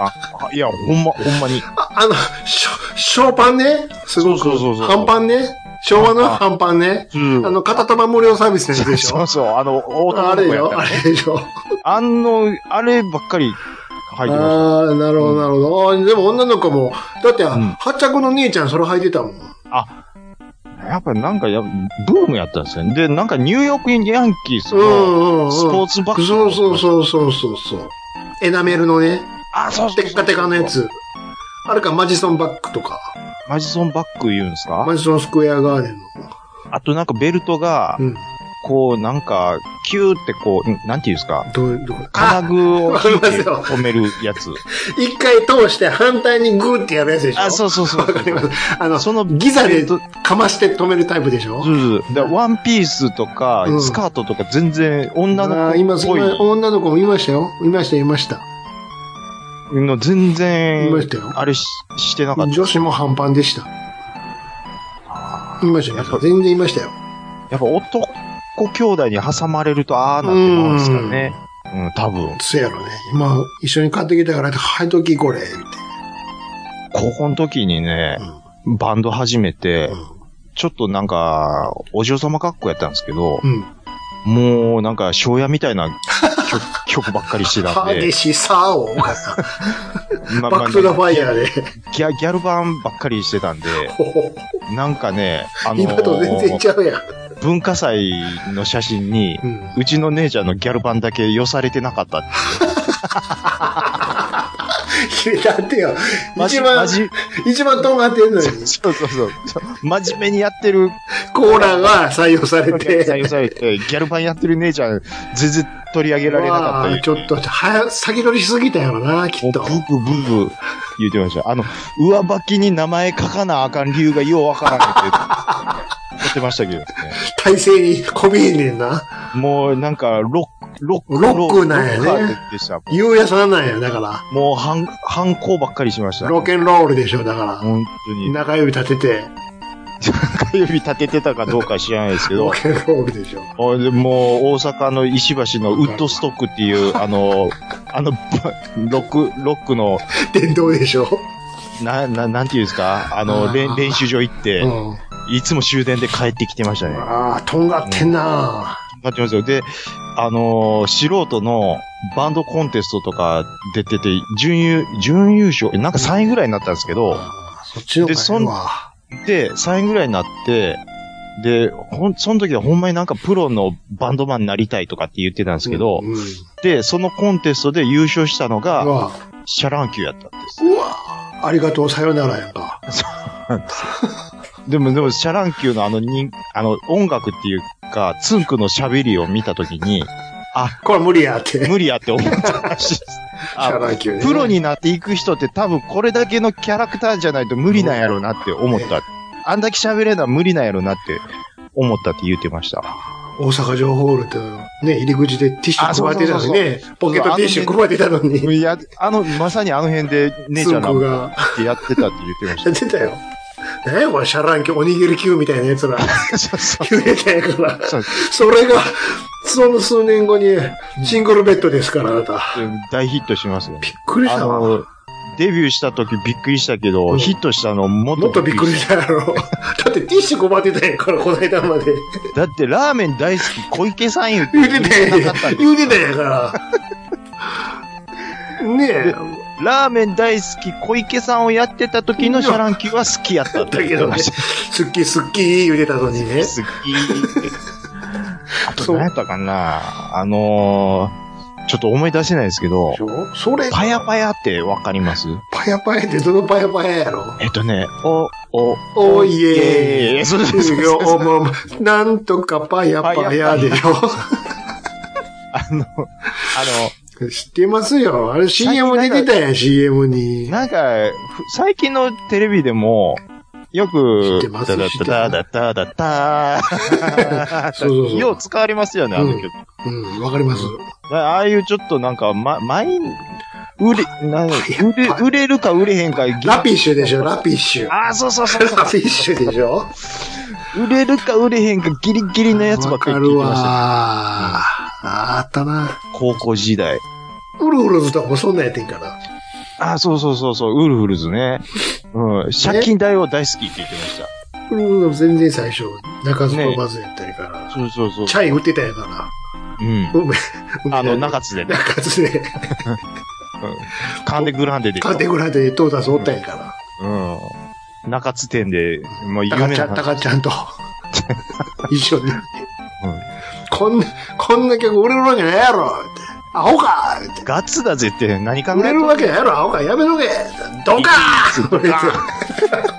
D: あ、あいや、ほんま、ほんまに。
E: ああの、ショ、ショーパンね。すごく。
D: そうそうそうそう
E: 半パンね。昭和の半パンね。
D: うん
E: あの、片玉無料サービスのやつでし
D: そ
E: ょ
D: うそう、あの、 男の
E: あれ
D: 子
E: でし
D: やっ
E: ょ
D: た
E: あ
D: ら
E: れでしょ
D: あの、あればっかり履いてまし
E: ああ、なるほど、なるほど。あーでも女の子も、だって、
D: ん
E: 八着の姉ちゃんそれ履いてたもん。
D: た。やっぱりなんかや、ブームやったんですよね。で、なんかニューヨークヤンキース
E: うん
D: の
E: うんうん。
D: スポーツバッグ。
E: そうそうそうそうそうそう。エナメルのね、
D: あ、そうそうそう
E: テッカテカのや。つ。あれか、マジソンバッグとか、
D: マジソンバッグ言うんですか
E: マジソンスクエアガーデンの。
D: あとなんかベルトが
E: う、ん。
D: こうなんか、キューってこう、んなんていうんですか
E: どう、どこあ、
D: 金具を
E: わかり
D: 引い
E: ます
D: て
E: よ
D: 止めるやつ。
E: 一回通して反対にグーってやるやつでしょ
D: あ、そうそうそう。
E: わかります。あの、
D: その
E: ギザ
D: ベ
E: で
D: ルト
E: かまして止めるタイプでしょ
D: そうそうだからワンピースとか
E: う、ん
D: スカートとか全然女の
E: あー今、
D: 子っぽい
E: 今女の子もいましたよ。いました、いました。
D: の全然
E: いましたよ、
D: あれししてなかった。
E: 女子も半パンでした。いました、いました。全然いましたよ。
D: やっぱ男兄弟に挟まれるとああなってまうんですかね。うん、多分。
E: そうやろね。今、一緒に買ってきたから、はいときこれ、って。
D: 高校の時にね、バンド始めて、ちょっとなんか、お嬢様格好やったんですけど、
E: うん。
D: もうなんか、昭夜みたいな 曲曲ばっかりしてたんで
E: 激、しさを、バ
D: ま
E: ックトゥザファイヤーで。
D: ギャギャル版ばっかりしてたんで、なんかね、あの
E: 今と全然
D: ー
E: ちゃうやん。
D: 文化祭の写真に、
E: うん
D: うちの姉ちゃんのギャル版だけ寄されてなかったって
E: だってよ、
D: マジ
E: 一番
D: マジ、
E: 一番尖ってんのに、
D: そうそうそう。真面目にやってる
E: コーラが採用されて。
D: 採用されて、ギャル版やってる姉ちゃん、全然取り上げられなかった
E: まあ
D: り。
E: ちょっと、早、先取りしすぎたやろな、き
D: もうブ
E: っと。
D: ーブーブーブー言ってました。あの、上履きに名前書かなあかん理由がようわからないって言ってましたけどね。
E: 体勢にこびえんねんな。
D: もうなんか、ロック、ロック、
E: ロックなんやね
D: ロッカーでした。
E: 優也さんなんや、だか
D: もう反、反抗ばっかりしました。
E: ら。ロケンロールでしょ、だか
D: 本当
E: ら。
D: に。
E: 中指立てて、
D: 中指立ててたかどうか知らないですけど
E: ロ。ケンロールでしょ。
D: ほいでもう、大阪の石橋のウッドストックっていう、あの、あの、ロック、ロックの、
E: 電動でしょ。
D: な、な、なんていうんですかあの、れん練習場行って、
E: うん。
D: いつも終電で帰ってきてましたね。
E: ああ、とんがってんな。
D: 待ってますよ。で、あのー素人のバンドコンテストとか出てて、準優、準優勝、えなんか3位ぐらいになったんですけど、
E: あーそっちの
D: でそ
E: 方
D: ん
E: がいいわ。
D: で、3位ぐらいになって、で、ほん、その時はほんまになんかプロのバンドマンになりたいとかって言ってたんですけど、
E: うんうん
D: で、そのコンテストで優勝したの
E: う
D: が、
E: わ
D: シャランキューやったんです。
E: うわありがとう、さよならやんか。
D: でも、でも、シャランキューのあの人、あの、音楽っていうか、ツンクの喋りを見た時に、
E: これ無理やって。
D: 無理やって思ったらしいです。
E: シャ
D: あ
E: ラン級ね
D: プロになっていく人って多分これだけのキャラクターじゃないと無理なんやろうなって思った。あんだけ喋れんのは無理なんやろうなって思ったって言ってました。
E: 大阪城ホールって、ね、入り口でティッシュ配ってたのにね、ポ
D: うそうそう
E: ケットティッシュ配ってたのに、
D: いや、あの、まさにあの辺で姉ち
E: ス
D: ゃ
E: ン
D: んら
E: ク
D: っ
E: が
D: てやってたって言ってま
E: やってたよ。何やこれ、シャラン級、おにぎり級みたいなや つら、
D: した。そう
E: 言えたやから。
D: そう
E: それが、その数年後に、シングルベッドですから、あなた。
D: 大ヒットしますよね
E: びっくりし
D: あ
E: たわ。
D: の、デビューした時びっくりしたけど、
E: うん
D: ヒットしたのもっ
E: もっと
D: と
E: びっくりした やろ。だってティッシュ配ってたんやから、この間まで。
D: だってラーメン大好き小池さん言って
E: 言うてたん
D: な
E: や
D: かったんで
E: 言うてたんやから。ねえ。
D: ラーメン大好き小池さんをやってた時のシャランキューは好きやったって
E: だけどね、
D: 好
E: すっきすっきー言うてたのにね。
D: き。あと
E: そう
D: 何やったかなあのー、ちょっと思い出せないですけど
E: でし、ょそれ、
D: パヤパヤってわかります
E: パヤパヤってどのパヤパヤやろ
D: えっとね、お、お、
E: おいえ
D: えー、そうです
E: 授業も、なんとかパヤパヤでしょ
D: あの、あ
E: 知ってますよ。あれ CM に出たやん、CM に
D: の、。なんか、ふ最近のテレビでも、よく
E: 知ってま、す
D: ダダダダダダダダ
E: そうそうそう
D: よう使われますよね、あの曲。
E: うん、わかります。
D: ああいうちょっとなんか、ま、マイン、売れ、なん売れ、売れるか売れへんか、
E: ラピッシュでしょ、ラピッシュ。
D: ああ、そうそうそうそ
E: ラピッシュでしょ
D: う。売れるか売れへんかギリギリのやつば
E: わ
D: っかり
E: か
D: 聞いて
E: るわー。
D: ました。
E: あーあったな。
D: 高校時代。
E: ウルフルズとかもそんなんやってんから。
D: ああ、そうそうそうそう、ウルフルズね。うん、借金代を大好きって言ってまし
E: ウルフルズ全然最初、中津のバズやったりから。
D: た。そうそうそう。
E: チャイ売ってたんやから。
D: うん。
E: うん
D: あの、、中津でね。
E: 中津で、
D: カンデグランデで。
E: カンテグラでトータスおったんやから。
D: うん。中津店で、もう有
E: タカ
D: 名
E: ちゃ、
D: なん
E: タカちゃんと。一緒に。
D: うん
E: こんな、こんな曲売れるわけないやろって。アホかって。
D: ガッツだぜって何考え
E: 売れ
D: て
E: るわけないやろアホかやめとけドカーン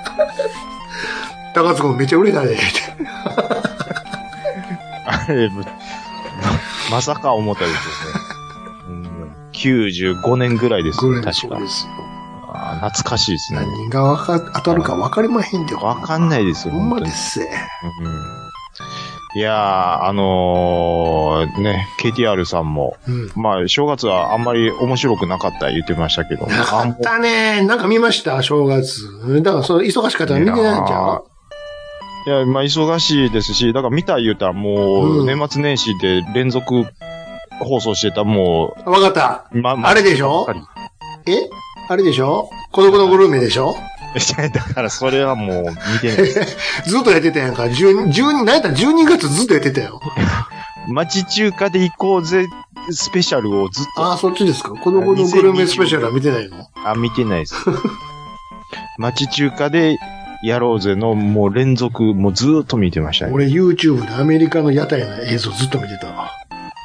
E: 高津君めっちゃ売れたで。って
D: あれ、ぶ まさか思ったですよね。うん、95年ぐらいです
E: ぐ
D: ね、
E: らいの
D: 確
E: そ
D: か
E: うで。すよ。
D: あー懐かしいですね。
E: 何がわか、当たるかわかりまへんて。
D: わかんないですよ、
E: ほ
D: 本
E: んま
D: 当
E: で
D: に。
E: すせ。
D: うん、いやー、あのー、ね、KTR さんも、
E: うん。
D: まあ、正月はあんまり面白くなかった言ってましたけど。
E: なかったね。なんか見ました正月。だから、その、忙しかったら見てないんちゃう
D: いや、まあ、忙しいですし、だから見た言うたらも
E: う
D: う、
E: ん
D: 年末年始で連続放送してた、も
E: わかった。
D: う、ま、ま
E: あれでしょ
D: ばっかり
E: えあれでしょ孤独のグルメでしょ
D: いやだからそれはもう見てない。
E: ずっとやってたやんか。12、12、何やったら12月ずっとやってたよ。
D: 町中華で行こうぜスペシャルをずっと、
E: ああ、そっちですか孤独のグルメスペシャルは見てないの
D: あ、見てないです。町中華でやろうぜのもう連続、もうずーっと見てましたね。
E: 俺 YouTube でアメリカの屋台の映像ずっと見てたわ。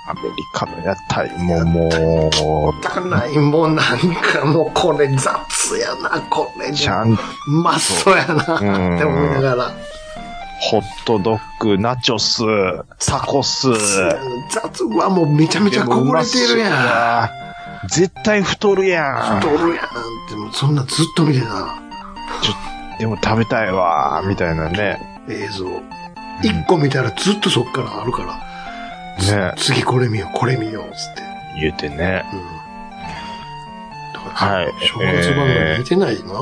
D: アメリカの屋台、もう、も
E: 汚いもんなんかもうこれ雑やな、これ
D: う、
E: で
D: ち。ゃん、
E: うまそうやな、って思いながら。
D: ホットドッグ、ナチョス、タコス、
E: 雑はもうめちゃめちゃこぼれてるやん。
D: ん。絶対太るやん。
E: 太るやんって、もうそんなずっと見てた。
D: でも食べたいわみたいなね。
E: 映像。一個見たらずっとそっからあるから、
D: ね
E: 次これ見よう、これ見よう、つって。
D: 言うてね。
E: うん。だから
D: はい
E: 正月番組見てないな、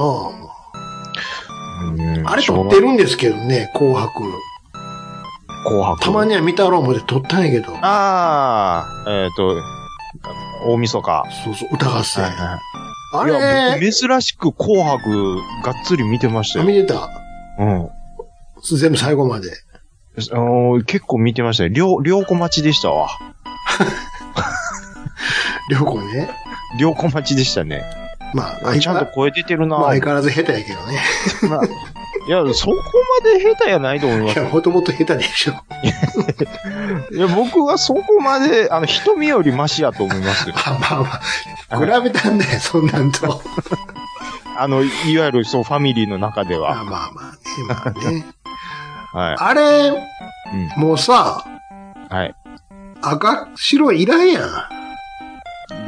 D: うん
E: あれ撮ってるんですけどね、紅白。
D: 紅白。
E: たまには見たろう思って撮ったんやけど。
D: ああ、えっ、と、大晦日。
E: そうそう、歌合戦。あ
D: いや、
E: れ
D: 僕珍しく紅白、がっつり見てました
E: 見
D: よ。
E: てた。
D: うん
E: 全部最後まで。
D: あのー。結構見てましたよ。両、両小町でしたわ。
E: 両方ね。
D: 両小町でしたね。
E: まあ、
D: ちゃんと
E: 相変わ
D: 声出てるな
E: まあ
D: ぁ
E: 相変わらず下手やけどね。
D: いや、そこまで下手やないと思いま
E: い
D: す。
E: や、もともと下手でしょ。
D: いや、僕はそこまで、あの、瞳よりマシやと思いますよ。
E: あ、まあまあ。比べたんだよ、そんなんと。
D: あの、いわゆる、そう、ファミリーの中で
E: あ
D: は。
E: まあまあね、まあ ね。
D: はい。
E: あれ、
D: うん。
E: もうさ、
D: はい。
E: 赤、白いらんやん。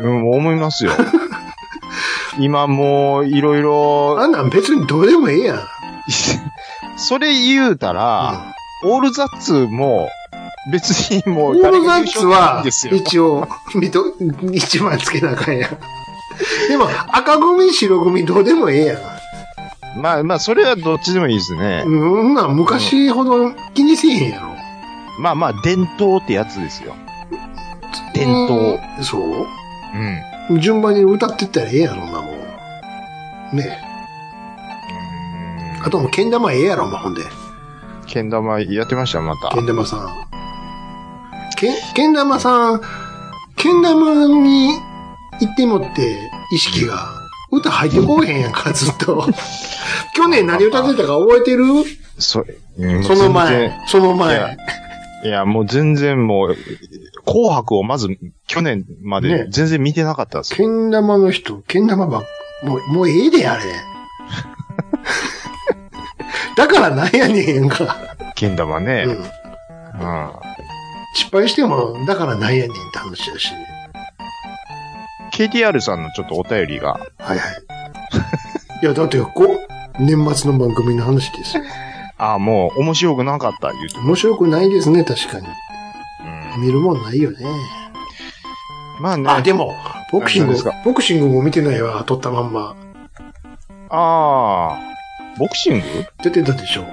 D: うん、思い ますよ。今もう、いろい
E: あ
D: ろ、
E: んなん別にどうでもええやん。
D: それ言うたら、オールザッツも、別にも
E: オ
D: う
E: ー
D: 誰
E: ル
D: が
E: ザ
D: 優
E: ッ
D: 勝でもいい
E: ツ
D: ん
E: は
D: です、よ、
E: 一応、みと、一番つけなあかんやん。でも、赤組、白組、どうでもええやん。
D: まあまあ、それはどっちでもいいですね。
E: うん、んなん昔ほど気にせえへんやろ。
D: まあまあ、伝統ってやつですよ。伝統。
E: うん。そ
D: うん。
E: う順番に歌ってったらええやろ、そんなもん。ねえ。あともう、けん玉ええやろ、まあ、ほんで。
D: けん玉やってました、また。
E: けん玉さん。け、けん玉さん、けん玉に行ってもって、意識が。歌入ってこうへんやんか、ずっ と。去年何歌ってたか覚えてる
D: そうん
E: その
D: 全
E: 前
D: 然。
E: その
D: い
E: 前
D: や。いや、もう全然もう、紅白をまず去年まで
E: ね
D: 全然見てなかったんです
E: け
D: よ。
E: ん玉の人、けん玉ばっ、もう、もうええで、あれ。 だからなんやねんか。
D: けん玉ね。
E: う
D: うん。
E: ん。失敗しても、だからなんやねんって話だし。
D: KTR さんのちょっとお便りが、
E: はいはい。 いや、だって、こう、年末の番組の話ですよ。
D: ああ、もう面白くなかった言うて。
E: 面白くないですね、確かに。
D: うん
E: 見るもんないよね。
D: まあね。
E: あ、でも、ボクシン
D: 何
E: グ
D: ですか、
E: ボクシングも見てないわ、撮ったまんま。
D: ああ、ボクシング
E: 出てたでしょ。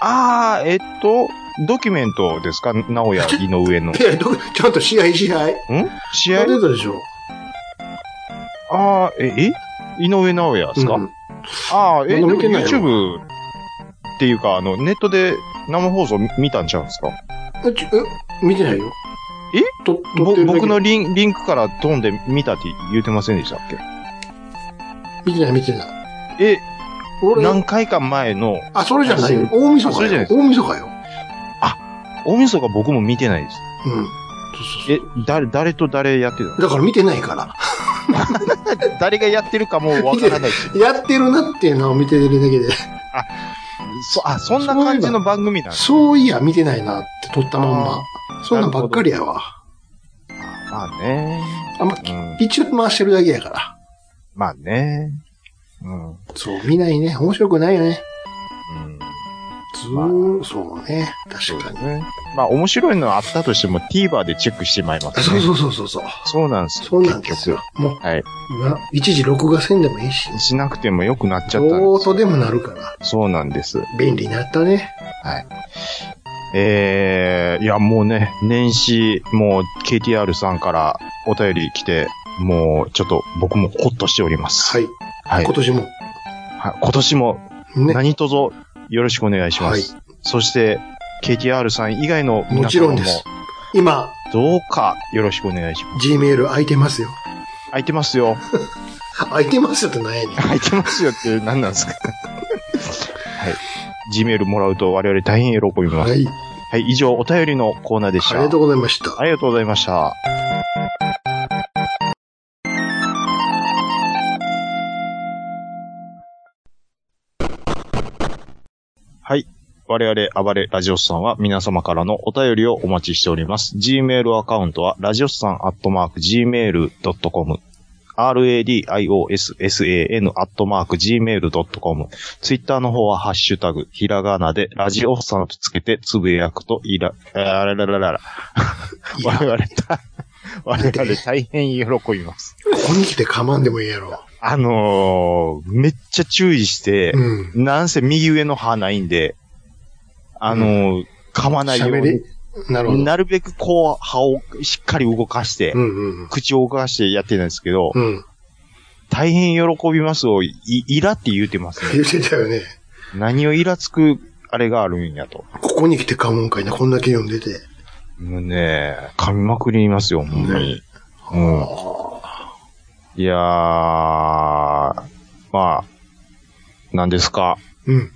D: ああ、えっと、ドキュメントですか直哉、井上 の。ん
E: いや、どちゃんと試合、試合。
D: 試合
E: 出てたでしょ。
D: ああ、え、え井上直哉ですか、
E: うん
D: ああ、え、でも
E: まだ見てないよ
D: YouTube っていうか、あの、ネットで生放送見たんちゃうんですか
E: あちえ、見てないよ。
D: え
E: と、撮っ
D: ぼ
E: てるだけ
D: 僕のリンリンクから飛んで見たって言うてませんでしたっ
E: 見てない見てない。
D: けえ、
E: 俺、
D: 何回か前の、
E: あ、それじゃないよ
D: あ。
E: 大晦
D: そ
E: 日
D: れじゃない。
E: よ
D: です
E: 大晦日よ。
D: 大晦日僕も見てないです。
E: うん。そうそう
D: え、誰、誰と誰やってる
E: そう。だから見てないから。
D: の誰がやってるかもわからないし。
E: やってるなっていうのを見てるだけで。
D: そ、あ、そんな感じの番組なんです
E: そういや、見てないなって撮ったまんま。そんなんばっかりやわ。
D: まあね。
E: あんま、
D: うん。
E: 一応回してるだけやから。
D: まあね。うん。うん。
E: そう、見ないね。面白くないよね。ずー、そうね。
D: そ
E: 確
D: う
E: か
D: だ
E: に。
D: ね。まあ面白いのあったとしても TVer でチェックしてまいりますね。
E: そうそうそうそうそう。
D: そうなんですよ。
E: そうなんですよ
D: 結。
E: もう、
D: はい
E: 今一時録画せんでもいいし、
D: 局。しなくても良くなっちゃったん
E: ど
D: で
E: う
D: す。
E: とでもなるから、
D: そうなんです。
E: 便利になったね。
D: ええいやもうね、年始、もう KTR さんからお便り来て、もうちょっと僕もホッとしております。。
E: はいい。
D: はい。
E: 今年も。
D: はい今年も
E: ね。
D: 何卒よろしくお願いします。そして、KTR さん以外の皆
E: もち
D: 様
E: ろん
D: も
E: です。今、
D: どうかよろしくお願いします。
E: Gmail 空いてますよ。
D: 空いてますよ。
E: 空いてますよってなんやねん。
D: 空いてますよって何なん ですかはい。Gmail もらうと我々大変喜びます。
E: はい。
D: はい、以上お便りのコーナーでし
E: あ
D: た。
E: りがとうございました。
D: ありがとうございました。はい。我々、暴れラジオスさんは皆様からのお便りをお待ちしております。Gmail アカウントは、ラジオスさんアットマーク Gmail.com。radiossan アットマーク gmail.com。ツイッターの方は、ハッシュタグ、ひらがなで、ラジオスさんとつけて、つぶやくと、いら、あららららら。
E: いや
D: 我々た、我々大変喜びます。
E: ここに来て噛まんでもいいやろ。
D: あのー、めっちゃ注意して、
E: うん。
D: なんせ右上の歯ないんで、あのー噛まないよ
E: 喋り
D: う、
E: なるほ
D: に、
E: ど。
D: なるべくこう、歯をしっかり動かして、
E: うんうん
D: 口を動かしてやってるんですけど、
E: うん。うん。
D: 大変喜びますを、い、いらって言うてますね。
E: 言ってたよね。
D: 何をイラつく、あれがあるんやと。
E: ここに来て噛むんかいな、こんだけ読んでて。
D: もうね、噛みまくりますよ、ほんまに。うん。いやー、まあ、なんですか
E: うん。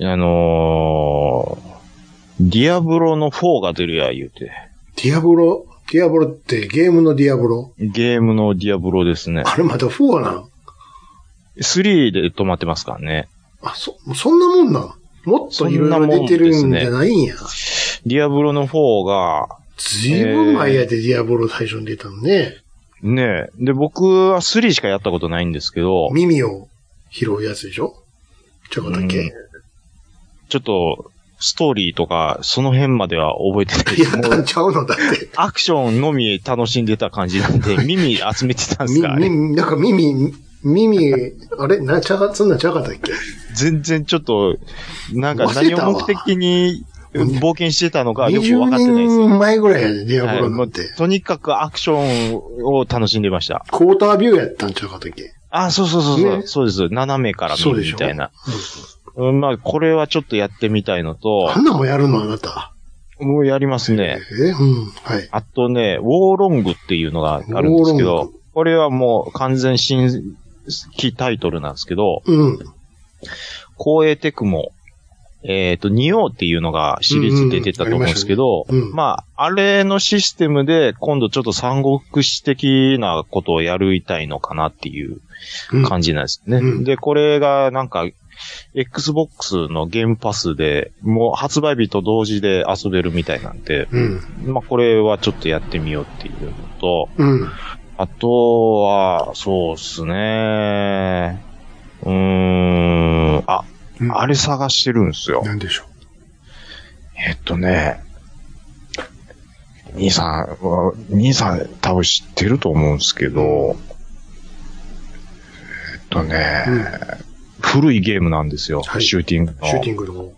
D: あのー、ディアブロの4が出るや、言うて。
E: ディアブロ、ディアブロってゲームのディアブロ。
D: ゲームのディアブロですね。
E: あれまだ4なん
D: 3で止まってますからね。
E: あ、そ、そんなもんなんもっといろいろ出てるんじゃないんや。
D: ディアブロの4が、
E: ずいぶん前やでディアブロ最初に出たのね。
D: ねえ。で、僕は3しかやったことないんですけど、
E: 耳を拾うやつでしょちょこっとだけ。
D: うんちょっと、ストーリーとか、その辺までは覚えてない
E: やっ
D: も
E: た
D: うん
E: ちゃうのだって。
D: アクションのみ楽しんでた感じなんで、耳集めてたんです
E: み、
D: かあれ
E: み、なんか耳、耳、あれな、ちゃが、そんなんちゃうかったっけ
D: 全然ちょっと、なんか
E: 忘れ
D: 何
E: たわ
D: を目的に冒険してたのかよくわかってないです。
E: 20年前ぐらいやで、ディア
D: はい
E: ブロ
D: も
E: な
D: うん
E: て。
D: とにかくアクションを楽しんでました。
E: クォータービューやったんちゃうかったっけ
D: あ、そうそうそうそう、
E: ね
D: そうです。斜めから見
E: そう
D: る
E: でしょ
D: みたいな。
E: う
D: うんまあ、これはちょっとやってみたいの
E: ん
D: と
E: あ、んなんもやるのあなた。
D: もうやります
E: え
D: ね。
E: うん。はい。
D: あとね、ウォーロングっていうのがあるんですけ
E: ウォーロン
D: ど、これはもう完全新規タイトルなんですけど、
E: うん。
D: 光栄テクモ、えっ、と、ニオっていうのがシリーズで出たと思うんですけど、
E: うんうんありましたねうん
D: まあ、あれのシステムで今度ちょっと三国志的なことをやりたいのかなっていう
E: うん
D: 感じなんですね。
E: うん
D: で、これがなんか、Xbox のゲームパスで、もう発売日と同時で遊べるみたいなんで、
E: うん。
D: まあ、これはちょっとやってみようっていうのと、
E: うん。
D: あとは、そうっすね。うーん、あ、
E: うん
D: あれ探してるんですよ。
E: なんでしょ
D: えっとね、兄さんは、兄さん多分知ってると思うんですけど、えっとね
E: う。、うん。
D: 古いゲームなんですよ、
E: はい
D: シューティングの。
E: シューティングの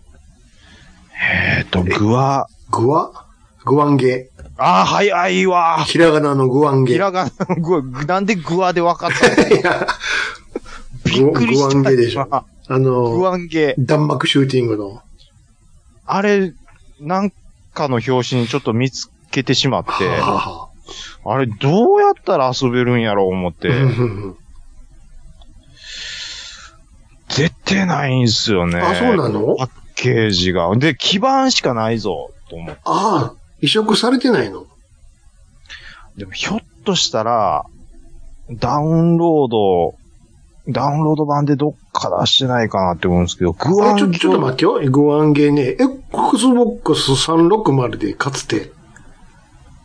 D: えっと、グワ、
E: グワグワンゲ。
D: あー、早いわ。
E: ひらがなのグワンゲ。
D: ひらがなのグワ、なんでグワで分かったの
E: いや
D: びっくりした。
E: グワンゲでしょ
D: 今グ
E: あの、
D: ワンゲ。
E: 弾幕シューティングの。
D: あれ、なんかの表紙にちょっと見つけてしまって、
E: はあは
D: あれどうやったら遊べるんやろう思っ
E: あ
D: て、
E: うんうんうん
D: 絶対ないんすよね。
E: あ、そうなの
D: パッケージが。で、基板しかないぞ、と思って。
E: ああ、移植されてないの
D: でも、ひょっとしたら、ダウンロード、ダウンロード版でどっか出してないかなって思うんですけど、グ
E: あ
D: ワ
E: れちょ
D: ン
E: ちょっと待ってよ。グワンゲね、Xbox 360でかつて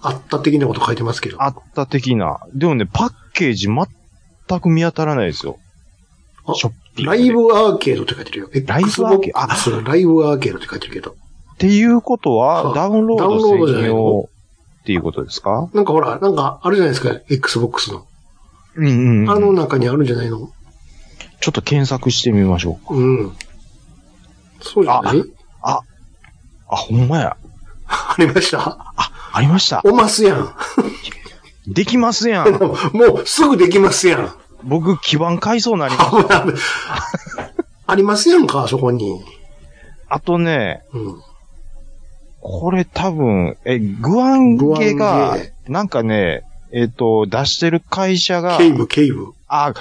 E: あった的なこと書いてますけど。
D: あった的な。でもね、パッケージ全く見当たらないですよ
E: あ。
D: ショッピング
E: ラ
D: で
E: イブアーケードって書いてるよ。
D: ライブアーケードあ
E: Xbox ライブアーケードって書いてるけど。
D: っていうことは
E: は、
D: ダウンロー
E: ダウンロー
D: ド
E: ドじゃな
D: 専
E: いの
D: 用っていうことですか
E: なんかほら、なんかあるじゃないですか、Xbox の。
D: うんうんうん。
E: あの中にあるんじゃないの
D: ちょっと検索してみましょう。
E: うん。そうじゃない
D: あ、ほんまや。
E: ありました。
D: ありました。
E: おますやん。
D: できますや ん。
E: もうすぐできますやん。
D: 僕、基盤改造になります。
E: ありますやんか、そこに。
D: あとね、
E: うん。
D: これ多分、え、グワンゲ
E: グワ
D: が
E: ンゲ、
D: なんかね、えっ、と、出してる会社が
E: ケ、イブ、ケイブ。
D: あ、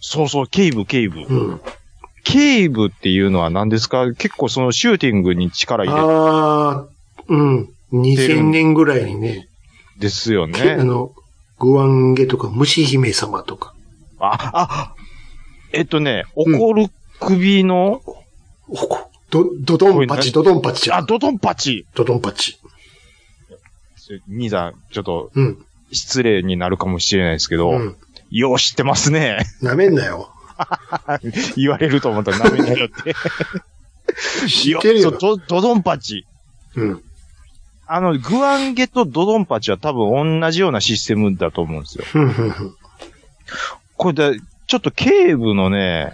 D: そうそう、ケイブ、ケイブ。
E: うん。
D: ケイブっていうのは何ですか結構そのシューティングに力入れて
E: ああ、うん。2000年ぐらいにね、
D: ですよ
E: け あ
D: ね。
E: の、グワンゲとか、虫姫様とか、
D: あ、あ、えっとね、
E: うん
D: 怒る首の、
E: ほこど、ドドンパチ、ドドンパチじゃ
D: あ、
E: ん。
D: ドドンパチ
E: ドドンパチ。
D: 兄さん、ちょっと
E: うん。
D: 失礼になるかもしれないですけど、
E: うん。
D: よう知ってますね。
E: なめんなよ。
D: 言われると思ったらダメによって。
E: 知ってるよ
D: そうドドドンパチ。
E: うん。
D: あの、グワンゲとドドンパチは多分同じようなシステムだと思うんですよ。
E: ふんふんふん。
D: これだ、ちょっと警部のね、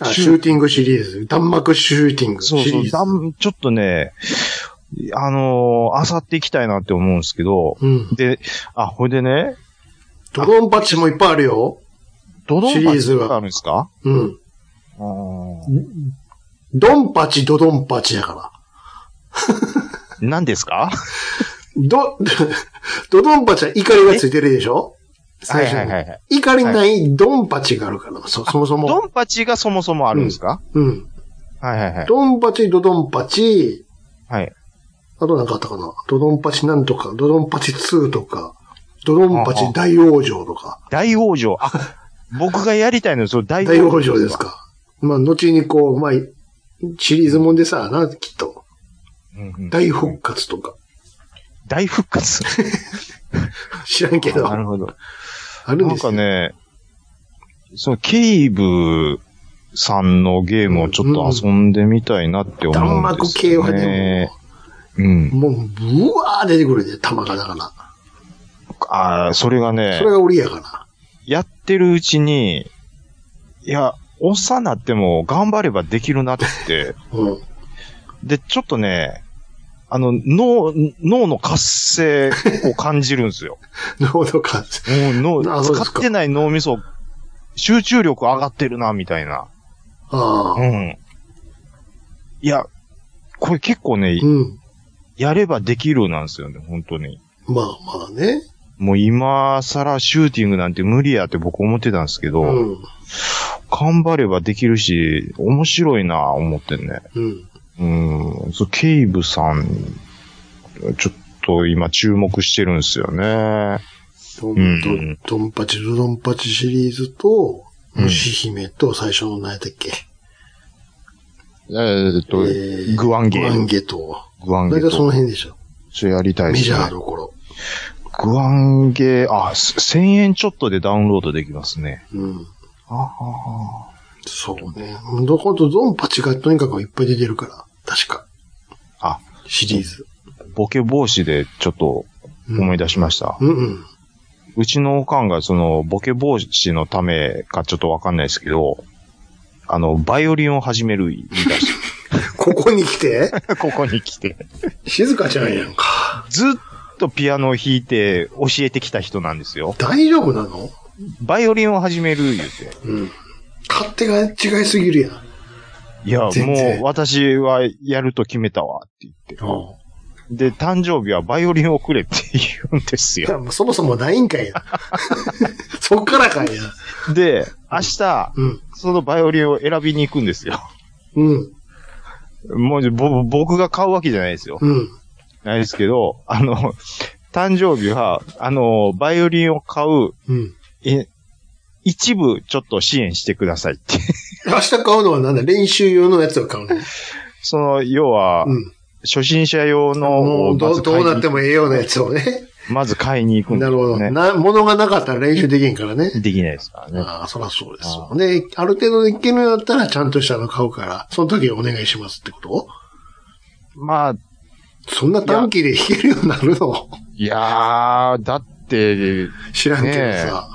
E: あ、シューティングシリーズ。弾幕シューティングシ
D: そ
E: リ
D: う
E: ーズ。
D: そう、だんちょっとね、あのー、あさっていきたいなって思うんですけど、
E: うん。
D: で、あ、ほいでね、
E: ドドンパチもいっぱいあるよ。
D: ドドンパチ
E: シリーズが
D: ってあるんですか
E: うん。
D: うー
E: ドンパチ、ドドンパチやから。
D: ん何ですか
E: ド、ドドンパチは怒りがついてるでしょ。
D: はいはいはいい。
E: 怒りないドンパチがあるからな、そ、そもそも。
D: ドンパチがそもそもあるんですか、
E: うん。
D: はいはいはい。
E: ドンパチ、ドドンパチ、
D: はい。
E: あとなんかあったかな。ドドンパチなんとか、ドドンパチ2とか、ドドンパ
D: あ
E: チ
D: あ
E: 大王女とか、
D: 大往生。あ、僕がやりたいのはその大
E: 大王女です。か。まあ、後にこう、まあ、シリーズもんでさ、な、きっと。
D: うんうん
E: 大復活とか。
D: 大復活。
E: 知らんけど、
D: な
E: あ
D: るほど。
E: るん
D: な
E: で
D: ん
E: すよ。
D: かね、そのケイブさんのゲームをちょっと遊んでみたいなって思
E: 弾
D: うんで
E: 幕
D: す
E: 系
D: よ
E: は
D: ね
E: ね、。
D: うん。
E: もう、もうぶわー出てくるね、弾がだから。
D: ああ、それがね
E: そ、れが売りやから。
D: やってるうちに、いや、おっさんなっても頑張ればできるなって。
E: うん。
D: で、ちょっとね、あの、脳、脳の活性を感じるんですよ。
E: なるほどか。
D: もう
E: あ
D: 脳、
E: そうですか
D: 使ってない脳みそ、集中力上がってるな、みたいな。
E: あ
D: う
E: あ。
D: ん。いや、これ結構ね
E: う、ん。
D: やればできるなんですよね、本当に。
E: まあまあね。
D: もう今更シューティングなんて無理やって僕思ってたんですけど、
E: うん。
D: 頑張ればできるし、面白いな、思ってね。
E: うん。
D: うん、そう、ケイブさん、ちょっと今注目してるんですよね。
E: ド
D: うん
E: ン、ドン、ドンパチ、ドドンパチシリーズと、
D: うん
E: 虫姫と最初の何やったっけ。
D: えーっと、
E: えー
D: グワンゲ
E: グアン
D: ー。
E: ゲと。
D: グワンゲ
E: 大体その
D: と。
E: 辺でしょ。
D: それやりたいで
E: メ
D: す
E: ジャ
D: ね
E: ー。どころ。
D: グワンゲー、あ、す1000円ちょっとでダウンロードできますね。
E: うん。
D: ああ。
E: そうね。どことドンパチがとにかくいっぱい出てるから。確か。
D: あ、
E: シリーズ。
D: ボケ防止でちょっと思い出しました。
E: うんうん。
D: うちのおかんがそのボケ防止のためかちょっとわかんないですけど、あの、バイオリンを始める言い出し
E: ここに 来て、
D: て、 ここに来て。
E: 静かちゃんやんか。
D: ずっとピアノを弾いて教えてきた人なんですよ。
E: 大丈夫なの
D: バイオリンを始める言うて。
E: うん。勝手が違いすぎるやん。
D: いや、も
E: 全然
D: う私はやると決めたわって言って。で、誕生日はバイオリンをくれって言うんです
E: いや、
D: よ。
E: もうそもそもないんかいや。 そっからかいや。
D: で、明日、
E: うん。
D: そのバイオリンを選びに行くんですよ。
E: うん。
D: もう、ぼ僕が買うわけじゃないですよ。
E: うん。
D: ないですけど、 あの、誕生日は、あの、バイオリンを買う、
E: うん。
D: え、一部ちょっと支援してくださいって。
E: 明日買うのはなんだ練習用のやつを買うの。
D: その、要は、
E: うん。
D: 初心者用の
E: も
D: を
E: う
D: ま
E: ど
D: ず
E: うど
D: 買いう
E: なっ
D: に
E: てもええようなやつをね。
D: まず買いに行くんです
E: なるほど。
D: ね。
E: な、物がなかったら練習できんからね。
D: できないですからね。
E: ああ、そらそうですよね。で、ある程度できるようだったらちゃんとしたの買うから、その時お願いしますってこと
D: まあ、
E: そんな短期で弾けるようになるの
D: いやー、だって、
E: 知らんけど
D: ねえ
E: さ。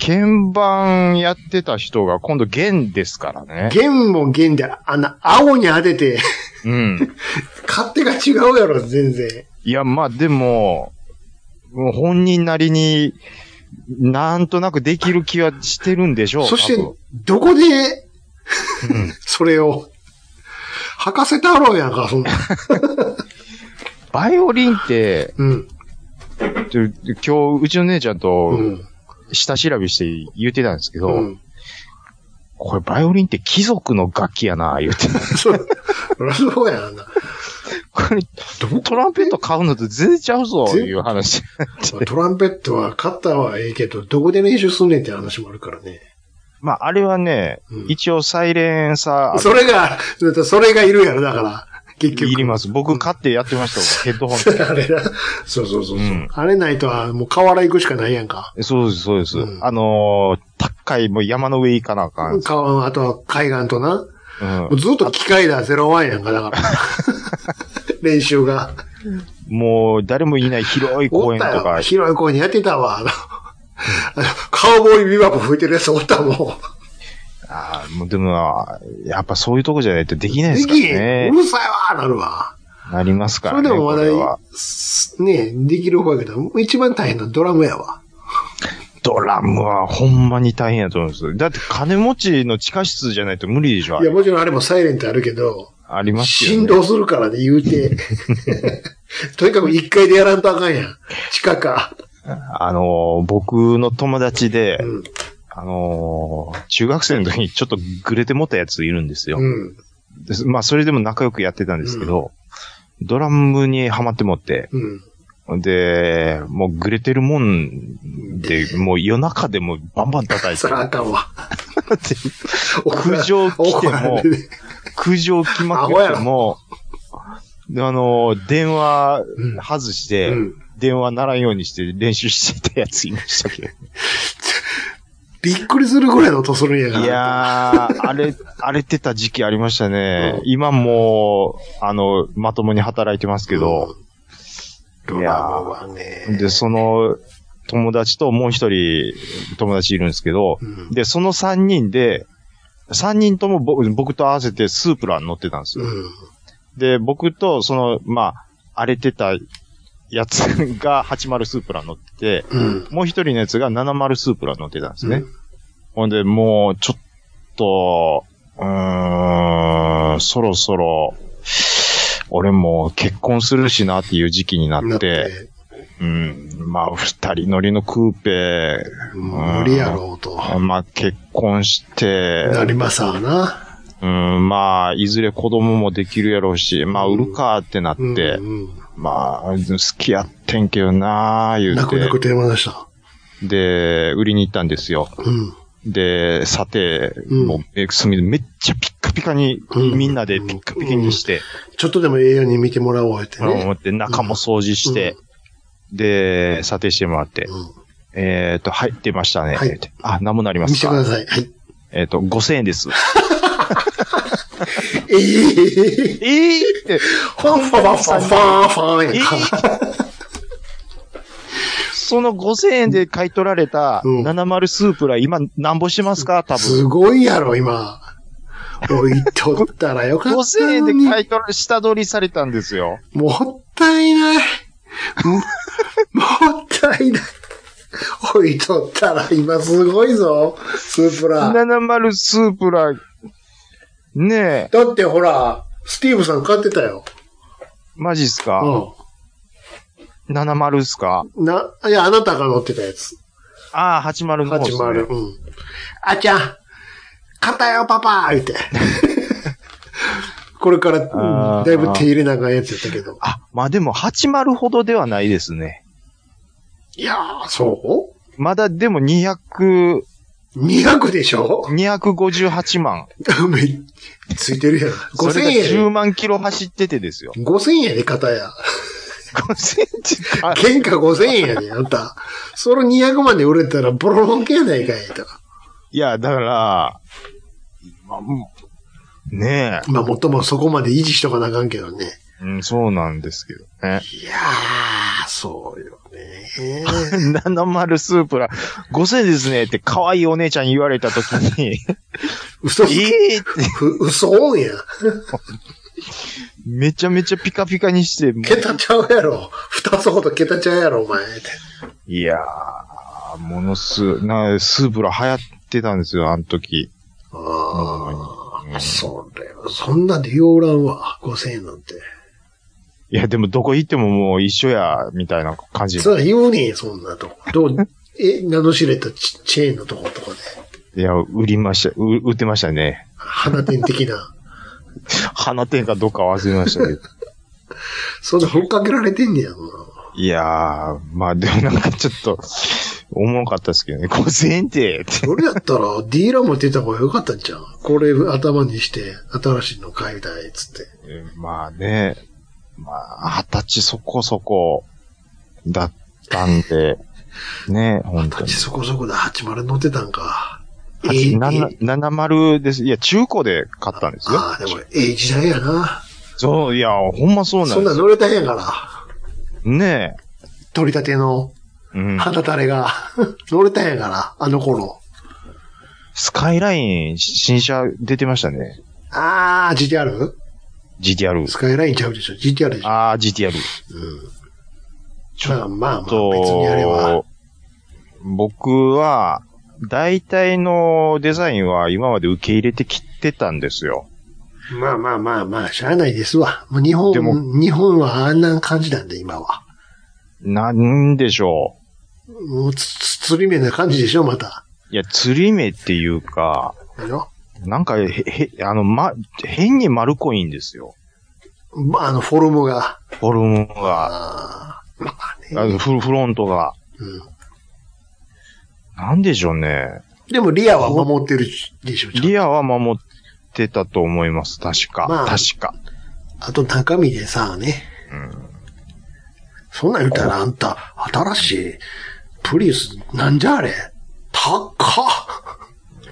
D: 鍵盤やってた人が今度弦ですからね。
E: 弦も弦で、あんな青に当てて、
D: うん。
E: 勝手が違うやろ、全然。
D: いや、まあでも、もう本人なりに、なんとなくできる気はしてるんでしょう。
E: そして
D: 多分、
E: どこで、
D: うん
E: それを、吐かせたろうやんか、そんな。
D: バイオリンって、
E: うん。
D: ちょ今日、うちの姉ちゃん
E: う
D: と、
E: ん。
D: 下調べして言ってたんですけど、
E: うん。
D: これバイオリンって貴族の楽器やな、言って。
E: そう。そりゃそうやんな。
D: これ、トランペット買うのと全然ちゃうぞ、いう話。
E: トランペットは、カッターはええけど、どこで練習すんねんって話もあるからね。
D: まあ、あれはね、
E: うん
D: 一応サイレンサー、
E: それが、だってそれがいるやろ、だから。結局。
D: いります。僕買ってやってましたもん、ヘッドホンつけて。
E: あれだ。そうそうそうそう、
D: うん
E: あれないとは、もう河原行くしかないやんか。
D: そうです、そうです。
E: うん
D: あのー、高い、もう山の上行かなあかん。
E: 川、あとは海岸とな。
D: うん
E: もうずっと機械だ、ゼロワンやんか、だ から。練習が。
D: もう、誰もいない広い公
E: おっ
D: 園と
E: たよ。
D: か、
E: 広い公園にやってたわ。あの、 あのカウボーイビバップ吹いてるやつおったもん。
D: あーもうでもあー、やっぱそういうとこじゃないとできないで
E: です
D: から
E: きん、
D: ね
E: う。るさいわなるわ。
D: なりますか
E: そ
D: ら
E: れ
D: ね。
E: でもま
D: こ
E: だ
D: れは、
E: ね、できる方やけど、一番大変なのドラムやわ。
D: ドラムはほんまに大変やと思うんですよ。だって金持ちの地下室じゃないと無理でしょ。あ
E: い
D: れ
E: や、もちろんあれもサイレントあるけど、
D: ありますよ、ね。
E: 振動す るからね、言うて。とにかく一回でやらんとあかんやん。地下か。
D: あのー、僕の友達で、
E: うん
D: あのー、中学生の時にちょっとグレて持ったやついるんですよ。
E: うん。
D: ですまあ、それでも仲良くやってたんですけど、ドラムにハマってもって、
E: うん。
D: で、もうグレてるもんで、もう夜中でもバンバン叩いて
E: そ、らあかん わ。
D: 苦情来て
E: 怒ら
D: も
E: れ、る
D: 苦情来ま
E: アホ
D: く
E: や
D: って
E: ろ
D: も、であのー、電話
E: うん
D: 外して、
E: うん。
D: 電話ならんようにして練習してたやついましたけど。
E: びっくりする ぐらいの音するんやから。
D: いやー、荒れ、荒れてた時期ありましたね。今もう、あの、まともに働いてますけど、
E: ドラムはね。
D: で、その、友達ともう一人、友達いるんですけど、
E: うん。
D: で、その三人で、三人とも僕僕と合わせてスープラに乗ってたんですよ。
E: うん。
D: で、僕と、その、まあ、荒れてたやつが80スープラに乗ってて、
E: うん。
D: もう一人のやつが70スープラに乗ってたんですね。
E: うん
D: ほんで、もう、ちょっと、うーん、そろそろ、俺も結婚するしなっていう時期になって、
E: だって、
D: うん、まあ、二人乗りのクーペ、
E: もう無理やろうと。
D: まあ、結婚して、
E: なりますわな。
D: うん、まあ、いずれ子供もできるやろうし、まあ、売るかってなって、
E: うんうん。
D: まあ、好きやってんけどなあ言うて、
E: 泣く泣く電話でした。
D: で、売りに行ったんですよ。
E: うん。
D: で、さて、
E: うん
D: もう、え、すみめっちゃピッカピカに、
E: うん
D: みんなでピッカピカにして、
E: ちょっとでもええように見てもらおうって
D: 思
E: ね。
D: って、中も掃除して、で、査定してもらって、
E: う
D: えっ、と、入ってましたね。
E: はい
D: 言うてあ、なんもなりま
E: ん。見
D: す
E: せてくだ
D: か。
E: さい。はい。
D: えっ、と、5000円です。
E: ええ
D: ええって、
E: ファンファンファンファンファンファン
D: え
E: やんか。
D: ーその5000円で買い取られた
E: うん
D: 70スープラ、今なんぼしますか多分。
E: すごいやろ、今。置いとったらよかった
D: 5000
E: の
D: 円で
E: に。
D: 買い取られ、下取りされたんですよ。
E: もったいない。ももったいない。置いとったら今すごいぞ、スープラ。
D: 70スープラ、ねえ、
E: だってほら、スティーブさん買ってたよ。
D: マジっすか、
E: う
D: ?70 っすか
E: ん。な、いや、あなたが乗ってたやつ。
D: ああ、80の方っすね。
E: 80。うん。あちゃん、買ったよ、パパ言って。 これか
D: あ
E: ら、う
D: ー
E: んだいぶ手入れなあかんやつやったけど。
D: あ、まあでも80ほどではないですね。
E: いやー、そう
D: まだでも200、
E: 200でしょ
D: 258万。
E: めっついてるやん。
D: そ
E: 5000
D: れが10
E: 円。
D: 万キロ走っててですよ。
E: 5000円で片や。
D: 5000円って
E: 原価5000円やで、あんた。その200万で売れたらボロ儲けやないかいと。
D: いや、だから、まあもうね
E: まあ、もっともそこまで維持しとかなあかんけどね。
D: え、うん、そうなんですけどね。
E: いやー、そうよね。
D: 70スープラ、5000円ですねって可愛いお姉ちゃんに言われた時に、
E: 嘘つ き、
D: ええって
E: ふ嘘音や。
D: めちゃめちゃピカピカにして、もう
E: 桁ちゃうやろ。二つほど桁ちゃうやろ、お前。って
D: いやー、ものす、な、スープラ流行ってたんですよ、あの時。
E: ああ、それは、そんなんで言おらんわ。5000円なんて。
D: いや、でもどこ行ってももう一緒や、みたいな感じ。い
E: そら言うねん、そんなとこ。どう、え、名の知れたチチェーンのとことかで。
D: や、売りました、う売ってましたね。
E: 花店的な。
D: 花店かどっか忘れましたけど。
E: そんなふっかけられてんねや、そんなの
D: いやー、まあでもなんかちょっと、おもろかったですけどね。5000円って、って
E: それやったら、ディーラーも出た方がよかったんじゃん。これ頭にして、新しいの買いたい、つって。
D: まあね、まあ、二十歳そこそこ、だったん で、ね、本当に。
E: そこそこで80乗ってたんか。ええ
D: 8 7 70です。いや、中古で買ったんですよ。
E: ああ、でも、ええ時代やな。
D: そう、いや、ほんまそうなん
E: そん
D: で
E: なん
D: す
E: 乗れたんやから。
D: ね
E: 取り立ての
D: え。うん。
E: 肌垂れが 乗れたんやから、あの頃。
D: スカイライン、新車出てましたね。
E: ああ、GTR?
D: GTR。
E: スカイラインちゃうでしょ ?GTR でしょ
D: ああ、GTR。
E: うん。
D: ち
E: ま
D: ょ
E: あ
D: っ
E: まあまあ、別にあれは。
D: と、僕は、大体のデザインは今まで受け入れてきてたんですよ。
E: まあまあまあまあ、しゃあないですわ。もう日
D: でも
E: 本、日本はあんな感じなんで、今は。
D: なんでしょ
E: もうつ、つ釣り目な感じでしょ、また。
D: いや、釣り目っていうか、
E: だよ。
D: なんか、へ、へ、あの、ま、変に丸っこいんですよ。
E: まあ、あの、フォルムが。
D: フォルムが、
E: あーまあ
D: あ
E: ね
D: のフフロントが。
E: うん
D: なんでしょうね。
E: でも、リアは守ってるでしょ、ちゃんと
D: リアは守ってたと思います。確か。
E: まあ
D: 確か。
E: あと中身でさ、ね。そんなん言ったらあんた、新しい、プリウス、なんじゃあれ高っ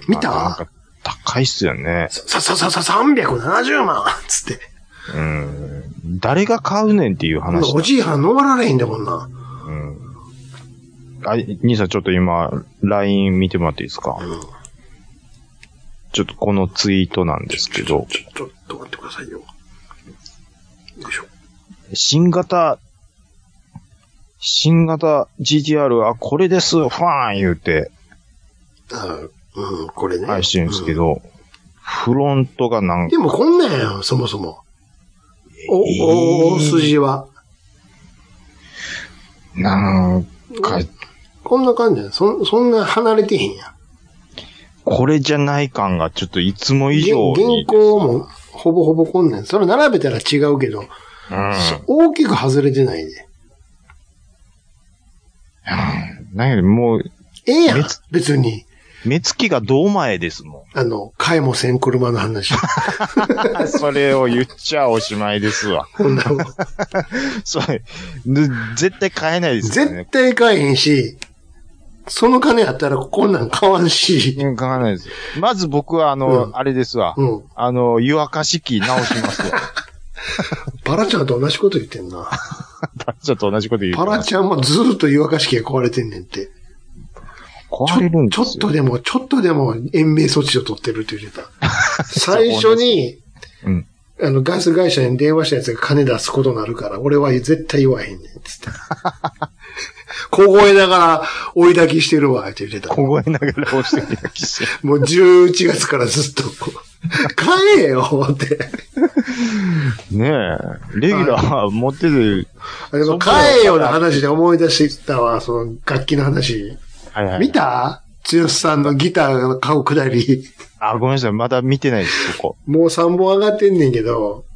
E: 見
D: まあなん
E: た
D: か高いっすよね。
E: さ、さ、さ、さ、370万つって。
D: うん。誰が買うねんっていう話だ。
E: おじいはん登られへんだもんな。
D: うん。あ、兄さんちょっと今、LINE 見てもらっていいですか、ちょっとこのツイートなんですけど、
E: ちょ、ちょちょっと待ってくださいよ。よいしょ。
D: 新型、新型 GTR、あ、これです、ファーン言うて
E: あうん、これね。
D: 配してるんですけ
E: う
D: ど、フロントがなんか、
E: んでもこんなんやん、そもそも。
D: え
E: お、
D: ー
E: お、大筋は。
D: なんか、
E: こんな感じやん。そん、そんな離れてへんやん。
D: これじゃない感がちょっといつも以上
E: 銀
D: に。
E: 行もほぼほぼこんねん。それ並べたら違うけど、
D: うん。
E: 大きく外れてないで。
D: なんよりもう、
E: ええやん
D: 別。
E: 別に。
D: 目つきがどう前ですもん。
E: あの、買えもせん車 の話。
D: それを言っちゃおしまいです わ。
E: こんなもん
D: そう。ぬ絶対買えないですよね
E: 絶。対買えへんし、その金あったらこんなん買わ んし。
D: うん買わないです。まず僕は、あの、
E: うん
D: あれですわ。
E: うん。
D: あの、湯沸かし器直しますわ。
E: パラちゃんと同じこと言ってんな。
D: パラちゃんと同じこと言う。
E: パラちゃんもずーっと湯沸かし器が壊れてんねんって。
D: 壊れるんです
E: ちょ
D: よ。
E: っとでも、ちょっとでも延命措置を取ってるって言って た。最初に、
D: うん
E: あの、ガス会社に電話したやつが金出すことになるから、俺は絶対言わへんねん、つ って。小声ながら追い炊きしてるわ、って言ってた。
D: 凍えながら押してる気して。
E: もう11月からずっと、帰れよ、って。
D: ねえ。レギュラー持ってて、
E: あでも
D: そっか
E: 帰れよの話で思い出してたわ、その楽器の話。
D: はいはい
E: 見た剛さんのギター買うくだり。
D: あ、ごめんなさい。まだ見てないです、そこ。
E: もう3本上がってんねんけど、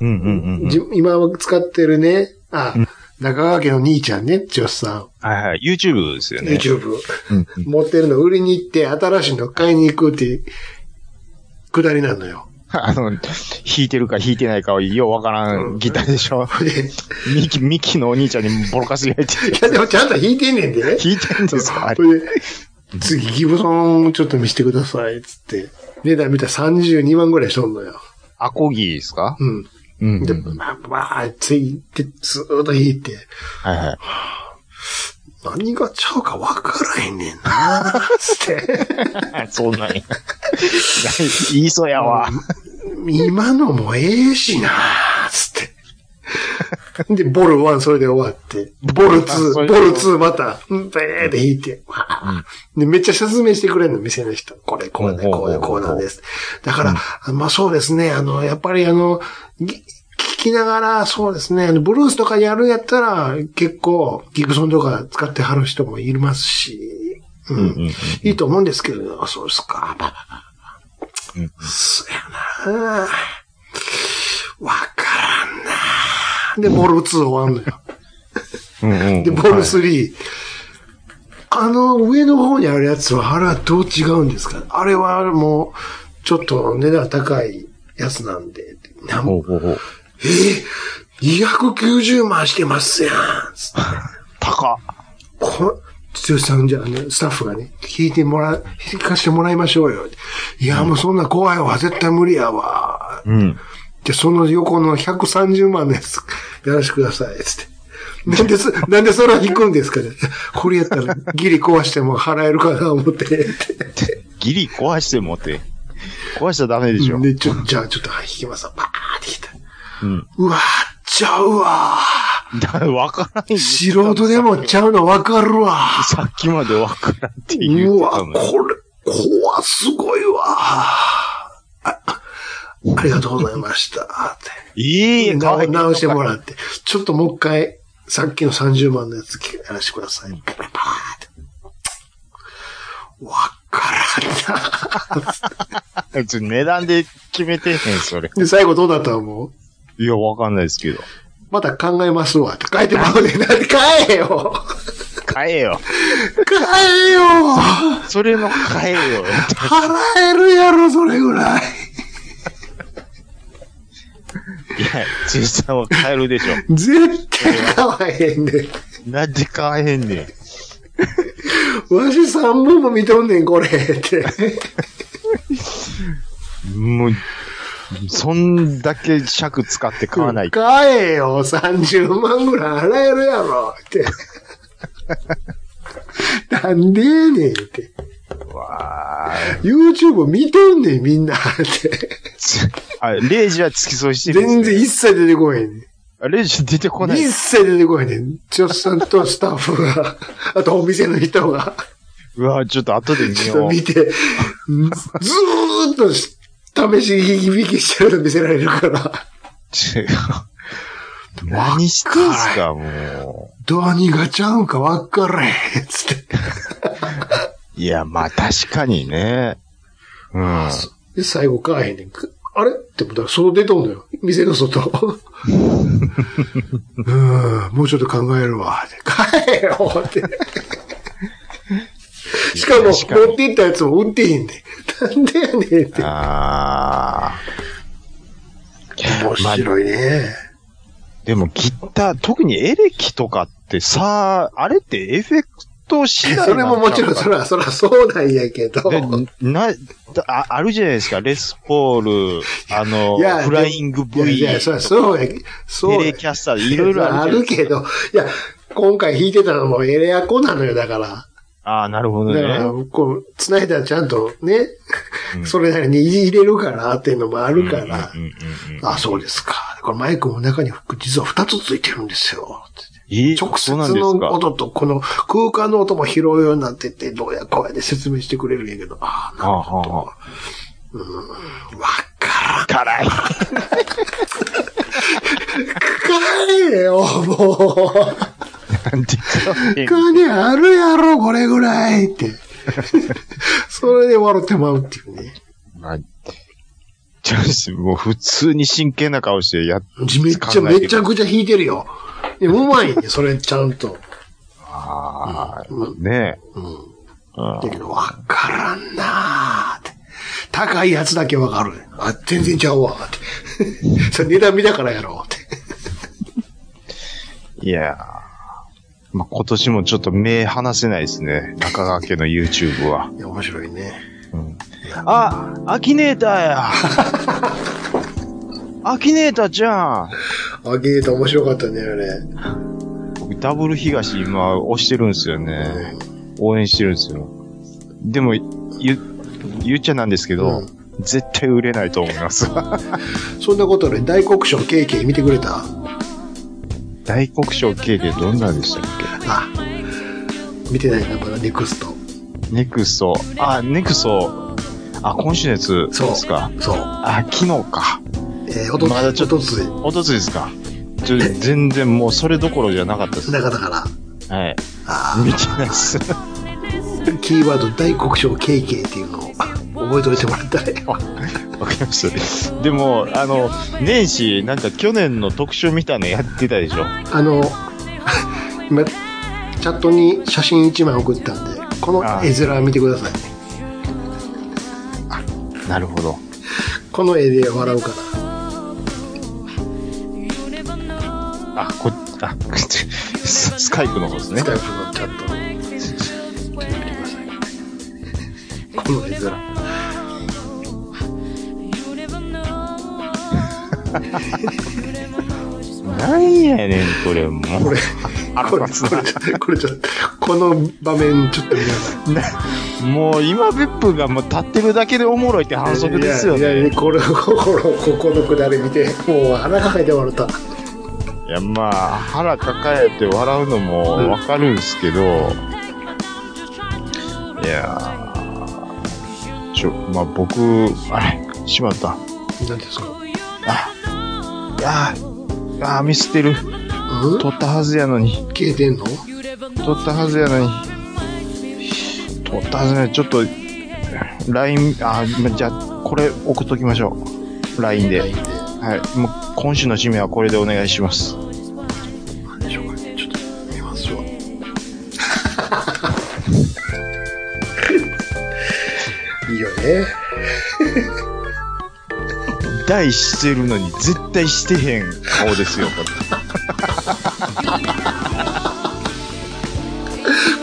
D: うんうんうんうん。
E: じ今使ってるね、あ、中川家の兄ちゃんね、ジョスさん。
D: はいはい。YouTube ですよね。
E: YouTube。
D: うん
E: 持ってるの売りに行って、新しいの買いに行くっていう、くだりなのよ。
D: あの、弾いてるか弾いてないかはようわからんギターでし ょ。
E: でい
D: ミキ、ミキのお兄ちゃんにボロカス焼いて、
E: や、でもちゃんと弾いてんねんで、ね。
D: 弾いてんですかあ
E: そ
D: れ
E: れで、次、ギブソンちょっと見せてください、つって。値段見たら32万ぐらいしとんのよ。
D: アコギですか
E: うん。
D: うん
E: で、まあ、わー、ついて、ずーっと弾いて、
D: はいはい。
E: 何がちゃうかわからへんねんな、つって。
D: そうなんや。言いそうやわ。
E: 今のもええしなつって。 で、ボル1それで終わって、ボル2、ボ
D: それで
E: ル2また、うんべーって弾いて、わあで、めっちゃ説明してくれるの、店の人。これ、こうで、
D: ほう
E: こ
D: ほうほ
E: う
D: う
E: で、
D: ほう
E: こうなんです。だから、あまあそうですね、あの、やっぱりあの、ぎ聞きながら、そうですね、あのブルースとかやるやったら、結構、ギブソンとか使ってはる人もいますし、うんいいと思うんですけど、あそうですか。まあそやなわからんなで、ボール2終わんのよ。
D: うんうん
E: で、ボール3。あの、上の方にあるやつは、あれはどう違うんですかあれはもう、ちょっと値段高いやつなんで。なん
D: ほうほうほう。
E: えー、290万してますやん。つって
D: 高っ。
E: こ剛さんじゃあ、ね、スタッフがね、聞いてもら、聞かしてもらいましょうよ。いや、もうそんな怖いわ。絶対無理やわ。
D: うん。
E: じゃあその横の130万のやつ、やらしてください、つって。なんでそ、なんでそれは引くんですかね。これやったらギリ壊しても払えるかな、思って。
D: ギリ壊してもって。壊しちゃダメでしょ。
E: で、ちょ、じゃあちょっと引きますわ。バーって引いた。
D: うん。
E: うわちゃうわ
D: だ、 わからんよ。
E: 素人でもちゃうのわかるわ
D: さっきまでわからんって言
E: う
D: うて
E: わ
D: た
E: こ
D: のに。
E: れ、怖すごいわあ、ありがとうございました。って
D: いい
E: 直
D: い
E: 直してもらって。ちょっともう一回、さっきの30万のやつやらしてください。パパパーって。わからんな。
D: 別に値段で決めてへん、それ。
E: で、最後どうだったと思う
D: いや、わかんないですけど。
E: まだ考えますわ。って書いてまうねん。なんで買えよ
D: 買えよ。
E: 買えよ
D: それも買えよ。
E: 払えるやろ、それぐらい。
D: いや、じいさんは買えるでしょ。
E: 絶対買わへんで、ね。
D: なんで買えへんねん。
E: わし3本も見とんねん、これ。って。
D: もう、そんだけ尺使って買わない。
E: 買えよ、30万ぐらい払えるやろ、 って。なんでやねんって。
D: わー
E: YouTube 見とんねん、みんな。って。
D: あ、レイジは付き添いしてるんですね、
E: 全然一切出てこへんねん。
D: あレイジ出てこない
E: 一。切出てこへんねん。ちょっさんとスタッフ が、あとお店の人が、
D: うわちょっと後で見
E: ち
D: よ
E: ょっと
D: う。
E: 見て、ずーっと試し引きしてるの見せられる から。
D: 何してんすか、も
E: 何がちゃうんかわからへん、つって。
D: う。いや、まあ確かにね。うん。
E: で、最後買わへんねん。くあれって、だからそう出とんのよ。店の外。うーん、もうちょっと考えるわ。って買えよって。しかも、
D: 確かに
E: 持っていったやつも売ってへんねん。なんでやねんって。
D: あ
E: 面白いね。
D: ー。でもギター、特にエレキとかってさ、あれってエフェクトしない
E: それももちろん、そら、そらそうなんやけど。
D: で、な、ああるじゃないですか、レスポール、あの、
E: いや
D: フライング
E: いや
D: V、
E: いや、そらそうや。そう
D: テ
E: や
D: レキャスターでいろいろあ
E: あ
D: るじゃな
E: る
D: いですか。
E: けど、いや、今回弾いてたのもエレアコなのよ、だから。
D: ああ、なるほど
E: だから
D: ね。、
E: こう、繋いだらちゃんとね、
D: うん
E: それなりに入れるからっていうのもあるから、
D: うんうんうんうん
E: あ、そうですか。これマイクも中にフック実は2つついてるんですよ。
D: え
E: 直接
D: そうなんです
E: の
D: か
E: 音とこの空間の音も拾うようになってて、どうやこうやって説明してくれるんやけど、あ
D: はあはあは
E: あ、わからん。
D: あ辛い。
E: 帰れよ、もう。
D: なんて 言うか
E: 金あるやろ、これぐらいって。 それで笑ってまうっていうね。
D: まあちょっともう普通に真剣な顔してやっ、
E: めっちゃ、めちゃくちゃ弾いてるよ。でもうまいね、それちゃんと。
D: ああ、ねえ。
E: だけど、わからんなーって。高いやつだけわかる。あ、全然ちゃうわーって。 それ値段見たからやろうって。
D: いやーまあ、今年もちょっと目離せないですね。中川家の YouTube は。
E: いや、面白いね。
D: あ、アキネーターや。 アキネーターじゃん。
E: あげーと面白かったね、あれ。
D: 僕ダブル東今押してるんですよね。応援してるんですよ。でも、言、言っちゃなんですけど、
E: うん
D: 絶対売れないと思います。
E: そんなことより大黒賞 KK 見てくれた
D: 大黒賞経験どんなんでしたっ
E: あ、見てないな、まだネクスト。
D: けネクスト。あ、ネクスト。あ、今週のやつ
E: そう。
D: ですか。
E: そう。
D: あ、昨日か。
E: えー、おとつ、
D: まだちょ
E: お
D: っと
E: とつい、
D: おとついですか。ちょ全然もうそれどころじゃなかった です。
E: 中だから、
D: はい。
E: あ
D: 見てないっす。
E: ーキーワード大黒賞 KK っていうのをあ覚えておいてもら ったね。
D: わかりました。でも、あの、年始、なんか去年の特集みたいなのやってたでしょ。
E: あの、今、チャットに写真1枚送ったんで、この絵面見てくださいね。
D: なるほど。
E: この絵で笑うから。
D: あ、こ、あ、 ススカイプの方ですね
E: ス。タイフのチャット。見てください。この絵面。
D: なんやねん、これもう。
E: これ、これ、
D: 腹立つ
E: こ
D: な
E: れ、これちょっと、この場面ちょっと見なさい。
D: もう今、別府がもう立ってるだけでおもろいって反則ですよ
E: いやいや
D: ね。
E: いやこれ、ここの、ここのくだり見て、もう腹抱えて笑った。
D: いや、まあ、腹抱えて笑うのもわかるんすけど、いやー、ちょ、まあ僕、あれ、しまった。
E: 何ですか
D: あ、あー、あー、ミスってる。
E: うん
D: 取ったはずやのに、
E: 消えてんの
D: 取ったはずやのに、取ったはずやのに、ちょっと、LINE、あ、じゃあ、これ送っときましょう。LINE で。はい。もう、今週の締めはこれでお願いします。
E: 何でしょうかね。ちょっと見ましょう。いいよね。
D: 大してるのに、絶対してへん顔ですよ、これ。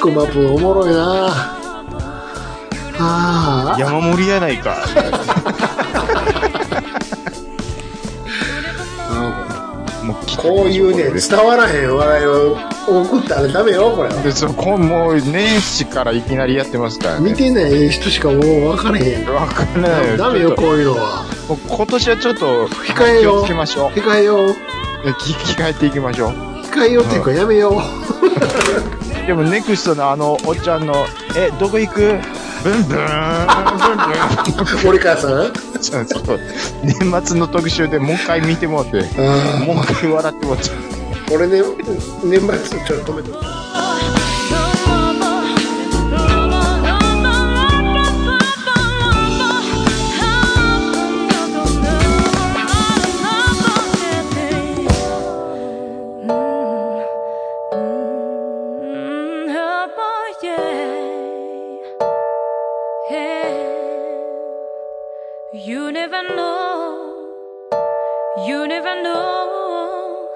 E: クマプンおもろいなああ、
D: 山盛りやないか。もう、
E: こういうね、伝わらへん笑いを送ったらダメよ、これは。
D: 別にこうもう年始からいきなりやってますから
E: 見
D: ね。
E: てない人しかもう分からへんや
D: わかんないよ。
E: ん。ダメ
D: ち
E: よ、
D: ょっ
E: こういうのは。
D: ともう今年はちょっと
E: 控え
D: 気
E: よ
D: を
E: う。
D: つけましょう。
E: 控えよう。
D: えき控えていきましょう。
E: 控えようっていうか、やめよう。
D: でもネクストのあのおっちゃんのえどこ行く？ブンブ ーンブンブーン。
E: 森川さん
D: ちょっと年末の特集でもう一回見てもらって、
E: あ
D: もう一回笑ってもらって。
E: ー俺ね、年末、ちょっと止めて。
G: You never know, you never know.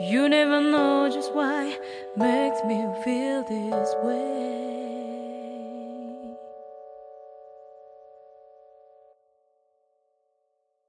G: You never know just why makes me feel this way.